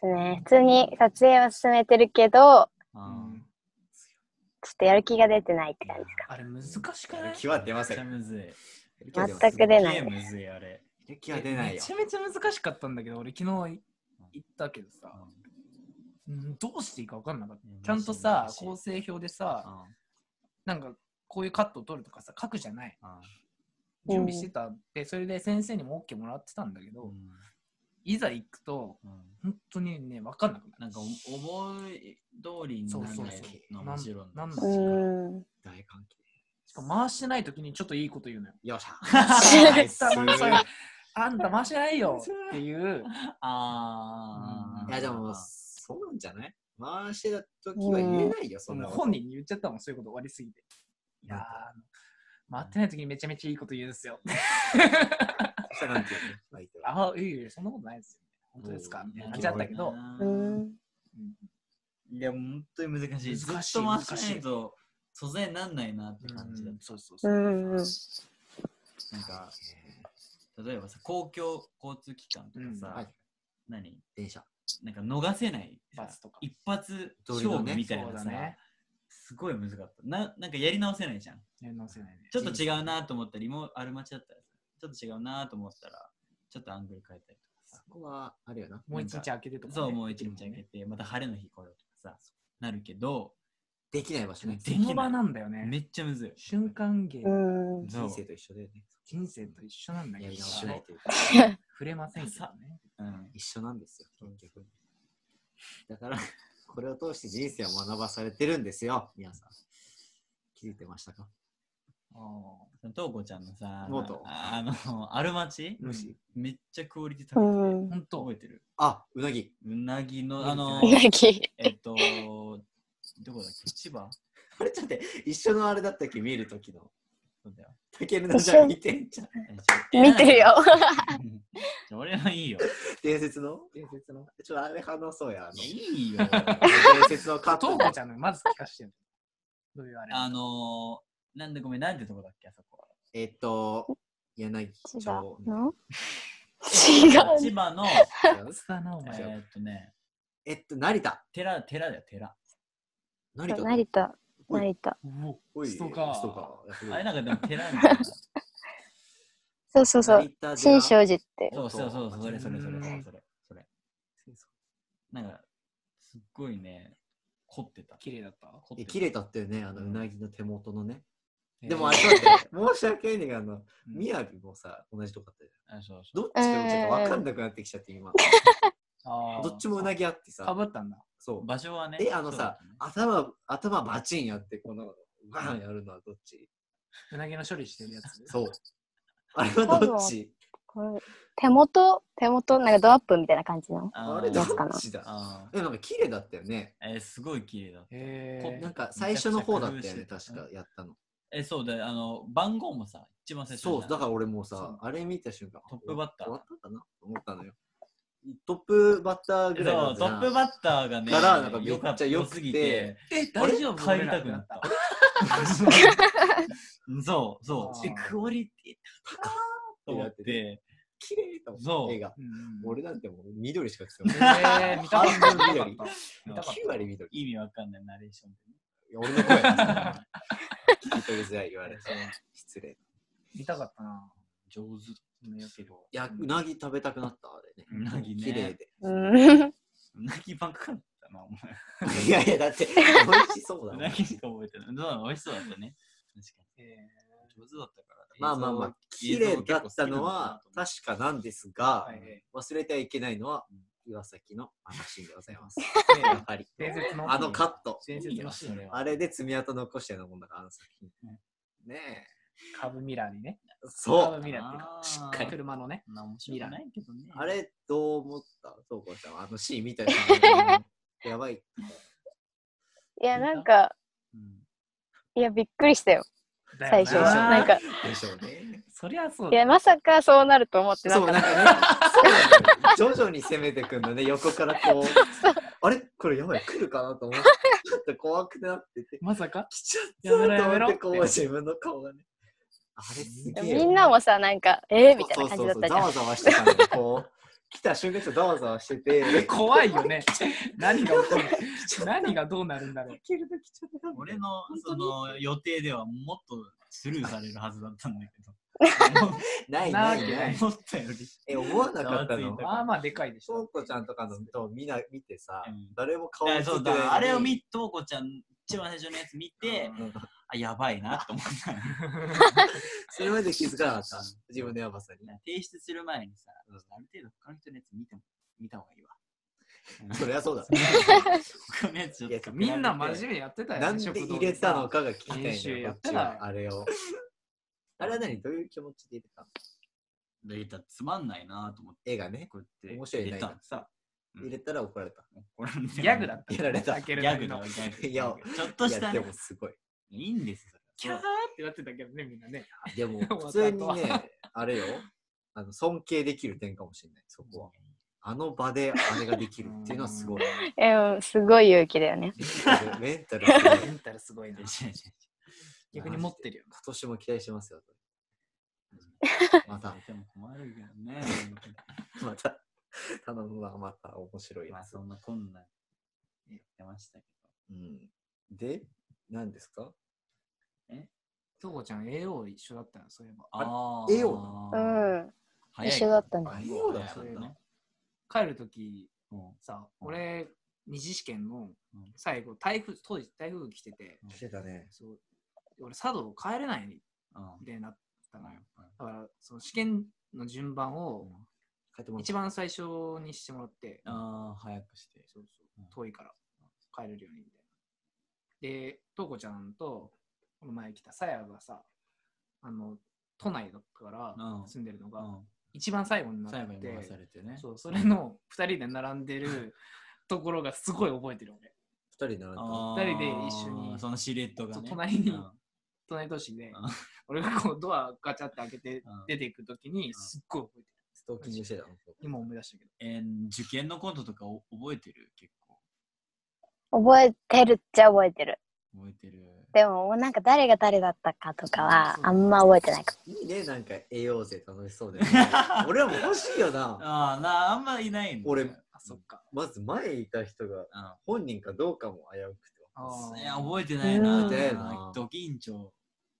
[SPEAKER 4] すね。普通に撮影は進めてるけど、
[SPEAKER 3] あー
[SPEAKER 4] ちょっとやる気が出てないって感じですか。
[SPEAKER 1] あれ難しく
[SPEAKER 2] や
[SPEAKER 1] ない
[SPEAKER 2] る気は出ませ
[SPEAKER 3] めっちゃ
[SPEAKER 2] ん。
[SPEAKER 3] むずい。
[SPEAKER 4] 全く出
[SPEAKER 3] す
[SPEAKER 4] な
[SPEAKER 3] げ
[SPEAKER 4] い
[SPEAKER 3] えむずい、あれ。
[SPEAKER 2] やる気は出ない
[SPEAKER 1] め
[SPEAKER 2] よ
[SPEAKER 1] ち。ゃめちゃ難しかったんだけど、俺昨日い行ったけどさ、うんどうしていいか分かんなかった
[SPEAKER 3] うん。
[SPEAKER 1] ちゃんとさ
[SPEAKER 3] 難、しい
[SPEAKER 1] 構
[SPEAKER 3] 難
[SPEAKER 1] 成表でさ、
[SPEAKER 3] あ
[SPEAKER 1] なんかこういうカットを取るとかさ、書くじゃない。
[SPEAKER 3] あ
[SPEAKER 1] 準備してたで、それで先生にも OK もらってたんだけど、いざ行くと、
[SPEAKER 3] うん
[SPEAKER 1] 本当にね、分かんなくなる。
[SPEAKER 3] なんかお思い通りにな
[SPEAKER 1] そう
[SPEAKER 3] んな
[SPEAKER 1] そう
[SPEAKER 2] そう
[SPEAKER 3] いのもちろん
[SPEAKER 1] なん
[SPEAKER 3] だ
[SPEAKER 1] な
[SPEAKER 3] し
[SPEAKER 1] ん
[SPEAKER 4] うーん。
[SPEAKER 2] 大関係。
[SPEAKER 1] しかも回してない時にちょっといいこと言うの よ。
[SPEAKER 2] よっしゃ。
[SPEAKER 1] ナイス
[SPEAKER 2] ナイス
[SPEAKER 1] あんた回してないよっていう。
[SPEAKER 3] ああ。
[SPEAKER 2] いやでも、そうなんじゃない回してた時は言えないよ、そんな
[SPEAKER 1] もう
[SPEAKER 2] こと。
[SPEAKER 1] 本人に言っちゃったもん、そういうこと終わりすぎて。いやー、回ってない時にめちゃめちゃいいこと言うんですよ。
[SPEAKER 2] そしたらなんて言うの相手は
[SPEAKER 1] ああ、いえいえ、そんなことないですよ。本当ですかみたいな感じだったけど。
[SPEAKER 4] うーん。
[SPEAKER 3] いや、本当に難しい。ずっ
[SPEAKER 1] 難しい
[SPEAKER 3] と回してないと、素材になんないなって感じだ
[SPEAKER 1] うんそうそう
[SPEAKER 4] う
[SPEAKER 1] そう。
[SPEAKER 4] ん。う
[SPEAKER 3] なん
[SPEAKER 4] ん。
[SPEAKER 3] か、例えばさ、公共交通機関とか
[SPEAKER 1] うん
[SPEAKER 2] は
[SPEAKER 3] さ
[SPEAKER 2] い、
[SPEAKER 3] 何
[SPEAKER 2] 電車。
[SPEAKER 3] なんか逃せない
[SPEAKER 1] 一発とか
[SPEAKER 3] 一発
[SPEAKER 2] どれ
[SPEAKER 3] 勝
[SPEAKER 2] の
[SPEAKER 3] 負
[SPEAKER 2] ね
[SPEAKER 3] みたい
[SPEAKER 1] そう
[SPEAKER 3] な
[SPEAKER 1] だ
[SPEAKER 3] さ、
[SPEAKER 1] ね
[SPEAKER 3] すごい難かったな。なんかやり直せないじゃん。
[SPEAKER 1] やり直せないね。
[SPEAKER 3] ちょっと違うなと思ったり、もうある町だったらさ、ちょっと違うなと思ったら、ちょっとアングル変えたりとかさ
[SPEAKER 2] そ。こは、あるよな。
[SPEAKER 1] もう一日開けてとかね。
[SPEAKER 3] そう、もう一日開け
[SPEAKER 1] て。
[SPEAKER 3] て、また晴れの日来ようとかさ、なるけど、
[SPEAKER 2] できない場所ね。
[SPEAKER 3] で
[SPEAKER 1] そ
[SPEAKER 3] きない
[SPEAKER 1] の場なんだよね。
[SPEAKER 3] めっちゃむずい。
[SPEAKER 1] 瞬間芸、
[SPEAKER 4] うん。
[SPEAKER 2] 人生と一緒だよね。
[SPEAKER 1] 人生と一緒なんだけ
[SPEAKER 2] や
[SPEAKER 1] ど
[SPEAKER 2] り直
[SPEAKER 1] さ
[SPEAKER 2] しないというか、
[SPEAKER 1] 触れませんけどね。
[SPEAKER 3] うん。
[SPEAKER 2] 一緒なんですよ、結局。だから、 これを通して人生を学ばされてるんですよ、皆さん。気づいてましたか
[SPEAKER 1] ああ
[SPEAKER 3] そのトーコちゃんのさ、
[SPEAKER 2] ノート
[SPEAKER 3] ああの、アルマチ
[SPEAKER 1] うん
[SPEAKER 2] もし、
[SPEAKER 3] めっちゃクオリティ
[SPEAKER 4] う
[SPEAKER 3] 高い。
[SPEAKER 4] ん。
[SPEAKER 1] 本当
[SPEAKER 3] 覚えてる
[SPEAKER 2] あ、うなぎ。
[SPEAKER 3] うなぎ
[SPEAKER 1] う
[SPEAKER 3] の、
[SPEAKER 1] ん
[SPEAKER 3] あの
[SPEAKER 4] う、なぎ。
[SPEAKER 3] えっと、どこだっけ千葉
[SPEAKER 2] あれちょっと待って、一緒のあれだったっけ見るときの。
[SPEAKER 3] そうだよ。
[SPEAKER 2] たけるのじゃあ見てんじゃん。
[SPEAKER 3] え
[SPEAKER 4] 見てるよ。。
[SPEAKER 3] じゃあ 俺はいいよ。
[SPEAKER 2] 伝説の
[SPEAKER 1] 伝説の。
[SPEAKER 2] ちょっとあれ話そうや。あの
[SPEAKER 3] いやいいよ。
[SPEAKER 2] 伝説のカッ
[SPEAKER 1] ト
[SPEAKER 2] ト
[SPEAKER 1] ー。コちゃんのまず聞かしてる。どういうあれ
[SPEAKER 3] あの、なんでごめん、なんてとこだっけあそこは。
[SPEAKER 2] えっと、柳
[SPEAKER 4] 違
[SPEAKER 2] 町
[SPEAKER 4] うの違う。
[SPEAKER 3] 千葉の、
[SPEAKER 1] つだな、お前。
[SPEAKER 3] えっとね、
[SPEAKER 2] えっと、成田。
[SPEAKER 3] 寺、寺だよ、寺。
[SPEAKER 2] 成田。
[SPEAKER 4] 成田。成田。
[SPEAKER 1] うお
[SPEAKER 2] おい
[SPEAKER 1] ストーカー
[SPEAKER 2] ストーカ
[SPEAKER 3] あれ
[SPEAKER 2] ー。
[SPEAKER 3] なんかでも寺みた いな。
[SPEAKER 4] そうそうそう。
[SPEAKER 2] う
[SPEAKER 4] 新勝寺って。
[SPEAKER 3] そうそうそう、それそれそれ
[SPEAKER 1] う
[SPEAKER 3] それ
[SPEAKER 1] ん
[SPEAKER 3] それ。それなんか、すっごいね、凝ってた。
[SPEAKER 1] 綺麗だった
[SPEAKER 3] 凝って
[SPEAKER 2] え、
[SPEAKER 3] た
[SPEAKER 2] 切れたっていうね、あの、
[SPEAKER 3] うん
[SPEAKER 2] うなぎの手元のね。
[SPEAKER 1] えー
[SPEAKER 2] でもあれ、だって申し訳ないんだけど、あの、
[SPEAKER 1] うん
[SPEAKER 2] みやびもさ、同じとこだったじ
[SPEAKER 3] あそうそ。
[SPEAKER 2] ゃん。どっちかもちょっとわかんなくなってきちゃって、今。
[SPEAKER 1] あー
[SPEAKER 2] どっちもうなぎあって
[SPEAKER 1] か
[SPEAKER 2] さ、
[SPEAKER 1] ぶったんだ。
[SPEAKER 2] そうう。
[SPEAKER 3] 場所はね。
[SPEAKER 2] え、あのさ
[SPEAKER 3] そう、
[SPEAKER 2] 頭、頭バチンやって、この、バーンやるのはどっち
[SPEAKER 1] うなぎの処理してるやつ。
[SPEAKER 2] そう。あれはどっち
[SPEAKER 4] これ手元、手元、なんかドアップみたいな感じの。
[SPEAKER 3] だね
[SPEAKER 2] あれどっ
[SPEAKER 4] どっちかな
[SPEAKER 2] ちだ
[SPEAKER 3] あー
[SPEAKER 2] え、なんか綺麗だったよね。
[SPEAKER 3] えー、すごい綺麗だった。
[SPEAKER 1] へ
[SPEAKER 3] こ
[SPEAKER 1] え
[SPEAKER 2] なんか最初の方だったよね、
[SPEAKER 3] めちゃくちゃ
[SPEAKER 2] 確
[SPEAKER 3] 工夫してた
[SPEAKER 2] かやったの。
[SPEAKER 3] えー、そうだよ。あの、番号もさ、一番最初
[SPEAKER 2] そう、だから
[SPEAKER 3] ら
[SPEAKER 2] 俺もう
[SPEAKER 1] そ
[SPEAKER 2] さ
[SPEAKER 1] う、
[SPEAKER 2] あれ見た瞬間、
[SPEAKER 3] トップバッター
[SPEAKER 2] 終わったかなと思ったのよ。トップバッターぐらいだ
[SPEAKER 3] そう、
[SPEAKER 2] った
[SPEAKER 3] ト
[SPEAKER 2] じゃ
[SPEAKER 3] ッ
[SPEAKER 2] ん
[SPEAKER 3] プバッターがね、
[SPEAKER 2] からなんかめっちゃ
[SPEAKER 3] 良かった
[SPEAKER 2] 良
[SPEAKER 3] 良
[SPEAKER 2] くて
[SPEAKER 3] すぎて、
[SPEAKER 1] え、
[SPEAKER 3] あれ
[SPEAKER 1] 大丈夫
[SPEAKER 3] 帰りたくなった。。 そう、そう。で
[SPEAKER 1] あー
[SPEAKER 3] クオリティ高いと思って、
[SPEAKER 2] 綺麗だも
[SPEAKER 3] そ
[SPEAKER 2] ん、
[SPEAKER 3] う
[SPEAKER 2] 絵が。
[SPEAKER 1] 俺らうん
[SPEAKER 2] 俺なんてもう緑しか着てない。
[SPEAKER 1] えー、見たかった。見たかった見たかっ
[SPEAKER 2] 9割緑。い
[SPEAKER 3] 意味わかんないナレーションでね。
[SPEAKER 2] や俺の声だ。聞き取りづらい言われて。失礼。い
[SPEAKER 1] 見たかったな。
[SPEAKER 3] 上手だ
[SPEAKER 1] うんやけど。
[SPEAKER 2] や、うなぎ食べたくなった、あれね。
[SPEAKER 3] うなぎね
[SPEAKER 2] 綺麗で。
[SPEAKER 4] うん。
[SPEAKER 3] うなぎばっかだったな、お前。
[SPEAKER 2] いやいや、だって、美味しそうだも
[SPEAKER 3] うんな。ぎしか覚えてない。どうなの美味しそうだったね。確か
[SPEAKER 1] え
[SPEAKER 3] に。上手だったから。
[SPEAKER 2] まあまあまあ、綺麗だったのは確かなんです
[SPEAKER 1] ー
[SPEAKER 2] が
[SPEAKER 1] は、い
[SPEAKER 2] 忘れてはいけないのは、岩崎のあのシーンでございます。や
[SPEAKER 1] え
[SPEAKER 2] はり。
[SPEAKER 1] 伝説の
[SPEAKER 2] あのカット。
[SPEAKER 1] 伝説のシーン
[SPEAKER 3] いいよそれは
[SPEAKER 2] あれで爪痕残してるのもんだから、あの作品
[SPEAKER 3] ね。
[SPEAKER 2] ね
[SPEAKER 1] カブミラーにね。
[SPEAKER 2] え。
[SPEAKER 1] カ
[SPEAKER 2] そ
[SPEAKER 1] ブ
[SPEAKER 2] う。
[SPEAKER 1] ミラーっていうか、しっかり車のね。
[SPEAKER 3] な面白くないけどね。
[SPEAKER 2] あれ、どう思ったそうこうちゃんは、あのシーン見たら。 やばい。
[SPEAKER 4] いや、なんか、
[SPEAKER 3] うん
[SPEAKER 4] いや、びっくりしたよ、
[SPEAKER 1] だよ
[SPEAKER 4] 最初は。
[SPEAKER 2] あー
[SPEAKER 4] なんか、
[SPEAKER 2] でしょうね。
[SPEAKER 1] そりゃそう
[SPEAKER 4] い
[SPEAKER 1] だ
[SPEAKER 4] や、まさかそうなると思ってな
[SPEAKER 2] そう、
[SPEAKER 4] か
[SPEAKER 2] なん
[SPEAKER 4] っ
[SPEAKER 2] かね、そうなんだよ徐々に攻めてくんだね、横からこう。あれこれやばい、来るかなと思って、ちょっと怖くなってて。
[SPEAKER 1] まさか
[SPEAKER 2] 来ちゃった
[SPEAKER 1] やめろやめろ
[SPEAKER 2] と思ってこう自分の顔がね。あれす
[SPEAKER 4] た。
[SPEAKER 2] げえよ。
[SPEAKER 4] みんなもさ、なんか、えー、みたいな感じだったじゃん。
[SPEAKER 2] そうそうそうざわざわしてたの。こう、来た瞬間ちょっとざわざわしてて、
[SPEAKER 1] 怖いよね。何が起こる何がどうなるんだろう。
[SPEAKER 2] 切るときちょっと
[SPEAKER 3] 俺のその予定ではもっとスルーされるはずだったんだけど。
[SPEAKER 2] ない
[SPEAKER 1] な
[SPEAKER 2] な
[SPEAKER 1] わ
[SPEAKER 2] い
[SPEAKER 1] け
[SPEAKER 2] な
[SPEAKER 1] ないい。
[SPEAKER 3] 思ったより。
[SPEAKER 2] え、思わなかった
[SPEAKER 3] ざわつ
[SPEAKER 2] の
[SPEAKER 3] いた
[SPEAKER 1] まあまあでかいでし
[SPEAKER 2] 翔
[SPEAKER 1] ょ。
[SPEAKER 2] 子ちゃんとかのと見な見てさ
[SPEAKER 3] う、ん
[SPEAKER 2] 誰も顔
[SPEAKER 3] い
[SPEAKER 2] 映っ
[SPEAKER 3] や
[SPEAKER 2] て
[SPEAKER 3] そう
[SPEAKER 2] ないのに
[SPEAKER 3] だあれを見とうこちゃん一番最初のやつ見て、あ、やばいなと思ったの。
[SPEAKER 2] それまで気づかなかった。自分のやばさに。
[SPEAKER 3] 提出する前にさ、ある程度他の人のやつ見ても見た方がいいわ。
[SPEAKER 2] そりゃそうだ。
[SPEAKER 3] 他のやつちょっと比べて。
[SPEAKER 1] みんな真面目にやってたよ、ね。
[SPEAKER 2] なんで入れたの
[SPEAKER 1] か。
[SPEAKER 2] かが聞きたいん
[SPEAKER 1] 練習
[SPEAKER 2] だ
[SPEAKER 1] や
[SPEAKER 2] よ
[SPEAKER 1] っ、
[SPEAKER 2] こ
[SPEAKER 1] た
[SPEAKER 2] っち
[SPEAKER 1] ら
[SPEAKER 2] はあれを。 あれは何どういう気持ちで入れたの
[SPEAKER 3] で言ったらつまんないなと思って、
[SPEAKER 2] 映画ね。
[SPEAKER 3] こうやって
[SPEAKER 2] 面白いね
[SPEAKER 3] 入れたのさ。
[SPEAKER 2] 入れたら怒られた。
[SPEAKER 1] ギャグだった。
[SPEAKER 2] やられた
[SPEAKER 1] タケ
[SPEAKER 3] ギ
[SPEAKER 1] ルな
[SPEAKER 3] ャ
[SPEAKER 1] り
[SPEAKER 3] グ
[SPEAKER 1] の
[SPEAKER 3] だよギャグ
[SPEAKER 2] いや
[SPEAKER 3] ちょっとし
[SPEAKER 2] いや
[SPEAKER 3] た
[SPEAKER 2] で
[SPEAKER 3] ね。
[SPEAKER 2] もすごい。
[SPEAKER 3] いいんですよ。
[SPEAKER 1] キャーってなってたけどね、みんなね。
[SPEAKER 2] で も、普通にね、あれよ。あの尊敬できる点かもしれない、そこは。あの場であれができるっていうのはすごい。
[SPEAKER 4] え、すごい勇気だよね。
[SPEAKER 2] メンタルすごい。
[SPEAKER 1] メンタルすごいな
[SPEAKER 3] 違う。違う違う
[SPEAKER 1] 逆に持ってるよ。
[SPEAKER 2] 今年も期待してますよ。また、
[SPEAKER 3] でも困るけどね。
[SPEAKER 2] また、頼むわ、また面白い
[SPEAKER 3] ま
[SPEAKER 2] や
[SPEAKER 3] あ
[SPEAKER 2] つ。
[SPEAKER 3] そんなこんな言ってましたけ
[SPEAKER 2] うん、で、何ですか
[SPEAKER 1] とこちゃん、AO 一緒だったの、そういえば。
[SPEAKER 3] ど。あ
[SPEAKER 2] 絵を
[SPEAKER 4] う
[SPEAKER 3] を
[SPEAKER 4] ん。一緒だったね
[SPEAKER 2] あ絵をだ
[SPEAKER 1] そ
[SPEAKER 3] そうう
[SPEAKER 1] いう
[SPEAKER 3] だ
[SPEAKER 1] の
[SPEAKER 3] ね。
[SPEAKER 1] 帰るとき
[SPEAKER 3] うん
[SPEAKER 1] さ、
[SPEAKER 3] うん
[SPEAKER 1] 俺、二次試験の
[SPEAKER 3] うん
[SPEAKER 1] 最後、台風、当時台風来てて、
[SPEAKER 2] してたね。
[SPEAKER 1] そう俺、佐渡を帰れないみ
[SPEAKER 3] うん
[SPEAKER 1] たいになったのよ。だから、その試験の順番を
[SPEAKER 2] 帰ってもらっ
[SPEAKER 1] 一
[SPEAKER 2] た
[SPEAKER 1] 番最初にしてもらって、
[SPEAKER 3] ああ、早くして。
[SPEAKER 1] そうそう
[SPEAKER 3] うん
[SPEAKER 1] 遠いから帰れるようにみたいな。で、とうこちゃんと、この前来たさやがさ、あの、都内だったから
[SPEAKER 3] う、ん
[SPEAKER 1] 住んでるの
[SPEAKER 3] う
[SPEAKER 1] が、
[SPEAKER 3] ん
[SPEAKER 1] 一番最後になって
[SPEAKER 3] 最後に回されてね。
[SPEAKER 1] そうそれの2人で並んでるところがすごい覚えてる俺。
[SPEAKER 2] 二人並んだの。
[SPEAKER 3] あー
[SPEAKER 1] 二人で一緒に
[SPEAKER 3] そのシルエットが
[SPEAKER 1] そう
[SPEAKER 3] ね。
[SPEAKER 1] 隣に
[SPEAKER 3] うん
[SPEAKER 1] 隣同士で
[SPEAKER 3] ん、
[SPEAKER 1] 俺がこうドアガチャって開けて
[SPEAKER 3] うん
[SPEAKER 1] 出ていくときにすっごい覚えてる。
[SPEAKER 2] ストーキングしてたの。
[SPEAKER 1] 今思い出したけど。
[SPEAKER 3] えー受験のコントとかお覚えてる結構。
[SPEAKER 4] 覚えてるっちゃ覚えてる。
[SPEAKER 3] 覚えてる。
[SPEAKER 4] でも、もうなんか誰が誰だったかとかは
[SPEAKER 1] そ、う
[SPEAKER 4] あんま覚えてないか
[SPEAKER 2] いいね、なんか栄養税楽 しそうで、ね。俺らも欲しいよな。
[SPEAKER 3] ああ、なあんまいないんだ。
[SPEAKER 2] 俺
[SPEAKER 3] うん
[SPEAKER 1] あ、そっか。
[SPEAKER 2] まず前いた人が本人かどうかも危うくて。
[SPEAKER 1] あー
[SPEAKER 3] いや、覚えてないな。
[SPEAKER 2] 覚えてないな
[SPEAKER 3] ド緊張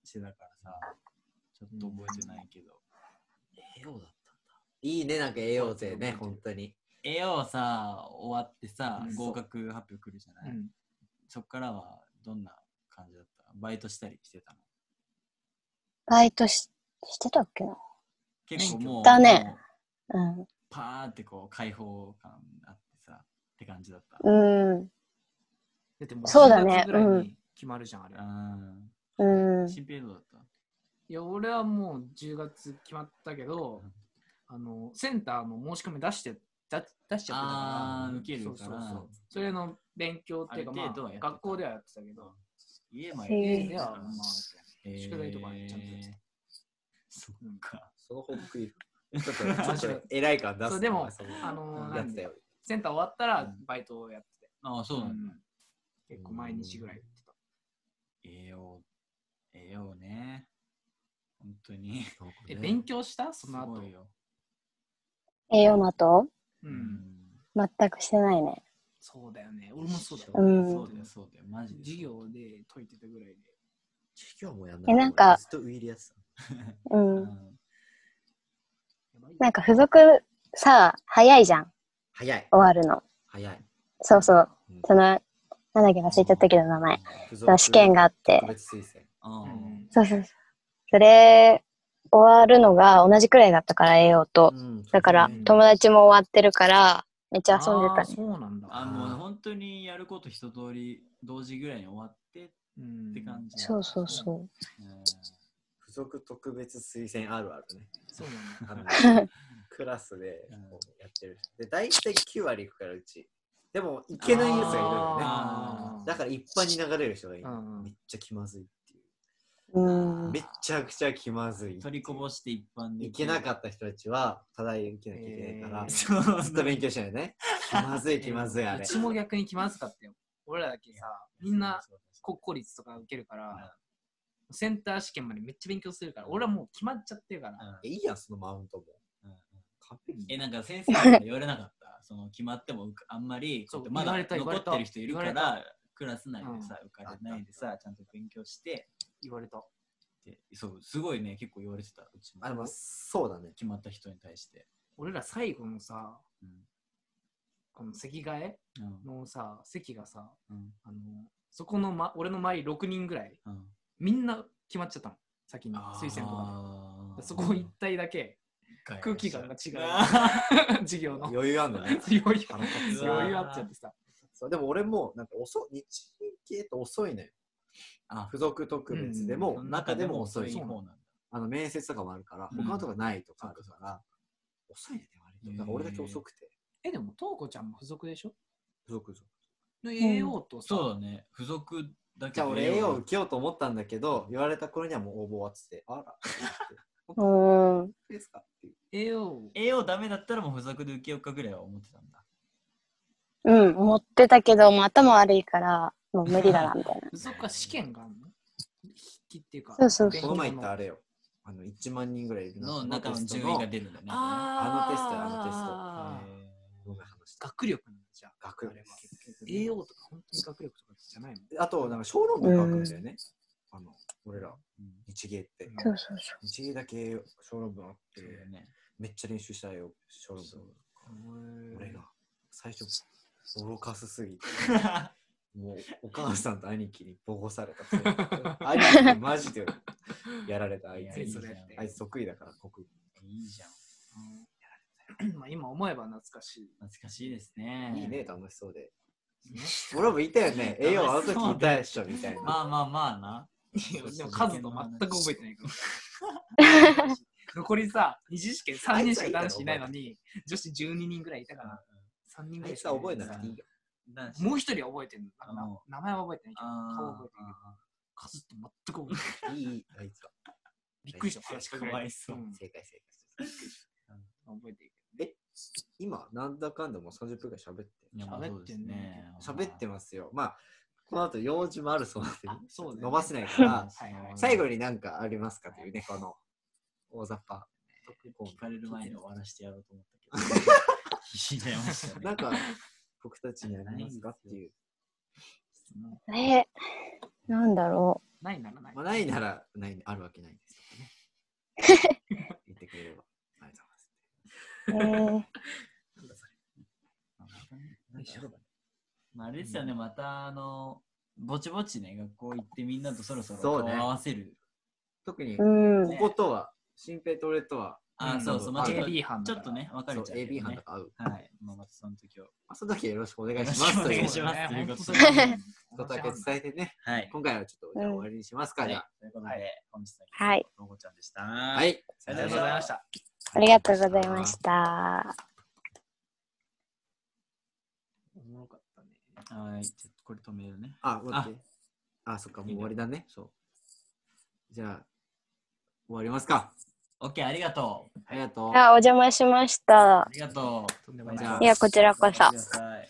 [SPEAKER 3] してたからさ、ちょっと覚えてないけど。
[SPEAKER 2] 栄養だったんだ。いいね、なんか栄養税ね、本当に。
[SPEAKER 3] 絵をさ、終わってさ
[SPEAKER 1] う、ん
[SPEAKER 3] 合格発表来るじゃ
[SPEAKER 1] う
[SPEAKER 3] ない、
[SPEAKER 1] ん。
[SPEAKER 3] そっからはどんな感じだったバイトしたりしてたの
[SPEAKER 4] バイトししてたっけな
[SPEAKER 3] 結構もう、
[SPEAKER 4] だね
[SPEAKER 3] もう
[SPEAKER 4] うん。
[SPEAKER 3] パーってこう開放感あってさ、って感じだった。
[SPEAKER 4] うん。
[SPEAKER 1] だってもう
[SPEAKER 4] そうだね
[SPEAKER 1] 10月ぐらいに決まるじゃん、あれ。
[SPEAKER 3] うん。
[SPEAKER 4] うん。
[SPEAKER 3] 新平どうだった
[SPEAKER 1] いや、俺はもう10月決まったけど、あの、センターの申し込み出して、だ出しちゃってたから
[SPEAKER 3] あ、ー受けるから
[SPEAKER 1] そうそうそう。それの勉強っていうか、
[SPEAKER 3] ある
[SPEAKER 1] ま
[SPEAKER 3] 程度はや
[SPEAKER 1] あ、
[SPEAKER 3] ってた
[SPEAKER 1] 学校ではやってたけど、
[SPEAKER 3] 家ま
[SPEAKER 4] うん
[SPEAKER 1] 家
[SPEAKER 3] で
[SPEAKER 1] ではまあ、宿
[SPEAKER 3] 宿
[SPEAKER 1] 題とかちゃんとやってた
[SPEAKER 3] そっか。
[SPEAKER 2] その報 告いる。ちょっと、
[SPEAKER 1] 面白い
[SPEAKER 2] 偉い感出すな。
[SPEAKER 1] そうでも
[SPEAKER 2] の
[SPEAKER 1] あの
[SPEAKER 3] うん
[SPEAKER 1] な
[SPEAKER 2] や
[SPEAKER 1] ん
[SPEAKER 2] つだ
[SPEAKER 1] で
[SPEAKER 2] よ。
[SPEAKER 1] センター終わったら
[SPEAKER 3] う
[SPEAKER 1] バイトをやってて、
[SPEAKER 3] ああ、そうなんだ。
[SPEAKER 1] うん結構毎日ぐらいやってた。
[SPEAKER 3] 栄養、栄養ね。本当に。
[SPEAKER 2] なんかね
[SPEAKER 1] え、勉強したその後
[SPEAKER 3] すご。いよ。
[SPEAKER 4] 栄養のと
[SPEAKER 1] う。
[SPEAKER 3] うん
[SPEAKER 4] 全くしてないね。
[SPEAKER 1] そうだよね。俺もそうだよ。
[SPEAKER 4] うん
[SPEAKER 3] そうだよ、そうだよ。マジで。
[SPEAKER 1] 授業で解いてたぐらいで。
[SPEAKER 2] 授業もやん
[SPEAKER 4] え
[SPEAKER 2] ない。
[SPEAKER 4] なんか
[SPEAKER 2] ずっとウィリアス。
[SPEAKER 4] う。
[SPEAKER 3] うんん。
[SPEAKER 1] やばいよ
[SPEAKER 4] なんか付属さ、早いじゃん。
[SPEAKER 2] 早い。
[SPEAKER 4] 終わるの。
[SPEAKER 2] 早い。
[SPEAKER 4] そうそう。
[SPEAKER 2] うん
[SPEAKER 4] その、なんだっけ忘れちゃったけど名前。
[SPEAKER 2] 付
[SPEAKER 4] その
[SPEAKER 2] 属
[SPEAKER 4] 試験があって
[SPEAKER 2] 特。別推薦。
[SPEAKER 3] あ
[SPEAKER 1] う
[SPEAKER 3] あ。
[SPEAKER 1] ん
[SPEAKER 4] そうそうそう。それ、終わるのが同じくらいだったから、栄養と。
[SPEAKER 2] うん
[SPEAKER 4] だから
[SPEAKER 1] うん、
[SPEAKER 4] 友達も終わってるから、めっちゃ遊んで
[SPEAKER 1] あ
[SPEAKER 4] た
[SPEAKER 1] ー
[SPEAKER 4] ね。
[SPEAKER 1] そうなんだ。
[SPEAKER 3] あもう本当にやること一通り同時ぐらいに終わって
[SPEAKER 1] うん
[SPEAKER 3] って感じ。
[SPEAKER 4] そうそうそう。
[SPEAKER 3] うん。
[SPEAKER 2] 付属特別推薦あるあるね。
[SPEAKER 1] そう
[SPEAKER 2] あ
[SPEAKER 1] なん
[SPEAKER 2] の
[SPEAKER 1] だ。
[SPEAKER 2] クラスで
[SPEAKER 3] うん
[SPEAKER 2] こうやってる。で、大体9割いくからうち。でも、いけないやつがいるよね。
[SPEAKER 3] あ
[SPEAKER 2] だから一般に流れる人がいる。
[SPEAKER 1] うんうん
[SPEAKER 2] めっちゃ気まずいっていうう。
[SPEAKER 4] ん。
[SPEAKER 2] めちゃくちゃ気まずい。
[SPEAKER 3] 取りこぼして一般で。
[SPEAKER 2] いけなか
[SPEAKER 3] っ
[SPEAKER 2] った人たちは、課題受けなきゃいけないから、
[SPEAKER 1] えー
[SPEAKER 2] ず
[SPEAKER 3] た。そう
[SPEAKER 2] っと勉強しないよね。気まずい、気まずい、あ
[SPEAKER 1] う
[SPEAKER 2] れ。
[SPEAKER 1] ちも逆に気まずかったよ。俺らだけさ、みんな国公立とか受けるか
[SPEAKER 3] うん
[SPEAKER 1] ら、センター試験までめっちゃ勉強するから、俺はもう決まっちゃってるから。
[SPEAKER 2] いいやん、そのマウントも。
[SPEAKER 3] うんうん
[SPEAKER 2] 完璧
[SPEAKER 3] え、なんか先生から言われなかった。 その決まっても受かあんまり、
[SPEAKER 1] そう
[SPEAKER 3] ちょっとまだ
[SPEAKER 1] 言われた言わ
[SPEAKER 3] 残
[SPEAKER 1] れ
[SPEAKER 3] ったてる人いるか
[SPEAKER 1] 言わ
[SPEAKER 3] ら、クラス内でさ、受かれないでさ、ちゃんと勉強して
[SPEAKER 1] 言われた。
[SPEAKER 3] って、そう、すごいね、結構言われてた。うち
[SPEAKER 2] あれも
[SPEAKER 3] も
[SPEAKER 2] そうだね。
[SPEAKER 3] 決まった人に対して。
[SPEAKER 1] 俺ら最後のさ、
[SPEAKER 3] うん
[SPEAKER 1] この席替え
[SPEAKER 3] うん
[SPEAKER 1] のさ、席がさ、
[SPEAKER 3] うん
[SPEAKER 1] あの、そこの、ま、俺の周り6人ぐらい、
[SPEAKER 3] うん
[SPEAKER 1] みんな決まっちゃったの。先に、推薦とか
[SPEAKER 3] あ
[SPEAKER 1] で。
[SPEAKER 3] ー
[SPEAKER 1] そこ一体だけ空気感が 違う。授業の。
[SPEAKER 2] 余裕あんだね。
[SPEAKER 1] 余裕
[SPEAKER 2] 腹立つわ
[SPEAKER 1] 余裕あっちゃってさ。
[SPEAKER 2] そうでも俺もなんか遅い日系って遅いのよ。
[SPEAKER 3] あ
[SPEAKER 2] 付属特別でも、
[SPEAKER 3] その
[SPEAKER 2] 中でも遅い。
[SPEAKER 3] 方なんだ。
[SPEAKER 2] あの面接とかもあるから、
[SPEAKER 3] うん
[SPEAKER 2] 他のとこないとかあるから、遅いね、割と。だから俺だけ遅くて、
[SPEAKER 1] え、でも、とうこちゃんも付属でしょ
[SPEAKER 2] 付属付属。
[SPEAKER 1] の AO とさ、
[SPEAKER 3] そうだね。付属だけ
[SPEAKER 2] じゃあ俺絵を
[SPEAKER 3] を
[SPEAKER 2] 受けようと思ったんだけど、言われた頃にはもう応募終わってて、あら、
[SPEAKER 4] うーん。
[SPEAKER 2] ですかっていう。
[SPEAKER 1] AO。
[SPEAKER 3] AO ダメだったらもう付属で受けようかぐらいは思ってたんだ。
[SPEAKER 4] うん、持ってたけど、もう頭悪いから、もう無理だな、みたいな。
[SPEAKER 1] 付属は試験があるの筆記っていうか。
[SPEAKER 4] そうそうそう
[SPEAKER 1] 勉
[SPEAKER 2] こ
[SPEAKER 1] 強
[SPEAKER 2] の前行ったあれよ。あの、1万人ぐらいいる
[SPEAKER 3] の中
[SPEAKER 2] 中
[SPEAKER 3] の
[SPEAKER 2] の
[SPEAKER 3] 順
[SPEAKER 2] 順
[SPEAKER 3] 位
[SPEAKER 2] 位
[SPEAKER 3] が
[SPEAKER 2] が
[SPEAKER 3] 出るんだね。
[SPEAKER 1] あー
[SPEAKER 2] あのテストあのテストの話した。
[SPEAKER 1] 学力なんだじゃあ。
[SPEAKER 2] 学力
[SPEAKER 1] あれは結局 AO とか本当に学力とかじゃないもん。
[SPEAKER 2] あと、なんか小論文書くんだよね。あの、俺ら、
[SPEAKER 3] うん
[SPEAKER 2] 日芸って。
[SPEAKER 4] そうそうそ
[SPEAKER 2] 日芸だけ小論文あって
[SPEAKER 3] そう、だよね。
[SPEAKER 2] めっちゃ練習したよ、小論文。俺が最初愚かすすぎてもうお母さんと兄貴にボコされた 兄貴にマジでやられたあい
[SPEAKER 3] いや
[SPEAKER 2] つ
[SPEAKER 1] い
[SPEAKER 3] い
[SPEAKER 1] い
[SPEAKER 3] じゃ
[SPEAKER 1] そ
[SPEAKER 3] ん
[SPEAKER 1] れ
[SPEAKER 2] あいつ得意だから国語
[SPEAKER 3] いいじゃん。
[SPEAKER 1] うんまあ今思えば懐かしい。
[SPEAKER 3] 懐かしいですね。
[SPEAKER 2] いいね。楽しそうで俺もいたよ ね栄養あの時いたでしょみたいな
[SPEAKER 3] まあまあまあな。
[SPEAKER 1] でも数と全く覚えてない から。残りさ、二次試験3人しか男子いないのに、女子12人ぐらいいたから、3人ぐ
[SPEAKER 2] あ
[SPEAKER 1] ら
[SPEAKER 2] い
[SPEAKER 1] いし
[SPEAKER 2] つ
[SPEAKER 1] か
[SPEAKER 2] は
[SPEAKER 1] ない
[SPEAKER 2] 覚えなくていいよ
[SPEAKER 3] 男子
[SPEAKER 1] もう一人は覚えてるだから
[SPEAKER 3] あの
[SPEAKER 1] 名前は覚えてないけど、顔は
[SPEAKER 3] あ
[SPEAKER 1] 覚えてるけど、数って全く覚えてない。
[SPEAKER 2] いいいいあいつは
[SPEAKER 1] びっくりした、話しかけられて
[SPEAKER 3] かわいそう
[SPEAKER 1] うん
[SPEAKER 2] 正解正解
[SPEAKER 1] 覚えてる
[SPEAKER 2] え今なんだかんだもう30分ぐらい喋って
[SPEAKER 3] ー。いやまあそうですね
[SPEAKER 2] 喋ってますよまあこの後用事もあるそうなんで
[SPEAKER 1] あそうだよね
[SPEAKER 2] 伸ばせないから
[SPEAKER 1] はいはいはい
[SPEAKER 2] 最後になんかありますかというね、この大雑把。
[SPEAKER 3] 聞かれる前に終わらせてやろうと思ったけど。必死になりましたね。
[SPEAKER 2] なんか、僕たちにありますかっていう。
[SPEAKER 1] けど。も
[SPEAKER 4] う。え、なんだろ
[SPEAKER 1] うないならない
[SPEAKER 2] まあ、。ないなら、ない、あるわけないですけ どね。言ってくれれば。ありがとう
[SPEAKER 4] う。えー、
[SPEAKER 2] ございます。なんか
[SPEAKER 3] まあ、あれですよね、またあの、ぼちぼちね、学校行ってみんなとそろそろ
[SPEAKER 2] そう
[SPEAKER 3] 顔
[SPEAKER 2] ね
[SPEAKER 3] 合わせる。
[SPEAKER 2] 特に、こ
[SPEAKER 4] うん。
[SPEAKER 2] ことは、新平と俺とは、
[SPEAKER 3] あ
[SPEAKER 1] う
[SPEAKER 3] あ、
[SPEAKER 1] ん
[SPEAKER 3] そうそう、まあちょっと
[SPEAKER 1] AB 班
[SPEAKER 3] ち
[SPEAKER 1] だ
[SPEAKER 3] ょ
[SPEAKER 1] か
[SPEAKER 3] っ
[SPEAKER 1] ら
[SPEAKER 3] とね、分か
[SPEAKER 2] そ
[SPEAKER 3] れ
[SPEAKER 2] う
[SPEAKER 3] ちゃうけどね
[SPEAKER 2] AB 班とか会う。
[SPEAKER 3] はい、まあまたその時を。
[SPEAKER 2] まあ、その時はよろしくお願いします。と
[SPEAKER 3] お願
[SPEAKER 2] いう
[SPEAKER 3] いします
[SPEAKER 1] そうだね
[SPEAKER 3] ということ
[SPEAKER 1] 本
[SPEAKER 3] で
[SPEAKER 1] 当に
[SPEAKER 2] ことだけ伝えてね。
[SPEAKER 3] はい。
[SPEAKER 2] 今回はちょっと、じゃあ終わりにしますか。
[SPEAKER 3] は
[SPEAKER 2] じ
[SPEAKER 3] い
[SPEAKER 2] ゃ、
[SPEAKER 3] ということで、
[SPEAKER 1] はい
[SPEAKER 3] 本日の
[SPEAKER 4] はい。
[SPEAKER 3] ロゴちゃんでした。
[SPEAKER 2] あ。
[SPEAKER 3] は
[SPEAKER 2] はい。
[SPEAKER 3] あ
[SPEAKER 1] あ
[SPEAKER 3] り
[SPEAKER 1] り
[SPEAKER 3] が
[SPEAKER 1] が
[SPEAKER 3] と
[SPEAKER 1] と
[SPEAKER 3] う
[SPEAKER 1] うご
[SPEAKER 3] ござ
[SPEAKER 1] ざ
[SPEAKER 3] い
[SPEAKER 1] い
[SPEAKER 3] ま
[SPEAKER 1] ま
[SPEAKER 3] し
[SPEAKER 1] したた。
[SPEAKER 4] ありがとうございました。
[SPEAKER 1] おもろかったね。
[SPEAKER 3] はい、じゃあこれ止めるね。
[SPEAKER 2] あ、待って。あ、そっか、もう終わりだね。
[SPEAKER 3] そ
[SPEAKER 2] じゃあ、終わりますか。
[SPEAKER 3] う。OK、ありがとう。
[SPEAKER 2] ありがとう。
[SPEAKER 4] あ、お邪魔しました
[SPEAKER 3] あ。りがとう。
[SPEAKER 1] とんでもない
[SPEAKER 2] じゃあ
[SPEAKER 4] いや、こちらこそ。
[SPEAKER 3] ください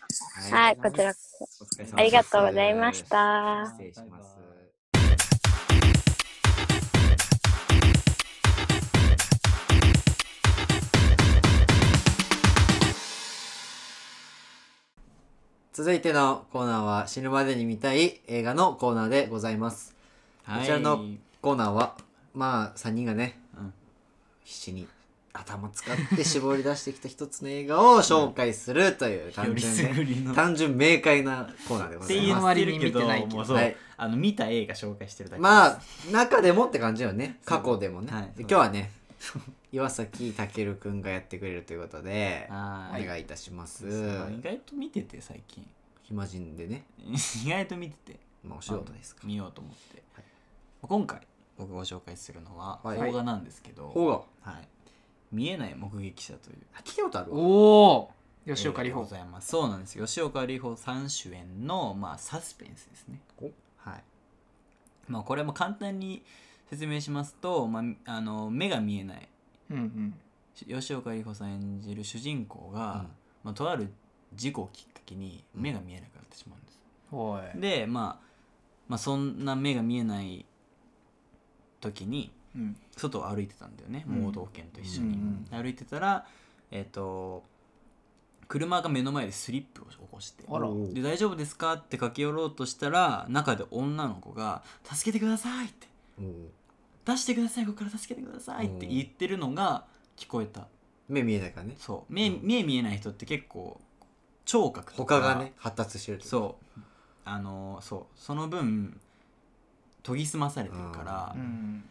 [SPEAKER 4] はい、こちらこそ。
[SPEAKER 2] お疲れ様です
[SPEAKER 4] ありがとうございました。
[SPEAKER 2] 失礼します。続いてのコーナーは死ぬまでに見たい映画のコーナーでございます。
[SPEAKER 3] はい。
[SPEAKER 2] こちらの
[SPEAKER 3] うん。
[SPEAKER 2] コーナーはまあ3人がね必死に頭使って絞り出してきた一つの映画を紹介するという
[SPEAKER 3] よ
[SPEAKER 2] 単
[SPEAKER 3] り
[SPEAKER 2] 純
[SPEAKER 3] す
[SPEAKER 2] で
[SPEAKER 3] ぐりの。っ
[SPEAKER 2] 単純明快なコーナーでござ
[SPEAKER 3] て
[SPEAKER 2] い
[SPEAKER 3] 言
[SPEAKER 2] ま
[SPEAKER 1] あん。
[SPEAKER 2] す
[SPEAKER 3] っ
[SPEAKER 1] ま
[SPEAKER 3] て
[SPEAKER 1] り
[SPEAKER 3] る
[SPEAKER 1] に
[SPEAKER 3] け
[SPEAKER 1] 見てない
[SPEAKER 3] ど、
[SPEAKER 1] けど
[SPEAKER 3] もうそう、
[SPEAKER 2] はい
[SPEAKER 3] あの、見た映画紹介してるだけ。
[SPEAKER 2] ま
[SPEAKER 3] あ、
[SPEAKER 2] あ中でもって感じよね
[SPEAKER 3] そう
[SPEAKER 2] 過去でもね、
[SPEAKER 3] はい
[SPEAKER 2] で今日はね 岩崎健くんがやってくれるということでお
[SPEAKER 3] はい。
[SPEAKER 2] 願いいたします、
[SPEAKER 3] そう意外と見てて、最近。
[SPEAKER 2] 暇人でね、
[SPEAKER 3] 意外と見てて、
[SPEAKER 2] まあ、お仕事ですか
[SPEAKER 3] 見ようと思って。今回、僕ご紹介するのは、
[SPEAKER 2] はい
[SPEAKER 3] 邦画なんですけど、
[SPEAKER 2] ほうが
[SPEAKER 3] はい。見えない目撃者という。
[SPEAKER 2] 聞いたことあるわ
[SPEAKER 1] おお吉岡
[SPEAKER 3] 映
[SPEAKER 1] 里帆
[SPEAKER 3] 画でご。ざいますそうなんです吉岡里帆さん主演の、まあ、サスペンスですね
[SPEAKER 2] お
[SPEAKER 3] はいまあこれも簡単に説明しますと、まあ、あの目が見えない
[SPEAKER 1] うんうん。
[SPEAKER 3] 吉岡里帆さん演じる主人
[SPEAKER 2] う
[SPEAKER 3] 公が、
[SPEAKER 2] ん
[SPEAKER 3] まあ、とある事故をきっかけに
[SPEAKER 2] うん
[SPEAKER 3] 目が見えなくなってしまうんです、
[SPEAKER 1] おい。
[SPEAKER 3] で、まあ、まあそんな目が見えない時に
[SPEAKER 1] うん。
[SPEAKER 3] 外を歩いてたんだよね
[SPEAKER 1] うん
[SPEAKER 3] 盲導犬と一緒に、
[SPEAKER 1] うん
[SPEAKER 3] 歩いてたらえっ、と車が目の前でスリップを起こして
[SPEAKER 1] あら
[SPEAKER 2] おう
[SPEAKER 3] で大丈夫ですかって駆け寄ろうとしたら中で女の子が「助けてください」って
[SPEAKER 2] おう
[SPEAKER 3] 「出してくださいここから助けてください」って言ってるのが聞こえた
[SPEAKER 2] 目見えないからね
[SPEAKER 3] そう目,、
[SPEAKER 2] うん
[SPEAKER 3] 目見えない人って結構聴覚とか
[SPEAKER 2] 他がね発達してると
[SPEAKER 3] そあのそうその分研ぎ澄まされてるから、
[SPEAKER 2] う
[SPEAKER 1] うん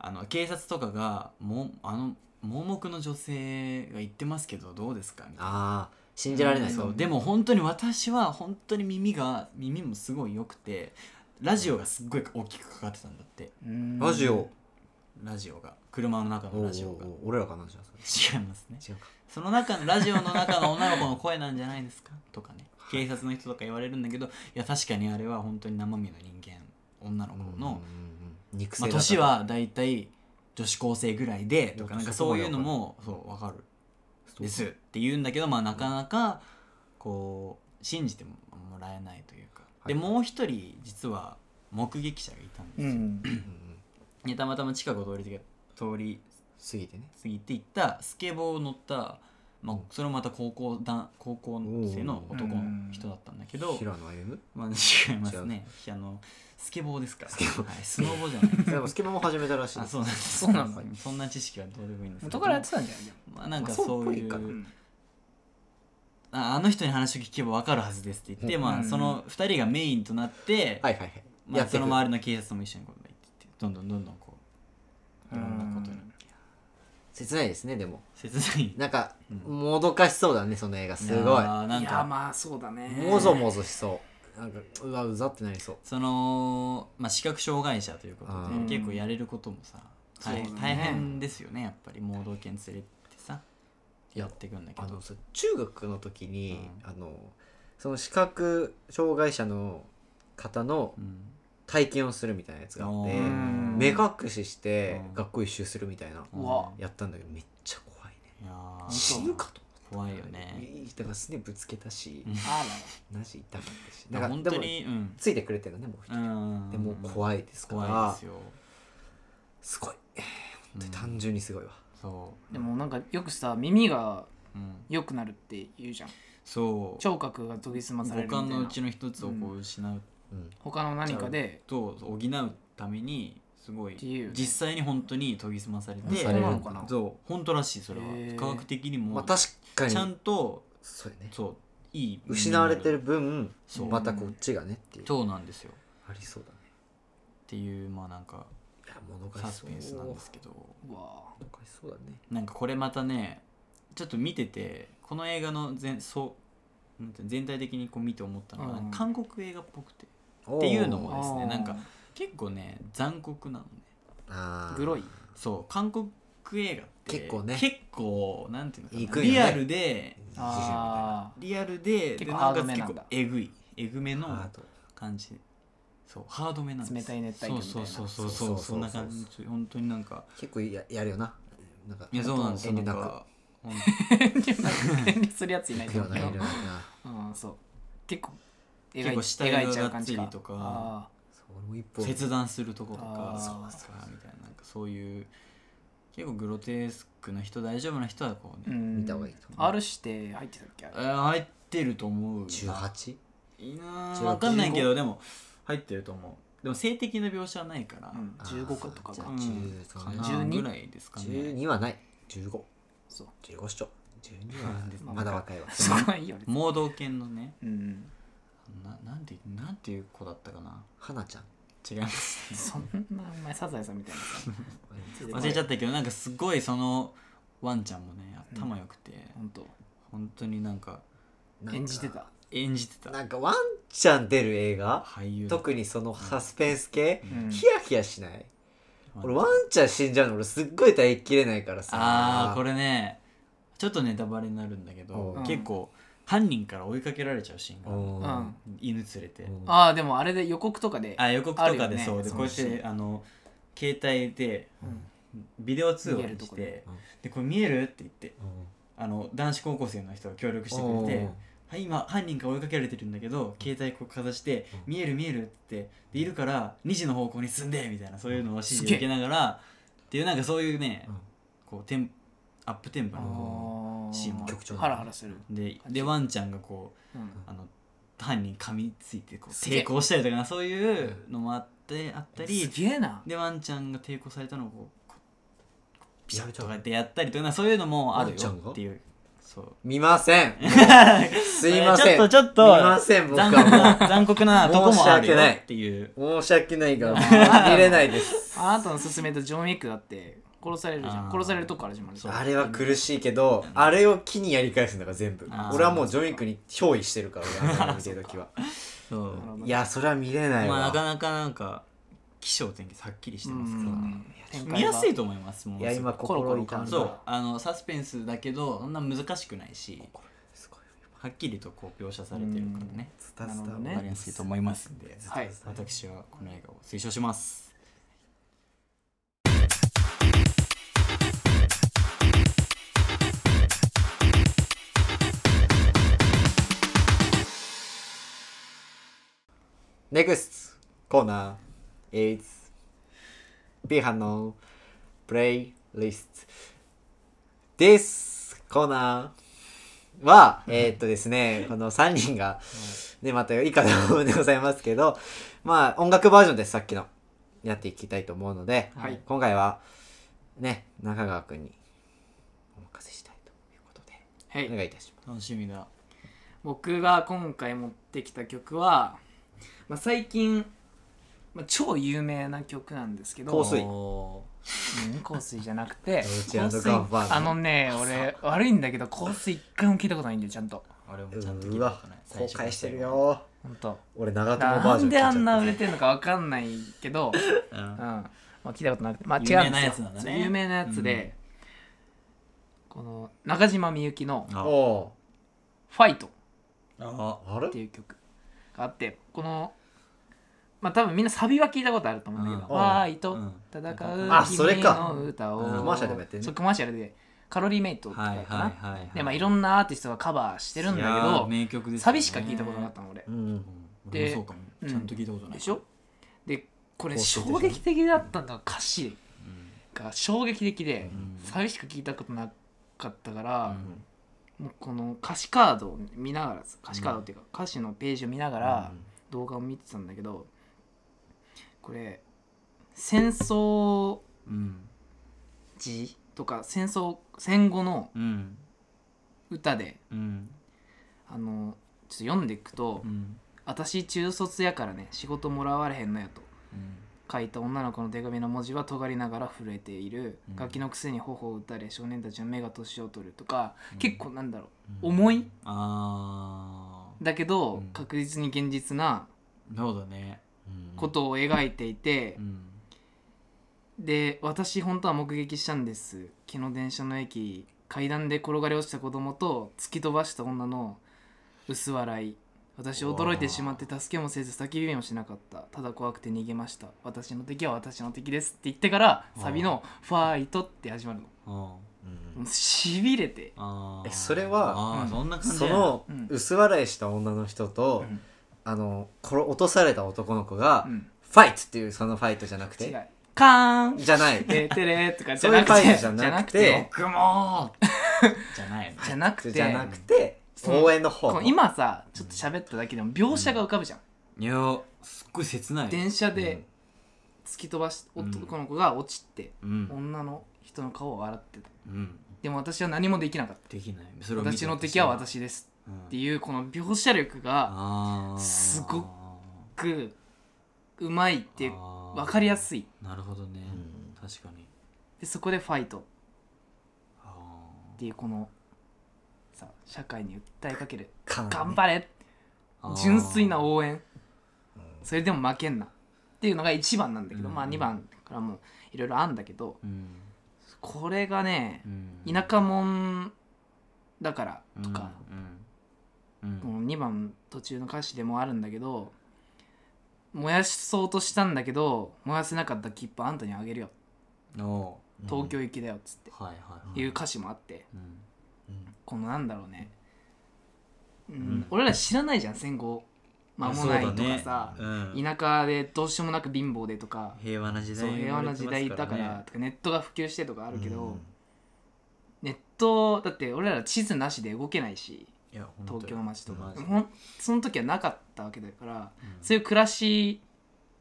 [SPEAKER 3] あの警察とかがもあの盲目の女性が言ってますけどどうですかみたいな
[SPEAKER 2] ああ、信じられない。
[SPEAKER 3] そうでも本当に私は本当に耳が耳もすごい良くてラジオがすっごい大きくかかってたんだって
[SPEAKER 1] うん
[SPEAKER 2] ラジオ。
[SPEAKER 3] ラジオが車の中
[SPEAKER 2] お
[SPEAKER 3] の
[SPEAKER 2] う
[SPEAKER 3] ラジオが
[SPEAKER 2] おうおう俺らかなじゃあそれ
[SPEAKER 3] 違いますね
[SPEAKER 2] 違うか。
[SPEAKER 3] そ の中のラジオの中の女の子の声なんじゃないですかとかね警察の人とか言われるんだけどいや確かにあれは本当に生身の人間女の子の、
[SPEAKER 2] うんうんうん、肉
[SPEAKER 3] ま
[SPEAKER 2] 声
[SPEAKER 3] あ、
[SPEAKER 2] だから
[SPEAKER 3] 年はだいたい女子高生ぐらいでとかなんか
[SPEAKER 2] そこま
[SPEAKER 3] そう
[SPEAKER 2] でわ
[SPEAKER 3] いう
[SPEAKER 2] かる
[SPEAKER 3] のもそうわかる
[SPEAKER 2] そう
[SPEAKER 3] ですって言うんだけどまあなかなかこう信じてもらえないというか、
[SPEAKER 2] はい
[SPEAKER 3] でもう一人実は目撃者がいたんで
[SPEAKER 1] う
[SPEAKER 3] すよ、
[SPEAKER 1] ん。
[SPEAKER 2] うんうん
[SPEAKER 3] でたまたま近くを通り通り
[SPEAKER 2] 過ぎてね。
[SPEAKER 3] 過ぎていったスケボーを乗った、まあ
[SPEAKER 2] うん、
[SPEAKER 3] それもまた高校だん高校生の男の人だったんだけど、
[SPEAKER 2] 平野歩夢
[SPEAKER 3] まあ、違いますねあのスケボーですから、はい、スノボじゃないです
[SPEAKER 2] でもスケボーも始めたらしい
[SPEAKER 3] あ
[SPEAKER 2] です。
[SPEAKER 3] そうなんです
[SPEAKER 1] そうなんだ
[SPEAKER 3] そんな知識はどうでもいいんですけ
[SPEAKER 1] 元
[SPEAKER 3] ど
[SPEAKER 1] からやってたんじゃない
[SPEAKER 3] まあ、なんか
[SPEAKER 2] まあそう
[SPEAKER 3] そうい
[SPEAKER 2] っぽいかう
[SPEAKER 3] う、
[SPEAKER 1] の
[SPEAKER 3] ああの人に話を聞けば分かるはずですって言って、
[SPEAKER 2] うん
[SPEAKER 3] ま
[SPEAKER 1] う
[SPEAKER 3] あ、
[SPEAKER 1] ん
[SPEAKER 3] その2人がメインとなって、
[SPEAKER 2] はいはいはい。
[SPEAKER 3] ま
[SPEAKER 2] や
[SPEAKER 3] あ、
[SPEAKER 2] って
[SPEAKER 3] そ
[SPEAKER 2] く
[SPEAKER 3] の周りの警察も一緒にこう言ってってどんどんどんどんこういろんなことに
[SPEAKER 1] うん
[SPEAKER 2] 切ないですね、でも。
[SPEAKER 3] 切ない
[SPEAKER 2] なんか、
[SPEAKER 3] うん
[SPEAKER 2] もどかしそうだね、その映画。すごい。
[SPEAKER 3] やーなん
[SPEAKER 1] いや、
[SPEAKER 3] か
[SPEAKER 1] まあそうだね。
[SPEAKER 2] もぞもぞしそう。なんか、うわ、うざってなりそう。
[SPEAKER 3] その、まあ、視覚障害者ということ
[SPEAKER 2] あ
[SPEAKER 3] で
[SPEAKER 2] ー
[SPEAKER 3] 結構やれることもさ
[SPEAKER 1] そう
[SPEAKER 3] 大
[SPEAKER 1] だね
[SPEAKER 3] 大変ですよねやっぱり盲導犬連れてさ
[SPEAKER 2] いや
[SPEAKER 3] やっていくんだけ
[SPEAKER 2] あ
[SPEAKER 3] ど
[SPEAKER 2] のそう中学の時に、
[SPEAKER 3] う
[SPEAKER 2] あのその視覚障害者の方の
[SPEAKER 3] うん
[SPEAKER 2] 体験をするみたいなやつがあって
[SPEAKER 1] うん
[SPEAKER 2] 目隠しして
[SPEAKER 3] うん
[SPEAKER 2] 学校一周するみたいな
[SPEAKER 3] うん
[SPEAKER 1] うわ
[SPEAKER 2] やったんだけどめっちゃ怖いね
[SPEAKER 3] いやー
[SPEAKER 2] 死ぬかと
[SPEAKER 3] 怖い
[SPEAKER 2] 思
[SPEAKER 3] よ
[SPEAKER 2] った
[SPEAKER 3] ね
[SPEAKER 2] いいだからすねぶつけたし
[SPEAKER 3] うん
[SPEAKER 1] あ
[SPEAKER 2] なし痛かったしだから
[SPEAKER 3] だか
[SPEAKER 2] ら
[SPEAKER 3] 本当
[SPEAKER 2] でも
[SPEAKER 3] にうん
[SPEAKER 2] ついてくれてるのねもう一人
[SPEAKER 3] うん
[SPEAKER 2] でも怖いですか
[SPEAKER 3] 怖い
[SPEAKER 2] ら
[SPEAKER 3] ですよ
[SPEAKER 2] すごい
[SPEAKER 3] うん
[SPEAKER 2] で単純にすごいわ
[SPEAKER 3] そ
[SPEAKER 1] ら。でもなんかよくさ、耳が
[SPEAKER 3] う、うん、
[SPEAKER 1] 良くなるって言うじゃん。
[SPEAKER 3] そう
[SPEAKER 1] 聴覚が研ぎ澄まされるみ
[SPEAKER 3] 五
[SPEAKER 1] たい
[SPEAKER 3] 感
[SPEAKER 1] な。
[SPEAKER 3] のうちの一つをこう失う
[SPEAKER 2] うん
[SPEAKER 1] 他の何かで。
[SPEAKER 3] と補うためにすごい
[SPEAKER 1] っていう
[SPEAKER 3] 実際に本当に研ぎ澄まされて
[SPEAKER 2] うん
[SPEAKER 1] そうなのかな。
[SPEAKER 3] そう本当らしいそれは
[SPEAKER 1] へー
[SPEAKER 3] 科学的に
[SPEAKER 2] まあ
[SPEAKER 3] も
[SPEAKER 2] 確か
[SPEAKER 3] ちゃん
[SPEAKER 2] に
[SPEAKER 3] と
[SPEAKER 2] そうよね
[SPEAKER 3] そういい
[SPEAKER 2] 失われてる分
[SPEAKER 3] そう
[SPEAKER 2] またこっちがねっていう
[SPEAKER 3] そうなんですよ
[SPEAKER 2] ありそうだね
[SPEAKER 3] っていうまあなんか
[SPEAKER 2] いやもど
[SPEAKER 3] サ
[SPEAKER 2] かし
[SPEAKER 3] ス
[SPEAKER 2] そう
[SPEAKER 3] ペンスなんですけど
[SPEAKER 1] うわ
[SPEAKER 2] もどかしそうだね
[SPEAKER 3] なんかこれまたねちょっと見ててこの映画の全そうなんて全体的にこう見て思ったのが、
[SPEAKER 1] うん
[SPEAKER 3] 韓国映画っぽくて
[SPEAKER 2] っ
[SPEAKER 3] っていうのも
[SPEAKER 1] あ
[SPEAKER 3] ですね
[SPEAKER 1] あー
[SPEAKER 3] なんか結構ね残酷なのね
[SPEAKER 1] グロ
[SPEAKER 2] い
[SPEAKER 1] い。
[SPEAKER 3] そう韓国映画って
[SPEAKER 2] 結構ね
[SPEAKER 3] 結構なんていうのかな
[SPEAKER 2] 行くよね
[SPEAKER 3] リアルで
[SPEAKER 1] あ
[SPEAKER 3] リアルで
[SPEAKER 1] 結構
[SPEAKER 3] でな
[SPEAKER 1] ハ
[SPEAKER 3] お
[SPEAKER 1] ー
[SPEAKER 3] か
[SPEAKER 1] ド
[SPEAKER 3] つ
[SPEAKER 1] めな
[SPEAKER 3] 結
[SPEAKER 1] んだ
[SPEAKER 3] 構えぐいえぐめ
[SPEAKER 2] ハー
[SPEAKER 3] の
[SPEAKER 2] ト
[SPEAKER 3] 感じそうハードめなんです
[SPEAKER 1] 冷たい熱帯魚みたい
[SPEAKER 3] そう
[SPEAKER 1] な
[SPEAKER 3] そうそうそうそ
[SPEAKER 2] そうそうそうそう
[SPEAKER 3] うそんな感じ本当になんか
[SPEAKER 2] 結構ややるよななんか
[SPEAKER 3] いやそうなんですよ
[SPEAKER 2] 遠慮
[SPEAKER 3] な
[SPEAKER 2] なんく
[SPEAKER 3] かほん
[SPEAKER 1] あ。でもなん か遠慮するやついない
[SPEAKER 2] 遠
[SPEAKER 1] と思う
[SPEAKER 2] 慮な
[SPEAKER 1] けど
[SPEAKER 2] く遠慮なくな
[SPEAKER 1] うん、そう。結構描い
[SPEAKER 3] 結構下絵が
[SPEAKER 1] 描いちゃう感じ
[SPEAKER 3] がっつりとか
[SPEAKER 1] あ
[SPEAKER 2] そう俺も一本
[SPEAKER 3] 切断するとことか
[SPEAKER 1] あー
[SPEAKER 3] そうそうそうみたいななんかそういう結構グロテスクな人大丈夫な人はこう
[SPEAKER 1] ーう
[SPEAKER 3] ね、
[SPEAKER 1] ん
[SPEAKER 2] 見た方がいいと思う
[SPEAKER 1] R して入ってたっけあれ
[SPEAKER 3] えー入ってると思うな
[SPEAKER 2] 18?
[SPEAKER 3] いいな
[SPEAKER 2] 18
[SPEAKER 3] 分かんないけどでも入ってると思うでも性的な描写はないから、
[SPEAKER 1] うん、
[SPEAKER 2] あー
[SPEAKER 1] 15個とか
[SPEAKER 2] じゃ
[SPEAKER 1] か
[SPEAKER 2] あ。
[SPEAKER 3] うん
[SPEAKER 2] 13
[SPEAKER 3] かな
[SPEAKER 1] 12
[SPEAKER 3] ぐらいですかね
[SPEAKER 2] 12はない1515
[SPEAKER 1] そう。
[SPEAKER 2] 視聴12は
[SPEAKER 3] うん
[SPEAKER 2] まだ若いわ
[SPEAKER 1] そこはいいよね。
[SPEAKER 3] 盲導犬のね
[SPEAKER 1] うん。
[SPEAKER 3] ななんてなんていう子だったかな
[SPEAKER 2] 花ちゃん
[SPEAKER 3] 違いますね
[SPEAKER 1] そんな、お前、サザエさんみたいな
[SPEAKER 3] 忘れちゃったけどなんかすごいそのワンちゃんもね頭良くて、
[SPEAKER 1] ほんと。
[SPEAKER 3] 本当になんか
[SPEAKER 2] なんか
[SPEAKER 1] 演じてた。
[SPEAKER 3] 演じてた
[SPEAKER 2] なんかワンちゃん出る映画
[SPEAKER 3] 俳優だ
[SPEAKER 2] 特にそのサスペンス系
[SPEAKER 1] うん
[SPEAKER 2] ヒヤヒヤしない俺ワンちゃん死んじゃうの俺すっごい耐えきれないからさ
[SPEAKER 3] ああこれねちょっとネタバレになるんだけ
[SPEAKER 2] う
[SPEAKER 3] ど
[SPEAKER 2] ん
[SPEAKER 3] 結構犯人から追いかけられちゃうシーンが
[SPEAKER 2] お
[SPEAKER 1] う
[SPEAKER 2] ー
[SPEAKER 1] ん。
[SPEAKER 3] 犬連れて
[SPEAKER 1] ああ、でもあれで予告とかで。
[SPEAKER 3] あ予告とか
[SPEAKER 1] ある
[SPEAKER 3] で
[SPEAKER 1] よね
[SPEAKER 3] そうで
[SPEAKER 1] そ
[SPEAKER 3] こ
[SPEAKER 1] の
[SPEAKER 3] うやっ
[SPEAKER 1] シーン
[SPEAKER 3] てあの携帯で
[SPEAKER 1] うん
[SPEAKER 3] ビデオ通話
[SPEAKER 1] 見える
[SPEAKER 3] に
[SPEAKER 1] と
[SPEAKER 3] し
[SPEAKER 1] こ
[SPEAKER 3] て
[SPEAKER 1] で
[SPEAKER 2] うん
[SPEAKER 3] でこれ見えるって言って
[SPEAKER 2] うん
[SPEAKER 3] あの男子高校生の人が協力してくれてはい、今犯人が追いかけられてるんだけど携帯こうかざして「
[SPEAKER 2] うん
[SPEAKER 3] 見える見える」って言ってでいるから2時の方向に進んでみたいなそういうのを指示を受けながらっていうなんかそういうね、
[SPEAKER 2] うん
[SPEAKER 3] こうテンアップテンポ
[SPEAKER 1] あ
[SPEAKER 3] の
[SPEAKER 1] ー
[SPEAKER 3] シーンも
[SPEAKER 2] 曲調
[SPEAKER 1] ハラハラする。
[SPEAKER 3] ででワンちゃんがこう
[SPEAKER 1] うん。
[SPEAKER 3] あの犯人噛みついてこう
[SPEAKER 1] すげえ
[SPEAKER 3] 抵抗したりとかそういうのもあってあったり
[SPEAKER 1] すげえな。
[SPEAKER 3] でワンちゃんが抵抗されたのをこうこうピシャ
[SPEAKER 2] やめ
[SPEAKER 3] ッ
[SPEAKER 2] ちゃ
[SPEAKER 3] と
[SPEAKER 2] う
[SPEAKER 3] かやってやったりとかそういうのもある
[SPEAKER 2] ワンちゃ
[SPEAKER 3] よ
[SPEAKER 2] んが
[SPEAKER 3] っていうそう。
[SPEAKER 2] 見ません。 すいません。
[SPEAKER 3] ちょっとちょっと
[SPEAKER 2] 見ません、僕
[SPEAKER 3] 残酷
[SPEAKER 2] は
[SPEAKER 3] な、残酷なとこもあ
[SPEAKER 2] 申
[SPEAKER 3] るよ
[SPEAKER 2] し訳ない
[SPEAKER 3] っていう。
[SPEAKER 2] もう。申し訳ないが、
[SPEAKER 1] ー
[SPEAKER 2] 見れないです。
[SPEAKER 1] あなたの勧めたジョン・ウィックだって殺されるじゃ
[SPEAKER 3] あ
[SPEAKER 1] ん
[SPEAKER 3] ー
[SPEAKER 1] 殺されるとこから始まるじゃん
[SPEAKER 2] あれは苦しいけど、あれを機にやり返すんだから全部
[SPEAKER 3] あ。ー
[SPEAKER 2] 俺はもうジョニックに憑依してるから、俺はあの見てるとき は。
[SPEAKER 3] そう。
[SPEAKER 1] なるほどね
[SPEAKER 2] いや、それは見れないわ。
[SPEAKER 3] まあ、なかなかなんか、起承転結はっきりしてますけど
[SPEAKER 1] う
[SPEAKER 3] ね
[SPEAKER 1] ん。展開が
[SPEAKER 3] 見やすいと思います、もう
[SPEAKER 2] いや、今、
[SPEAKER 1] コロコ
[SPEAKER 2] 心
[SPEAKER 1] ロ
[SPEAKER 2] 痛んだ。
[SPEAKER 3] そう。あの、サスペンスだけど、そんな難しくないし、
[SPEAKER 2] すごい。
[SPEAKER 3] はっきりとこう描写されてるからね。
[SPEAKER 2] スタ
[SPEAKER 1] な
[SPEAKER 2] ス
[SPEAKER 1] るほ
[SPEAKER 2] タ
[SPEAKER 1] ど
[SPEAKER 2] も
[SPEAKER 1] ね
[SPEAKER 3] わかりやすいと思いますんで、
[SPEAKER 1] はい
[SPEAKER 3] 私はこの映画を推奨します。
[SPEAKER 2] NEXT コーナー is B 班のプレイリスト This コーナーは、えーっとですね、この3人が、ね、また以下のでございますけど、まあ、音楽バージョンです、さっきの。やっていきたいと思うので、
[SPEAKER 1] はい
[SPEAKER 2] 今回は、ね、中川くんにお任せしたいということで、
[SPEAKER 1] はい
[SPEAKER 2] お願いいたしま
[SPEAKER 3] 楽しみだ。
[SPEAKER 1] 僕が今回持ってきた曲は、まあ、最近、まあ、超有名な曲なんですけど
[SPEAKER 2] 香水
[SPEAKER 3] お
[SPEAKER 1] うん香水じゃなく て
[SPEAKER 2] す。ドル
[SPEAKER 1] 香
[SPEAKER 2] チェ
[SPEAKER 1] 水
[SPEAKER 2] ガッバーナ
[SPEAKER 1] あのね俺悪いんだけど香水一回も聞いたことないんだよちゃんと
[SPEAKER 3] ー俺もちゃんと聞
[SPEAKER 2] う
[SPEAKER 3] いた
[SPEAKER 2] わ
[SPEAKER 3] ことない。、
[SPEAKER 2] 後悔してる。よ。
[SPEAKER 1] ほんと
[SPEAKER 2] 俺、長友バ
[SPEAKER 1] な
[SPEAKER 2] ージ
[SPEAKER 1] ん
[SPEAKER 2] ョン聞い
[SPEAKER 1] で
[SPEAKER 2] ちゃった
[SPEAKER 1] あんな売れてるのかわかんないけど、
[SPEAKER 3] 最初から
[SPEAKER 1] うん
[SPEAKER 3] うん
[SPEAKER 1] まあ、聞いたことなくてまあ違うんです
[SPEAKER 3] 有
[SPEAKER 1] よ
[SPEAKER 3] 名なやつなんだね
[SPEAKER 1] そう有名なやつで、この中島みゆきの
[SPEAKER 3] あ
[SPEAKER 2] おう
[SPEAKER 1] 「ファイト」
[SPEAKER 3] あ
[SPEAKER 2] あれ
[SPEAKER 1] っていう曲があってこのまあ多分みんなサビは聞いたことあると思うんだけど「
[SPEAKER 3] うん
[SPEAKER 1] ファイト」
[SPEAKER 3] うん
[SPEAKER 1] 戦
[SPEAKER 2] あ
[SPEAKER 1] う
[SPEAKER 2] それ
[SPEAKER 1] 君
[SPEAKER 2] か
[SPEAKER 1] の歌を
[SPEAKER 3] うん
[SPEAKER 2] コマーシャルもやってんね
[SPEAKER 1] そうコマーシャルでカロリーメイトとか
[SPEAKER 3] はい
[SPEAKER 1] か
[SPEAKER 3] はい
[SPEAKER 1] な、
[SPEAKER 3] はいはい。
[SPEAKER 1] でまあいろんなアーティストがカバーしてるんだけ
[SPEAKER 3] いやー
[SPEAKER 1] ど
[SPEAKER 3] 名曲ですよね
[SPEAKER 1] サビしか聞いたことなかったの俺、
[SPEAKER 2] うん
[SPEAKER 3] うん
[SPEAKER 1] で
[SPEAKER 3] 俺もそうかも
[SPEAKER 1] うん
[SPEAKER 3] ちゃんと聞いたことない
[SPEAKER 1] でしょでこれ
[SPEAKER 2] こうしてて
[SPEAKER 1] 衝撃的だったんだ歌詞
[SPEAKER 3] うん
[SPEAKER 1] が衝撃的で、
[SPEAKER 3] うん
[SPEAKER 1] サビしか聞いたことなかったか
[SPEAKER 3] う
[SPEAKER 1] ら、
[SPEAKER 3] ん
[SPEAKER 1] もうこの歌詞カードを見ながら歌詞カードっていうか歌詞のページを見ながら、動画を見てたんだけどこれ戦争
[SPEAKER 3] うん
[SPEAKER 1] 時とか戦争戦後の
[SPEAKER 3] うん
[SPEAKER 1] 歌で
[SPEAKER 3] うん
[SPEAKER 1] あのちょっと読んでいくと
[SPEAKER 3] うん
[SPEAKER 1] 「私中卒やからね仕事もらわれへんのや」と
[SPEAKER 3] うん
[SPEAKER 1] 書いた女の子の手紙の文字は尖りながら震えている、
[SPEAKER 3] うん
[SPEAKER 1] ガキのくせに頬を打たれ少年たちの目が年を取るとか、結構なんだろ
[SPEAKER 3] うん
[SPEAKER 1] 重い
[SPEAKER 3] あ
[SPEAKER 1] うだけど、
[SPEAKER 3] うん
[SPEAKER 1] 確実に現実な
[SPEAKER 3] ーそうだね
[SPEAKER 1] ことを描いていて
[SPEAKER 3] う、ん
[SPEAKER 1] で私本当は目撃したんです昨日電車の駅階段で転がり落ちた子供と突き飛ばした女の薄笑い私驚いてしまって助けもせず叫びもしなかったただ怖くて逃げました私の敵は私の敵ですって言ってからサビの「ファイト」って始まるの
[SPEAKER 3] あ
[SPEAKER 2] うん
[SPEAKER 1] もうしびれて、
[SPEAKER 3] あ
[SPEAKER 2] えそれは
[SPEAKER 3] あー
[SPEAKER 1] うん
[SPEAKER 3] そんな感じ
[SPEAKER 2] そ
[SPEAKER 3] だよ
[SPEAKER 2] の
[SPEAKER 1] うん
[SPEAKER 2] 薄笑いした女の人と、
[SPEAKER 1] うん
[SPEAKER 2] あのこれ落とされた男の子が、
[SPEAKER 1] うん
[SPEAKER 2] ファイトっていうそのファイトじゃなく
[SPEAKER 1] 違
[SPEAKER 2] て
[SPEAKER 1] う「カーン!」
[SPEAKER 2] じゃない
[SPEAKER 1] ててれーとかじ
[SPEAKER 2] そ
[SPEAKER 1] ゃ
[SPEAKER 2] うい
[SPEAKER 1] な
[SPEAKER 2] う
[SPEAKER 1] く
[SPEAKER 2] ファイ
[SPEAKER 1] て
[SPEAKER 2] トじゃなく
[SPEAKER 1] じ
[SPEAKER 2] て
[SPEAKER 3] 僕もじゃないの
[SPEAKER 1] ゃなくて
[SPEAKER 2] じゃなくて
[SPEAKER 1] その
[SPEAKER 2] 応援の方
[SPEAKER 1] この今さちょっと喋っただけでも描写が浮かぶじゃん、
[SPEAKER 3] いやすっごい切ない
[SPEAKER 1] 電車
[SPEAKER 2] うん
[SPEAKER 1] で、突き飛ばし男の子が落ちて、
[SPEAKER 3] うん
[SPEAKER 1] 女の人の顔を笑ってた
[SPEAKER 3] うん
[SPEAKER 1] でも私は何もできなかった
[SPEAKER 3] できないそれを見て
[SPEAKER 1] 私の敵は私です
[SPEAKER 3] うん
[SPEAKER 1] っていうこの描写力が
[SPEAKER 3] あー
[SPEAKER 1] すごくうまいっていう
[SPEAKER 3] あー
[SPEAKER 1] 分かりやすい
[SPEAKER 3] なるほどね
[SPEAKER 2] うん
[SPEAKER 3] 確かに
[SPEAKER 1] でそこで「ファイト」
[SPEAKER 3] あ
[SPEAKER 1] っていうこのさ社会に訴えかける
[SPEAKER 2] か
[SPEAKER 1] 「
[SPEAKER 2] ん
[SPEAKER 1] 頑張れ!
[SPEAKER 3] ー」
[SPEAKER 1] 純粋な
[SPEAKER 3] あ
[SPEAKER 1] 応援
[SPEAKER 2] うん
[SPEAKER 1] それでも負けんなっていうのが1番なんだけど、
[SPEAKER 3] うん
[SPEAKER 1] まあ2番からもいろいろあんだけど
[SPEAKER 3] ーうん
[SPEAKER 1] これがね
[SPEAKER 3] うん
[SPEAKER 1] 田舎者だからとか、
[SPEAKER 3] うんうん
[SPEAKER 1] この2番途中の歌詞でもあるんだけど燃やそうとしたんだけど燃やせなかった切符あんたにあげるよ
[SPEAKER 3] うんお
[SPEAKER 1] 東京行きだよっつって、
[SPEAKER 3] ーはいはいはい
[SPEAKER 1] いう歌詞もあって
[SPEAKER 3] うん
[SPEAKER 2] うん
[SPEAKER 1] このなんだろうね、うん
[SPEAKER 3] ん
[SPEAKER 1] 俺ら知らないじゃん戦後間もないとかさ、
[SPEAKER 3] うん
[SPEAKER 1] 田舎でどうしようもなく貧乏でとか
[SPEAKER 3] 平和な時代
[SPEAKER 1] そう平和な時代だか
[SPEAKER 3] 言わ
[SPEAKER 1] ら
[SPEAKER 3] れてます
[SPEAKER 1] ネットが普及してとかあるけど、
[SPEAKER 2] うん
[SPEAKER 1] ネットだって俺ら地図なしで動けないし
[SPEAKER 3] らねいや本当
[SPEAKER 1] 東京の街と
[SPEAKER 3] マ
[SPEAKER 1] か
[SPEAKER 3] ジで
[SPEAKER 1] ほんその時はなかったわけだから
[SPEAKER 3] うん
[SPEAKER 1] そういう暮らし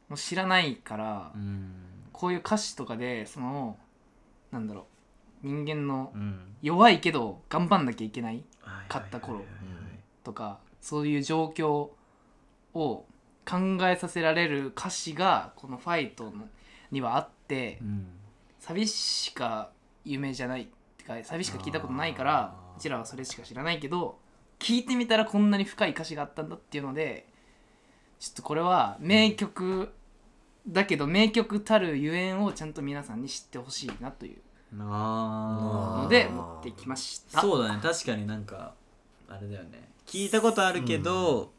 [SPEAKER 1] も知らないから、
[SPEAKER 3] うん
[SPEAKER 1] こういう歌詞とかでそのなんだろう人間の
[SPEAKER 2] うん
[SPEAKER 1] 弱いけど頑張んなきゃいけない買った頃
[SPEAKER 3] はいはいはいはい
[SPEAKER 1] とかそういう状況を考えさせられる歌詞がこの「ファイトの」にはあって
[SPEAKER 2] うん
[SPEAKER 1] 寂しか夢じゃないってか寂しか聞いたことないから
[SPEAKER 2] あー
[SPEAKER 1] うちらはそれしか知らないけど聞いてみたらこんなに深い歌詞があったんだっていうのでちょっとこれは名曲だけど名曲たるゆえんをちゃんと皆さんに知ってほしいなという
[SPEAKER 3] あ
[SPEAKER 1] の
[SPEAKER 3] ー
[SPEAKER 1] で持ってきました。
[SPEAKER 3] そうだね確かになんかあれだよね聞いたことあるけど、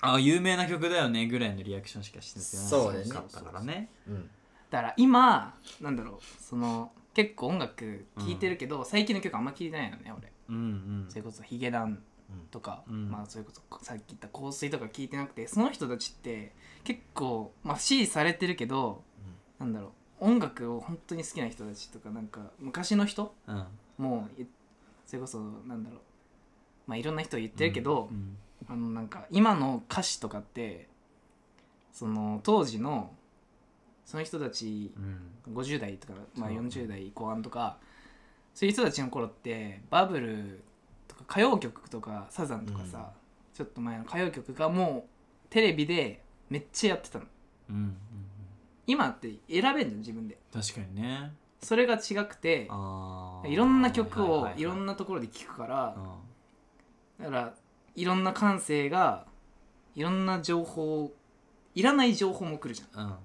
[SPEAKER 3] あ有名な曲だよねぐらいのリアクションしかして
[SPEAKER 2] そうですね
[SPEAKER 3] かったからね
[SPEAKER 2] うん
[SPEAKER 1] だから今なんだろうその結構音楽聴いてるけど、最近の曲あんま聴いてないのね俺
[SPEAKER 3] うんうん
[SPEAKER 1] それこそヒゲダン
[SPEAKER 2] うん
[SPEAKER 1] とか、
[SPEAKER 3] うん
[SPEAKER 1] まあそれこそさっき言った香水とか聴いてなくてその人たちって結構まあ支持されてるけどなんだろう音楽を本当に好きな人たちとかなんか昔の人
[SPEAKER 3] うん
[SPEAKER 1] もういそれこそなんだろうまあいろんな人言ってるけど、
[SPEAKER 3] うん
[SPEAKER 1] あのなんか今の歌詞とかってその当時のその人たち
[SPEAKER 3] うん
[SPEAKER 1] 50代とか、まあ、
[SPEAKER 3] そう
[SPEAKER 1] 40代後半とかそういう人たちの頃ってバブルとか歌謡曲とかサザンとかさ、ちょっと前の歌謡曲がもうテレビでめっちゃやってたの
[SPEAKER 3] うんうん
[SPEAKER 1] 今って選べんじゃん自分で
[SPEAKER 3] 確かにね
[SPEAKER 1] それが違くて
[SPEAKER 3] あー
[SPEAKER 1] いろんな曲を
[SPEAKER 3] はい
[SPEAKER 1] ろん
[SPEAKER 3] な
[SPEAKER 1] なところで聴くからだからいろんな感性がいろんな情報いらない情報も来るじゃん
[SPEAKER 3] うんうん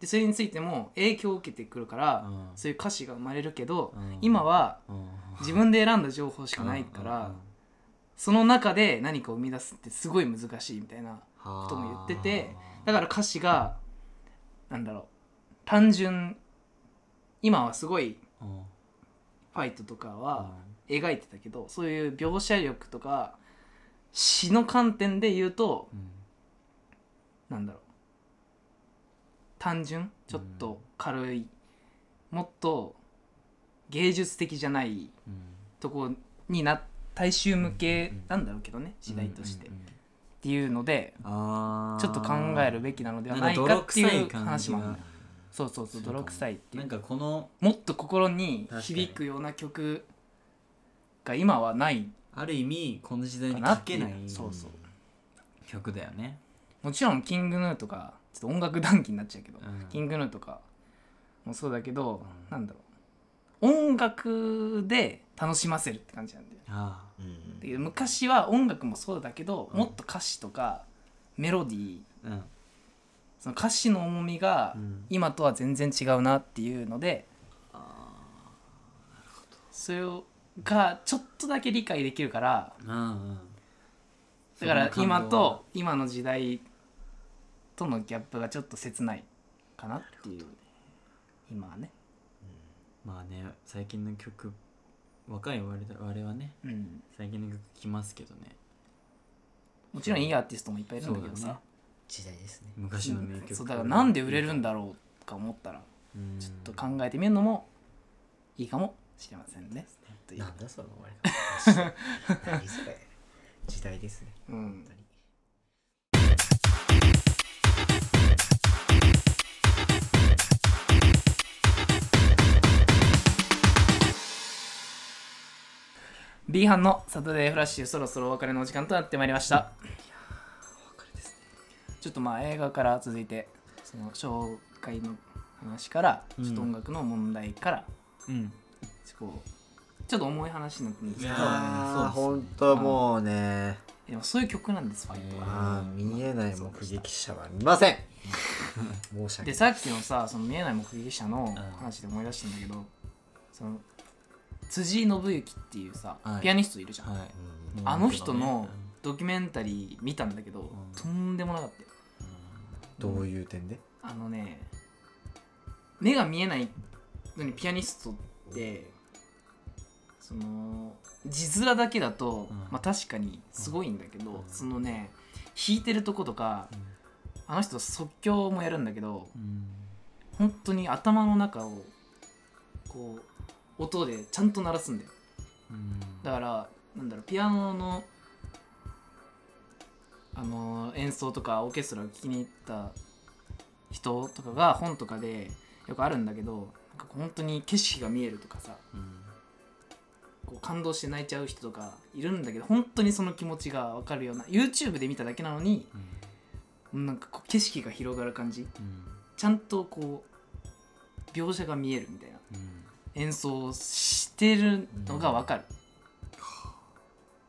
[SPEAKER 1] でそれについても影響を受けてくるから
[SPEAKER 3] うん
[SPEAKER 1] そういう歌詞が生まれるけど
[SPEAKER 3] うん
[SPEAKER 1] 今は
[SPEAKER 3] うん
[SPEAKER 1] 自分で選んだ情報しかないか
[SPEAKER 3] う
[SPEAKER 1] ら
[SPEAKER 3] んうん
[SPEAKER 1] その中で何かを生み出すってすごい難しいみたいな
[SPEAKER 2] こと
[SPEAKER 1] も言っててだから歌詞がなんだろう単純今はすごい
[SPEAKER 3] ら、うん
[SPEAKER 1] ファイトとかは描いてたけどそういう描写力とか詩の観点で言うと
[SPEAKER 3] うん
[SPEAKER 1] なんだろう単純ちょっと軽いもっと芸術的じゃない
[SPEAKER 3] うん
[SPEAKER 1] とこにな大衆向け
[SPEAKER 3] うんうんうん
[SPEAKER 1] なんだろうけどね時代として、
[SPEAKER 3] うんうんうん
[SPEAKER 1] っていうので
[SPEAKER 3] あー
[SPEAKER 1] ちょっと考えるべきなのではないかって
[SPEAKER 3] なんか泥臭
[SPEAKER 1] い
[SPEAKER 3] いう感じが
[SPEAKER 1] 話もあるそうそうそう
[SPEAKER 3] そうかも
[SPEAKER 1] 泥臭いってい
[SPEAKER 3] なん
[SPEAKER 1] う
[SPEAKER 3] かこの
[SPEAKER 1] もっと心に響くような曲が今はない
[SPEAKER 3] ある意味この時代に書けない
[SPEAKER 1] かなっていうそうそう
[SPEAKER 3] 曲だよね、
[SPEAKER 1] もちろんキングヌーとかちょっと音楽談義になっちゃうけど、
[SPEAKER 3] うん
[SPEAKER 1] キングヌーとかもそうだけど、
[SPEAKER 3] うん
[SPEAKER 1] なんだろう音楽で楽しませるって感じなんだよ
[SPEAKER 3] あ
[SPEAKER 2] うん
[SPEAKER 1] で昔は音楽もそうだけど、
[SPEAKER 3] うん
[SPEAKER 1] もっと歌詞とかメロディー
[SPEAKER 3] あうん
[SPEAKER 1] その歌詞の重みが
[SPEAKER 3] うん
[SPEAKER 1] 今とは全然違うなっていうので、
[SPEAKER 3] あ
[SPEAKER 1] それがちょっとだけ理解できるから
[SPEAKER 3] ーうんうん
[SPEAKER 1] だから
[SPEAKER 3] その
[SPEAKER 1] 今
[SPEAKER 3] 感動は
[SPEAKER 1] と今の時代とのギャップがちょっと切ないかなっていう、今はね、
[SPEAKER 3] まあね最近の曲若い我々我々はね
[SPEAKER 1] うん、
[SPEAKER 3] 最近の曲聴きますけどね
[SPEAKER 1] もちろんいいアーティストもいっぱいいるんだけど
[SPEAKER 3] そうだ
[SPEAKER 1] さ
[SPEAKER 3] ね
[SPEAKER 2] 時代ですね
[SPEAKER 3] 昔の名曲
[SPEAKER 1] そうだからなんで売れるんだろうとか思ったら
[SPEAKER 3] うん
[SPEAKER 1] ちょっと考えてみるのもいいかもしれませんね。という
[SPEAKER 2] なんだその終わり方 何それ時代ですね
[SPEAKER 1] うん
[SPEAKER 2] 本当に
[SPEAKER 1] ビーハンのサタデーフラッシュそろそろお別れのお時間となってまいりました。ちょっとまあ映画から続いてその紹介の話から
[SPEAKER 3] うん
[SPEAKER 1] ちょっと音楽の問題から、
[SPEAKER 3] うん
[SPEAKER 1] ちょっとこうちょっと重い話になったんです
[SPEAKER 3] い
[SPEAKER 1] けど
[SPEAKER 3] や
[SPEAKER 2] あ
[SPEAKER 3] ー
[SPEAKER 2] ー
[SPEAKER 3] そう
[SPEAKER 2] 本
[SPEAKER 3] ですね
[SPEAKER 2] 当もうね
[SPEAKER 1] でもそういう曲なんですファイトは。
[SPEAKER 2] あー見えない目撃者は見ません申し訳
[SPEAKER 1] で
[SPEAKER 2] ない
[SPEAKER 1] さっきのさその見えない目撃者の話で思い出したんだけどその辻井信之っていうさ、
[SPEAKER 3] はい
[SPEAKER 1] ピアニストいるじゃん、
[SPEAKER 3] はい
[SPEAKER 2] うん
[SPEAKER 1] あの人のドキュメンタリー見たんだけど、
[SPEAKER 3] ん
[SPEAKER 1] とんでもなかったよ
[SPEAKER 2] どういう点で
[SPEAKER 1] あのね目が見えないのにピアニストってその字面だけだと、
[SPEAKER 3] うん
[SPEAKER 1] まあ確かにすごいんだけど、
[SPEAKER 3] うん
[SPEAKER 1] そのね弾いてるとことかあの人即興もやるんだけど
[SPEAKER 3] うん
[SPEAKER 1] 本当に頭の中をこう音でちゃんと鳴らすんだよ
[SPEAKER 3] うん
[SPEAKER 1] だからなんだろうピアノのあの演奏とかオーケストラを聴きに行った人とかが本とかでよくあるんだけどかこう本当に景色が見えるとかさ
[SPEAKER 3] うん
[SPEAKER 1] こう感動して泣いちゃう人とかいるんだけど本当にその気持ちが分かるような YouTube で見ただけなのに
[SPEAKER 3] うん
[SPEAKER 1] なんかこう景色が広がる感じ
[SPEAKER 3] うん
[SPEAKER 1] ちゃんとこう描写が見えるみたいな
[SPEAKER 3] うん
[SPEAKER 1] 演奏してるのが分かる、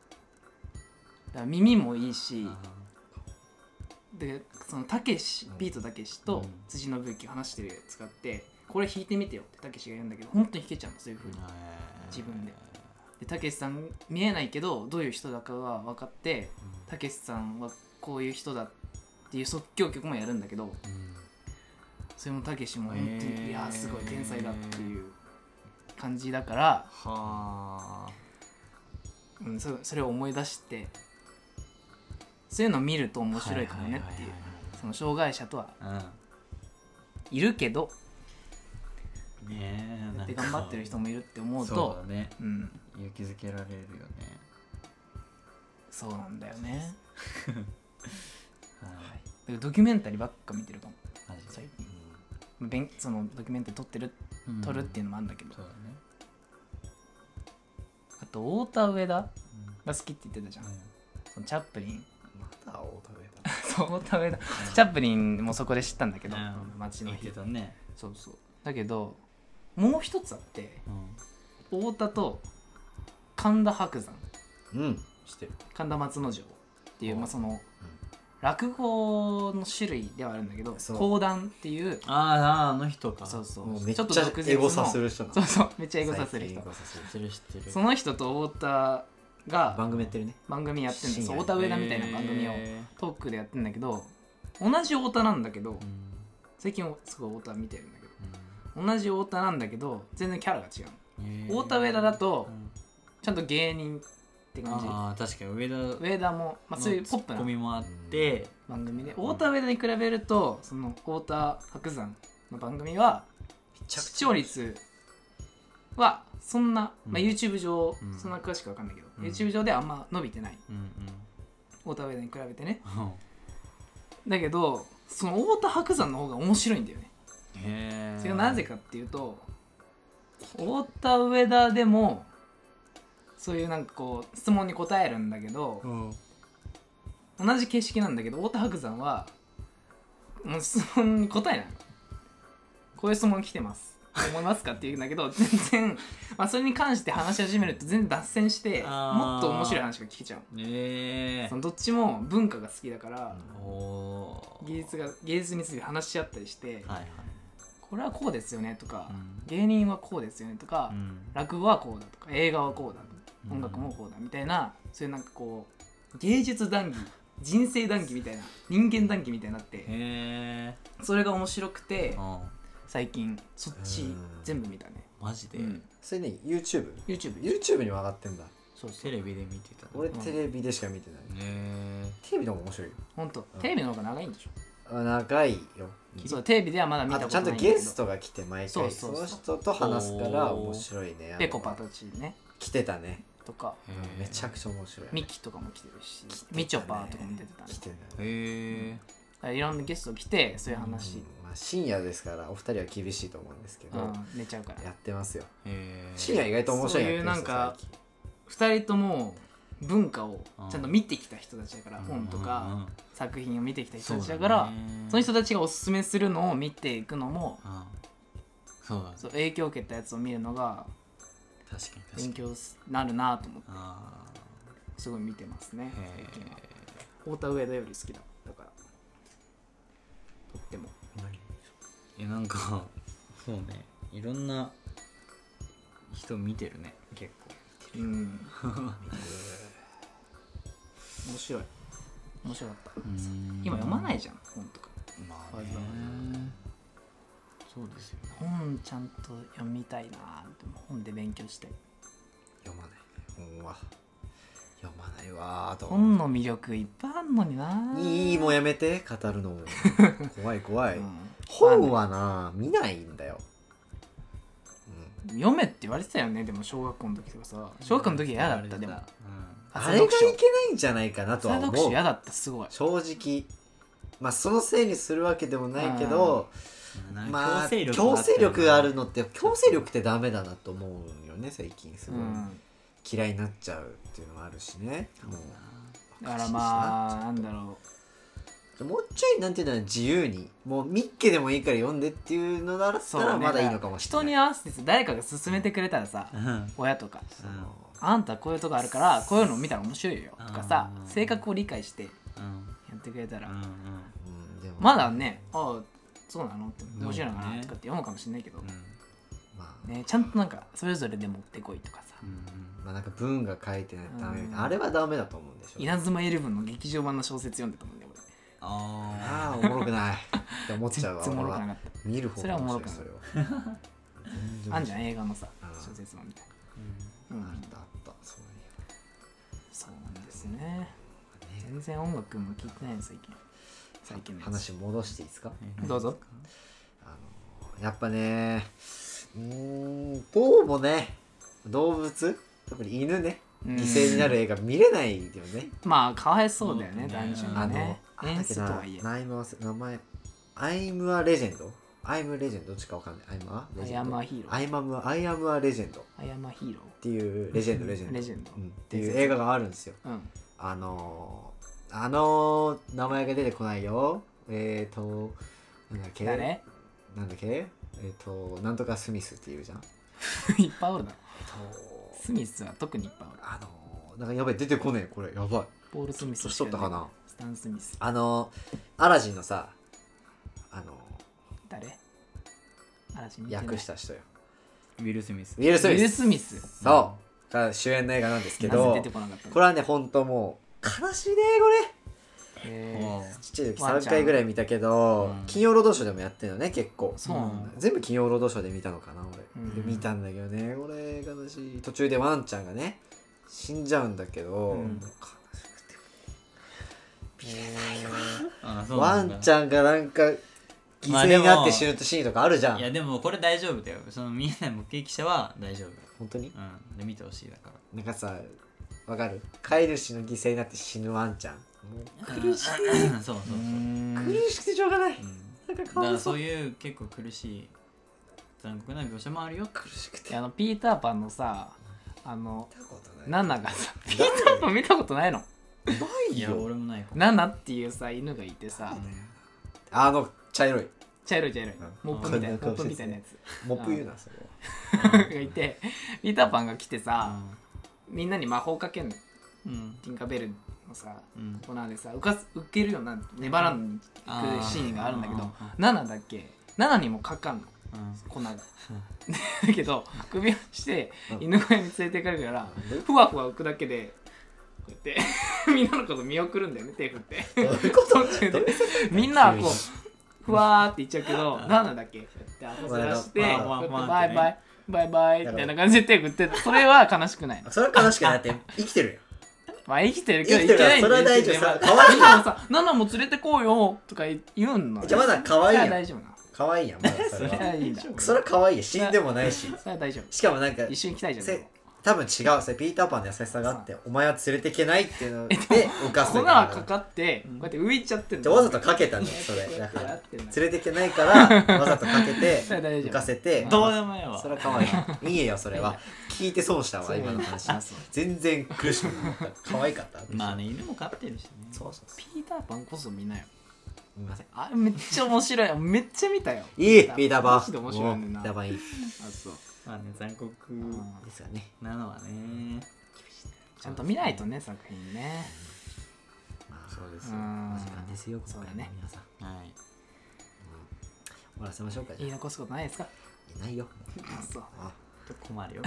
[SPEAKER 1] だから耳もいいしでそのたけし
[SPEAKER 2] うん
[SPEAKER 1] ビートたけしと
[SPEAKER 3] うん
[SPEAKER 1] 辻信之が話してるやつがあってこれ弾いてみてよってたけしが言うんだけど本当に弾けちゃうのそういう風に自分ででたけしさん見えないけどどういう人だかが分かってたけしさんはこういう人だっていう即興曲もやるんだけど
[SPEAKER 3] うん
[SPEAKER 1] それもたけしも本当に、
[SPEAKER 3] へー
[SPEAKER 1] いやーすごい天才だっていう感じだから、
[SPEAKER 3] はあ
[SPEAKER 1] うん、そそれを思い出してそういうのを見ると面白いかもねっていう
[SPEAKER 3] は
[SPEAKER 1] その障害者とはい
[SPEAKER 3] はいはいはい
[SPEAKER 1] いるけど
[SPEAKER 3] うんねえ
[SPEAKER 1] や
[SPEAKER 3] な
[SPEAKER 1] っ
[SPEAKER 3] ん
[SPEAKER 1] て
[SPEAKER 3] か
[SPEAKER 1] 頑張ってる人もいるって思うと
[SPEAKER 3] そうだね
[SPEAKER 1] うん、
[SPEAKER 3] 勇気づけられるよね
[SPEAKER 1] そうなんだよね、
[SPEAKER 3] はい
[SPEAKER 1] はい、だからドキュメンタリーばっか見てるかも
[SPEAKER 3] マジで
[SPEAKER 1] 最近勉そのドキュメンタリー撮ってる
[SPEAKER 3] うん
[SPEAKER 1] 撮るっていうのもあるんだけど、
[SPEAKER 3] そうだね
[SPEAKER 1] あと太田上田
[SPEAKER 3] うん
[SPEAKER 1] が好きって言ってたじゃん、そのチャップリ ン
[SPEAKER 2] まだ青食べた。
[SPEAKER 1] そう太田上田チャップリンもそこで知ったんだけど、
[SPEAKER 3] うん
[SPEAKER 1] 街の
[SPEAKER 3] 言っ
[SPEAKER 1] 人
[SPEAKER 3] てたね
[SPEAKER 1] そうそうだけどもう一つあって
[SPEAKER 3] うん
[SPEAKER 1] 太田と神田伯山
[SPEAKER 2] うん、してる。
[SPEAKER 1] 神田松之丞っていう、
[SPEAKER 2] ほう
[SPEAKER 1] まあ、その、落語の種類ではあるんだけど
[SPEAKER 2] そう
[SPEAKER 1] 講談っていう
[SPEAKER 3] あーあーあの人か
[SPEAKER 1] そう
[SPEAKER 3] 知
[SPEAKER 1] そ
[SPEAKER 2] もう
[SPEAKER 1] う
[SPEAKER 2] めっちゃ
[SPEAKER 1] ちょっと独
[SPEAKER 2] エ
[SPEAKER 1] 善
[SPEAKER 2] ゴ
[SPEAKER 1] の
[SPEAKER 2] さする人なの
[SPEAKER 1] そうそうめっちゃエゴさする
[SPEAKER 2] 最近
[SPEAKER 1] 人
[SPEAKER 2] エゴサする人
[SPEAKER 3] ってる知ってる
[SPEAKER 1] その人と太田が
[SPEAKER 2] 番組やってるね。
[SPEAKER 1] 番組やってんだ
[SPEAKER 2] 深夜
[SPEAKER 1] そう太田上田みたいな番組を
[SPEAKER 3] へ
[SPEAKER 1] トークでやってんだけど同じ太田なんだけど
[SPEAKER 3] ーうん
[SPEAKER 1] 最近すごい太田見てるんだけ
[SPEAKER 3] う
[SPEAKER 1] ど同じ太田なんだけど全然キャラが違うん
[SPEAKER 3] へー
[SPEAKER 1] 太田上田だと
[SPEAKER 3] うん
[SPEAKER 1] ちゃんと芸人って感じ
[SPEAKER 3] ああ確かに上田
[SPEAKER 1] 上田も、まあ、そういうポップ
[SPEAKER 3] コ
[SPEAKER 1] な
[SPEAKER 3] ミもあって
[SPEAKER 1] 番組で太田上田に比べるとその太田白山の番組は視聴率はそんな、まあ、
[SPEAKER 3] うん
[SPEAKER 1] YouTube 上、
[SPEAKER 3] うん
[SPEAKER 1] そんな詳しくわかんないけど、
[SPEAKER 3] うん
[SPEAKER 1] YouTube 上ではあんま伸びてない
[SPEAKER 3] うんうん
[SPEAKER 1] 太田上田に比べてね
[SPEAKER 3] うん
[SPEAKER 1] だけどその太田白山の方が面白いんだよね
[SPEAKER 3] へえ
[SPEAKER 1] それがなぜかっていうと太田上田でもそういうなんかこう質問に答えるんだけど、
[SPEAKER 3] うん
[SPEAKER 1] 同じ形式なんだけど太田伯山はもう質問に答えないのこういう質問来てますどう思いますかって言うんだけど全然、まあ、それに関して話し始めると全然脱線して
[SPEAKER 3] あー
[SPEAKER 1] もっと面白い話が聞けちゃう
[SPEAKER 3] え
[SPEAKER 1] そのどっちも文化が好きだから
[SPEAKER 2] うん
[SPEAKER 3] おー
[SPEAKER 1] 芸術が芸術について話し合ったりして
[SPEAKER 3] はいはい
[SPEAKER 1] これはこうですよねとか
[SPEAKER 3] うん
[SPEAKER 1] 芸人はこうですよねとか
[SPEAKER 3] うん
[SPEAKER 1] 落語はこうだとか映画はこうだ
[SPEAKER 3] うん
[SPEAKER 1] 音楽もこうだみたいなそういうなんかこう芸術談義人生談義みたいな人間談義みたいになって
[SPEAKER 3] へえ
[SPEAKER 1] それが面白くて
[SPEAKER 3] うん
[SPEAKER 1] 最近そっち全部見たね、
[SPEAKER 3] マジで
[SPEAKER 1] うん
[SPEAKER 2] それね、YouTube。
[SPEAKER 1] YouTube
[SPEAKER 2] YouTube にも上がってんだ。
[SPEAKER 1] そうそ
[SPEAKER 3] テ
[SPEAKER 1] う
[SPEAKER 3] レビで見てた
[SPEAKER 2] 俺
[SPEAKER 3] ね
[SPEAKER 2] テレビでしか見てない。
[SPEAKER 3] え
[SPEAKER 2] テレビの方が面白いよ。
[SPEAKER 1] ほんと
[SPEAKER 2] うん
[SPEAKER 1] テレビの方が長いんでしょ、
[SPEAKER 2] あ長いよ。
[SPEAKER 1] そうテレビではまだ見た
[SPEAKER 2] あと
[SPEAKER 1] こ
[SPEAKER 2] ちゃ
[SPEAKER 1] と
[SPEAKER 2] ん
[SPEAKER 1] ないん
[SPEAKER 2] と
[SPEAKER 1] だけど
[SPEAKER 2] ゲストが来て毎
[SPEAKER 1] そう
[SPEAKER 2] 回
[SPEAKER 1] そ
[SPEAKER 2] そう
[SPEAKER 1] そ
[SPEAKER 2] の
[SPEAKER 1] う
[SPEAKER 2] 人と話すから面白いね。
[SPEAKER 1] ペコパたちね
[SPEAKER 2] 来てたね。
[SPEAKER 1] とか
[SPEAKER 2] うんめちゃく
[SPEAKER 3] ち
[SPEAKER 2] ちゃ面白い。
[SPEAKER 1] ミキとかも来てるし、
[SPEAKER 2] 来てたね
[SPEAKER 1] みちょぱとかも出てたね
[SPEAKER 2] 来てた
[SPEAKER 3] ゃ
[SPEAKER 2] ね
[SPEAKER 3] へえ
[SPEAKER 1] だからいろんなゲスト来てそういう話、
[SPEAKER 2] うんまあ深夜ですからお二人は厳しいと思うんですけど
[SPEAKER 1] うん、寝ちゃうから
[SPEAKER 2] やってますよ。
[SPEAKER 3] へえ
[SPEAKER 2] 深夜意外と面白いやってる人
[SPEAKER 1] そういうなんか
[SPEAKER 2] 最近
[SPEAKER 1] 2人とも文化をちゃんと見てきた人たちだから、本とか作品を見てきた人たちだから、その人
[SPEAKER 3] たち
[SPEAKER 1] たちがおすすめするのを見ていくのも
[SPEAKER 3] そうだね
[SPEAKER 1] そう影響を受けたやつを見るのが
[SPEAKER 3] 確かに確
[SPEAKER 1] 勉
[SPEAKER 3] かに
[SPEAKER 1] 強になるなと思って
[SPEAKER 3] あ
[SPEAKER 1] すごい見てますね
[SPEAKER 3] あへ
[SPEAKER 1] 最近は太田上田より好きだだからとっても
[SPEAKER 3] ええなんかそうねいろんな人見てるね結構
[SPEAKER 1] うん面白い面白かった今読まないじゃん本とか
[SPEAKER 3] ま
[SPEAKER 1] あ
[SPEAKER 3] あ
[SPEAKER 1] ね
[SPEAKER 3] ねそうですよね
[SPEAKER 1] 本ちゃんと読みたいなでも本で勉強したい
[SPEAKER 2] 読まない本は読まないわーと思う
[SPEAKER 1] 本の魅力いっぱいあんのにない
[SPEAKER 2] いもうやめて語るの も怖い怖い、
[SPEAKER 1] うん
[SPEAKER 2] 本はな見ないんだよ、うん、
[SPEAKER 1] 読めって言われてたよねでも小学校の時とかさ小学校の時嫌だったでも
[SPEAKER 3] うん
[SPEAKER 2] あれがいけないんじゃないかなとは
[SPEAKER 1] 朝
[SPEAKER 2] 思
[SPEAKER 1] 読書
[SPEAKER 2] う
[SPEAKER 1] 嫌だったすごい
[SPEAKER 2] 正直まあそのせいにするわけでもないけどまあ、
[SPEAKER 3] 強制力
[SPEAKER 2] 強制力がある
[SPEAKER 3] の
[SPEAKER 2] のって強制力ってダメだなと思うよね最近す
[SPEAKER 1] う
[SPEAKER 2] ごい、
[SPEAKER 1] ん、
[SPEAKER 2] 嫌いになっちゃうっていうのもあるしねもう
[SPEAKER 1] だからまあなんだろ
[SPEAKER 2] もうちょいなんていうのは自由にもうミッケでもいいから読んでっていうのだっ
[SPEAKER 1] う
[SPEAKER 2] たらまだいいのかもしれ
[SPEAKER 1] 人
[SPEAKER 2] ない
[SPEAKER 1] に合わせて誰かが勧めてくれたらさ
[SPEAKER 3] うん
[SPEAKER 1] 親とか
[SPEAKER 2] そう
[SPEAKER 1] あんたこういうとこあるからこういうの見たら面白いよとかさ
[SPEAKER 3] うん
[SPEAKER 1] 性格を理解してや
[SPEAKER 3] うん
[SPEAKER 1] ってくれた
[SPEAKER 3] う
[SPEAKER 1] ら
[SPEAKER 3] ん
[SPEAKER 2] うんでも
[SPEAKER 1] まだねああそうなのって
[SPEAKER 3] ん
[SPEAKER 1] 面白いのか
[SPEAKER 3] ね
[SPEAKER 1] なとかって読むかもしれないけど
[SPEAKER 3] うんうん
[SPEAKER 2] まあ
[SPEAKER 1] ねちゃんとなんかそれぞれで持ってこいとかさ
[SPEAKER 3] うん
[SPEAKER 2] まあなんか文が書いてないとダメ、
[SPEAKER 1] うん
[SPEAKER 2] あれはダメだと思うんでしょ
[SPEAKER 1] 稲妻イレブンの劇場版の小説読んでたもんね俺
[SPEAKER 2] ああ
[SPEAKER 3] あ
[SPEAKER 2] おもろくないって思っちゃう
[SPEAKER 1] 全然お
[SPEAKER 2] わ
[SPEAKER 1] もろくな
[SPEAKER 2] 俺は
[SPEAKER 1] かった
[SPEAKER 2] 見る方
[SPEAKER 1] それはおもろ
[SPEAKER 2] 面
[SPEAKER 1] くない
[SPEAKER 2] 白いそれは全然
[SPEAKER 1] あんじゃん映画のさ
[SPEAKER 2] うん
[SPEAKER 1] 小説版みたい
[SPEAKER 3] ーうん
[SPEAKER 1] な、うん
[SPEAKER 2] あったあったそうい
[SPEAKER 1] そうなんですね
[SPEAKER 2] えばね
[SPEAKER 1] 全然音楽も聴いてないの最近最近のやつ
[SPEAKER 2] 話戻していいですか
[SPEAKER 1] どうぞ
[SPEAKER 2] あのやっぱねうーんどうもね動物特に犬ね
[SPEAKER 1] うん
[SPEAKER 2] 犠牲になる映画見れないよね、
[SPEAKER 1] まあかわいそうだよね
[SPEAKER 3] そうだ
[SPEAKER 1] 単
[SPEAKER 3] ね
[SPEAKER 1] 純
[SPEAKER 2] あ
[SPEAKER 1] に
[SPEAKER 2] の
[SPEAKER 1] ね
[SPEAKER 2] あ
[SPEAKER 1] 演
[SPEAKER 2] だっ
[SPEAKER 1] 出
[SPEAKER 2] け
[SPEAKER 1] と
[SPEAKER 2] な
[SPEAKER 1] はいえ
[SPEAKER 2] ナイムは名前アイムはレジェンドアイムレジェンドどっちかわかんないアイムはレ
[SPEAKER 1] ア
[SPEAKER 2] ジ
[SPEAKER 1] イ
[SPEAKER 2] ェ
[SPEAKER 1] ア
[SPEAKER 2] ン
[SPEAKER 1] ム
[SPEAKER 2] ド
[SPEAKER 1] アヒーロー
[SPEAKER 2] アイマムはアイアムはレジェンドっ
[SPEAKER 1] アイアムアヒーロ
[SPEAKER 2] ていうレジェンドレジェン
[SPEAKER 1] ー
[SPEAKER 2] ド
[SPEAKER 1] レジェンド
[SPEAKER 2] うんっていう映画があるんですよ
[SPEAKER 1] うん
[SPEAKER 2] あのー、あのー、名前が出てこないよえーとなんだっけ
[SPEAKER 1] 誰
[SPEAKER 2] なんだっけえっ、と、なんとかスミスっていうじゃん。え
[SPEAKER 1] いっぱいおるな
[SPEAKER 2] っと、
[SPEAKER 1] スミスは特にいっぱいおる
[SPEAKER 2] あの、なんかやばい、出てこねえ、これ、やばい。
[SPEAKER 1] ポール・スミス
[SPEAKER 2] 年取ったかな。
[SPEAKER 1] スタン・スミス
[SPEAKER 2] あの、アラジンのさ、あの、
[SPEAKER 1] 誰嵐見てない
[SPEAKER 2] 訳した人よ。
[SPEAKER 3] ウィル・スミス
[SPEAKER 2] ウィル・
[SPEAKER 1] ウ
[SPEAKER 2] スミ
[SPEAKER 1] ィル・
[SPEAKER 2] ス。
[SPEAKER 1] スミス
[SPEAKER 2] そう。が主演の映画なんですけ
[SPEAKER 1] なぜ
[SPEAKER 2] ど
[SPEAKER 1] 出、てこなかったの
[SPEAKER 2] これはね、ほんともう、悲しいね、これ。
[SPEAKER 1] えー
[SPEAKER 3] おー
[SPEAKER 2] ちっちゃい時
[SPEAKER 1] ワンち
[SPEAKER 2] 3
[SPEAKER 1] ゃん
[SPEAKER 2] 回ぐらい見たけど
[SPEAKER 3] うん、
[SPEAKER 2] 金曜ロードショーでもやってるのね、結構。
[SPEAKER 1] そうなんだ
[SPEAKER 2] 全部金曜ロードショーで見たのかな俺、
[SPEAKER 1] うん
[SPEAKER 2] で見たんだけどねこれ悲しい途中でワンちゃんがね死んじゃうんだけど、
[SPEAKER 3] ん
[SPEAKER 2] 悲しくて
[SPEAKER 3] あーそう
[SPEAKER 2] ワ
[SPEAKER 3] なんだ
[SPEAKER 2] ンちゃんがなんか犠牲になって死ぬシーンとかあるじゃ
[SPEAKER 3] いや
[SPEAKER 2] ん
[SPEAKER 3] でもこれ大丈夫だよその見えない目撃者は大丈夫
[SPEAKER 2] 本当に
[SPEAKER 3] うんで見てほしいだから
[SPEAKER 2] なんかさわかる飼い主の犠牲になって死ぬワンちゃんもう苦しい、
[SPEAKER 3] うんそうそうそう
[SPEAKER 1] うーん
[SPEAKER 2] 苦しくてしょうがない
[SPEAKER 3] う
[SPEAKER 2] な
[SPEAKER 3] ん
[SPEAKER 2] んかか
[SPEAKER 3] だか
[SPEAKER 2] わい
[SPEAKER 3] ら
[SPEAKER 2] そ
[SPEAKER 3] そうういう結構苦しい残酷な描写もあるよ
[SPEAKER 2] 苦しくて
[SPEAKER 1] いやあのピーターパンのさあの
[SPEAKER 2] 見たことない
[SPEAKER 1] ナナがさピー
[SPEAKER 2] だ
[SPEAKER 1] ターパン見たことないの
[SPEAKER 2] ない
[SPEAKER 3] いや
[SPEAKER 2] よ
[SPEAKER 3] 俺もないかも
[SPEAKER 1] ナナっていうさ犬がいてさ
[SPEAKER 2] あの茶色い
[SPEAKER 1] 茶色い茶色い
[SPEAKER 2] うん
[SPEAKER 1] モップみたいな
[SPEAKER 2] こ
[SPEAKER 1] モッ
[SPEAKER 2] んな顔して
[SPEAKER 1] プみたいなやつ
[SPEAKER 2] モップ言うなそれは
[SPEAKER 1] がいてピーターパンが来てさみんなに魔法かけんの
[SPEAKER 3] うん
[SPEAKER 1] ティンカベルのさ
[SPEAKER 3] うん
[SPEAKER 1] コーナーでさ浮かす浮けるような粘らんに行くシーンがあるんだけど
[SPEAKER 3] あー
[SPEAKER 1] ナナだっけナナにもかかんの
[SPEAKER 3] うん
[SPEAKER 1] 粉 がだけど首をして
[SPEAKER 2] うん
[SPEAKER 1] 犬小屋に連れていかれるから
[SPEAKER 2] うん
[SPEAKER 1] ふわふわ浮くだけでこうやって みんなのこと見送るんだよね手振って
[SPEAKER 2] どういうこと
[SPEAKER 1] 途中でみんなはこうふわーっていっちゃうけどナナだけこうやって焦らして
[SPEAKER 2] ふ
[SPEAKER 1] こうや
[SPEAKER 2] わふ
[SPEAKER 3] わ
[SPEAKER 1] って
[SPEAKER 3] ふわ
[SPEAKER 1] バイバイバイバイみ
[SPEAKER 2] だか
[SPEAKER 1] た
[SPEAKER 2] ら
[SPEAKER 1] いな感じで手振ってそれは悲しく ないの
[SPEAKER 2] それは悲しくないだって生きてるよ
[SPEAKER 1] まあ生きてるけど
[SPEAKER 2] 生
[SPEAKER 1] い
[SPEAKER 2] きて
[SPEAKER 1] け
[SPEAKER 2] るから
[SPEAKER 1] ないんだよ
[SPEAKER 2] それは大
[SPEAKER 1] 生きてる
[SPEAKER 2] 丈夫
[SPEAKER 1] まあ
[SPEAKER 2] かわいい
[SPEAKER 1] でもさ「ナナも連れてこうよ」とか言うんの
[SPEAKER 2] じゃあまだ可
[SPEAKER 1] そ
[SPEAKER 2] 愛
[SPEAKER 1] れ
[SPEAKER 2] い
[SPEAKER 1] は
[SPEAKER 2] やん
[SPEAKER 1] 大丈夫な
[SPEAKER 2] 可愛いやんまだそ
[SPEAKER 1] そ
[SPEAKER 2] れ
[SPEAKER 1] れは
[SPEAKER 2] はい
[SPEAKER 1] いんだそ
[SPEAKER 2] それは可愛いよ死んでもないし
[SPEAKER 1] れは大丈夫
[SPEAKER 2] しかもなんか
[SPEAKER 1] 一緒に行きたいじゃん
[SPEAKER 2] せ多分違うそれピーターパンの優しさがあってお前は連れていけないっていうので浮かせ
[SPEAKER 1] 粉
[SPEAKER 2] た
[SPEAKER 1] はかかってこうやって浮いちゃってん
[SPEAKER 2] じゃ
[SPEAKER 1] の
[SPEAKER 2] あわざとかけたんだよそれ
[SPEAKER 1] こうや
[SPEAKER 2] だ
[SPEAKER 1] って
[SPEAKER 2] か
[SPEAKER 1] や
[SPEAKER 2] ら
[SPEAKER 1] ってんの
[SPEAKER 2] 連れていけないからわざとかけて
[SPEAKER 1] それは大丈
[SPEAKER 2] 浮
[SPEAKER 1] 夫
[SPEAKER 2] かせて
[SPEAKER 3] どうでもええわ
[SPEAKER 2] それは可愛いいいよそれは聞いて損した
[SPEAKER 1] そ
[SPEAKER 2] わ
[SPEAKER 1] う
[SPEAKER 2] 今の話全然苦しくなかった可愛かった
[SPEAKER 3] まあね犬も飼ってるしね
[SPEAKER 2] そうそうそう
[SPEAKER 1] ピーターパンこそ見なよ
[SPEAKER 2] すみません
[SPEAKER 1] あれめっちゃ面白い めっちゃ見たよ
[SPEAKER 2] いいピーターパン
[SPEAKER 1] マジで面白いねん
[SPEAKER 2] も
[SPEAKER 1] な
[SPEAKER 2] うピーターパンいい
[SPEAKER 1] あそう
[SPEAKER 3] まあね残酷
[SPEAKER 1] うん
[SPEAKER 2] ですよね
[SPEAKER 3] なのはね
[SPEAKER 1] ちゃんと見ないとね作品ね
[SPEAKER 2] まあそうです
[SPEAKER 1] ようんお時間です
[SPEAKER 2] よ今
[SPEAKER 1] 回もそうだね
[SPEAKER 2] 皆さん
[SPEAKER 3] はい
[SPEAKER 2] 終わらせましょうか
[SPEAKER 1] 言い
[SPEAKER 2] い
[SPEAKER 1] 残すことないですか
[SPEAKER 2] ないよ
[SPEAKER 1] あそう
[SPEAKER 2] あ
[SPEAKER 3] ちょっと困るよ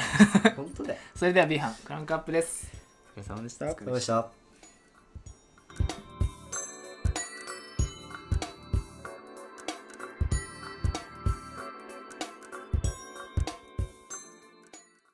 [SPEAKER 2] 本当だよ
[SPEAKER 1] それでは B 班クランクアップです
[SPEAKER 3] お疲れ様でした
[SPEAKER 2] どうでした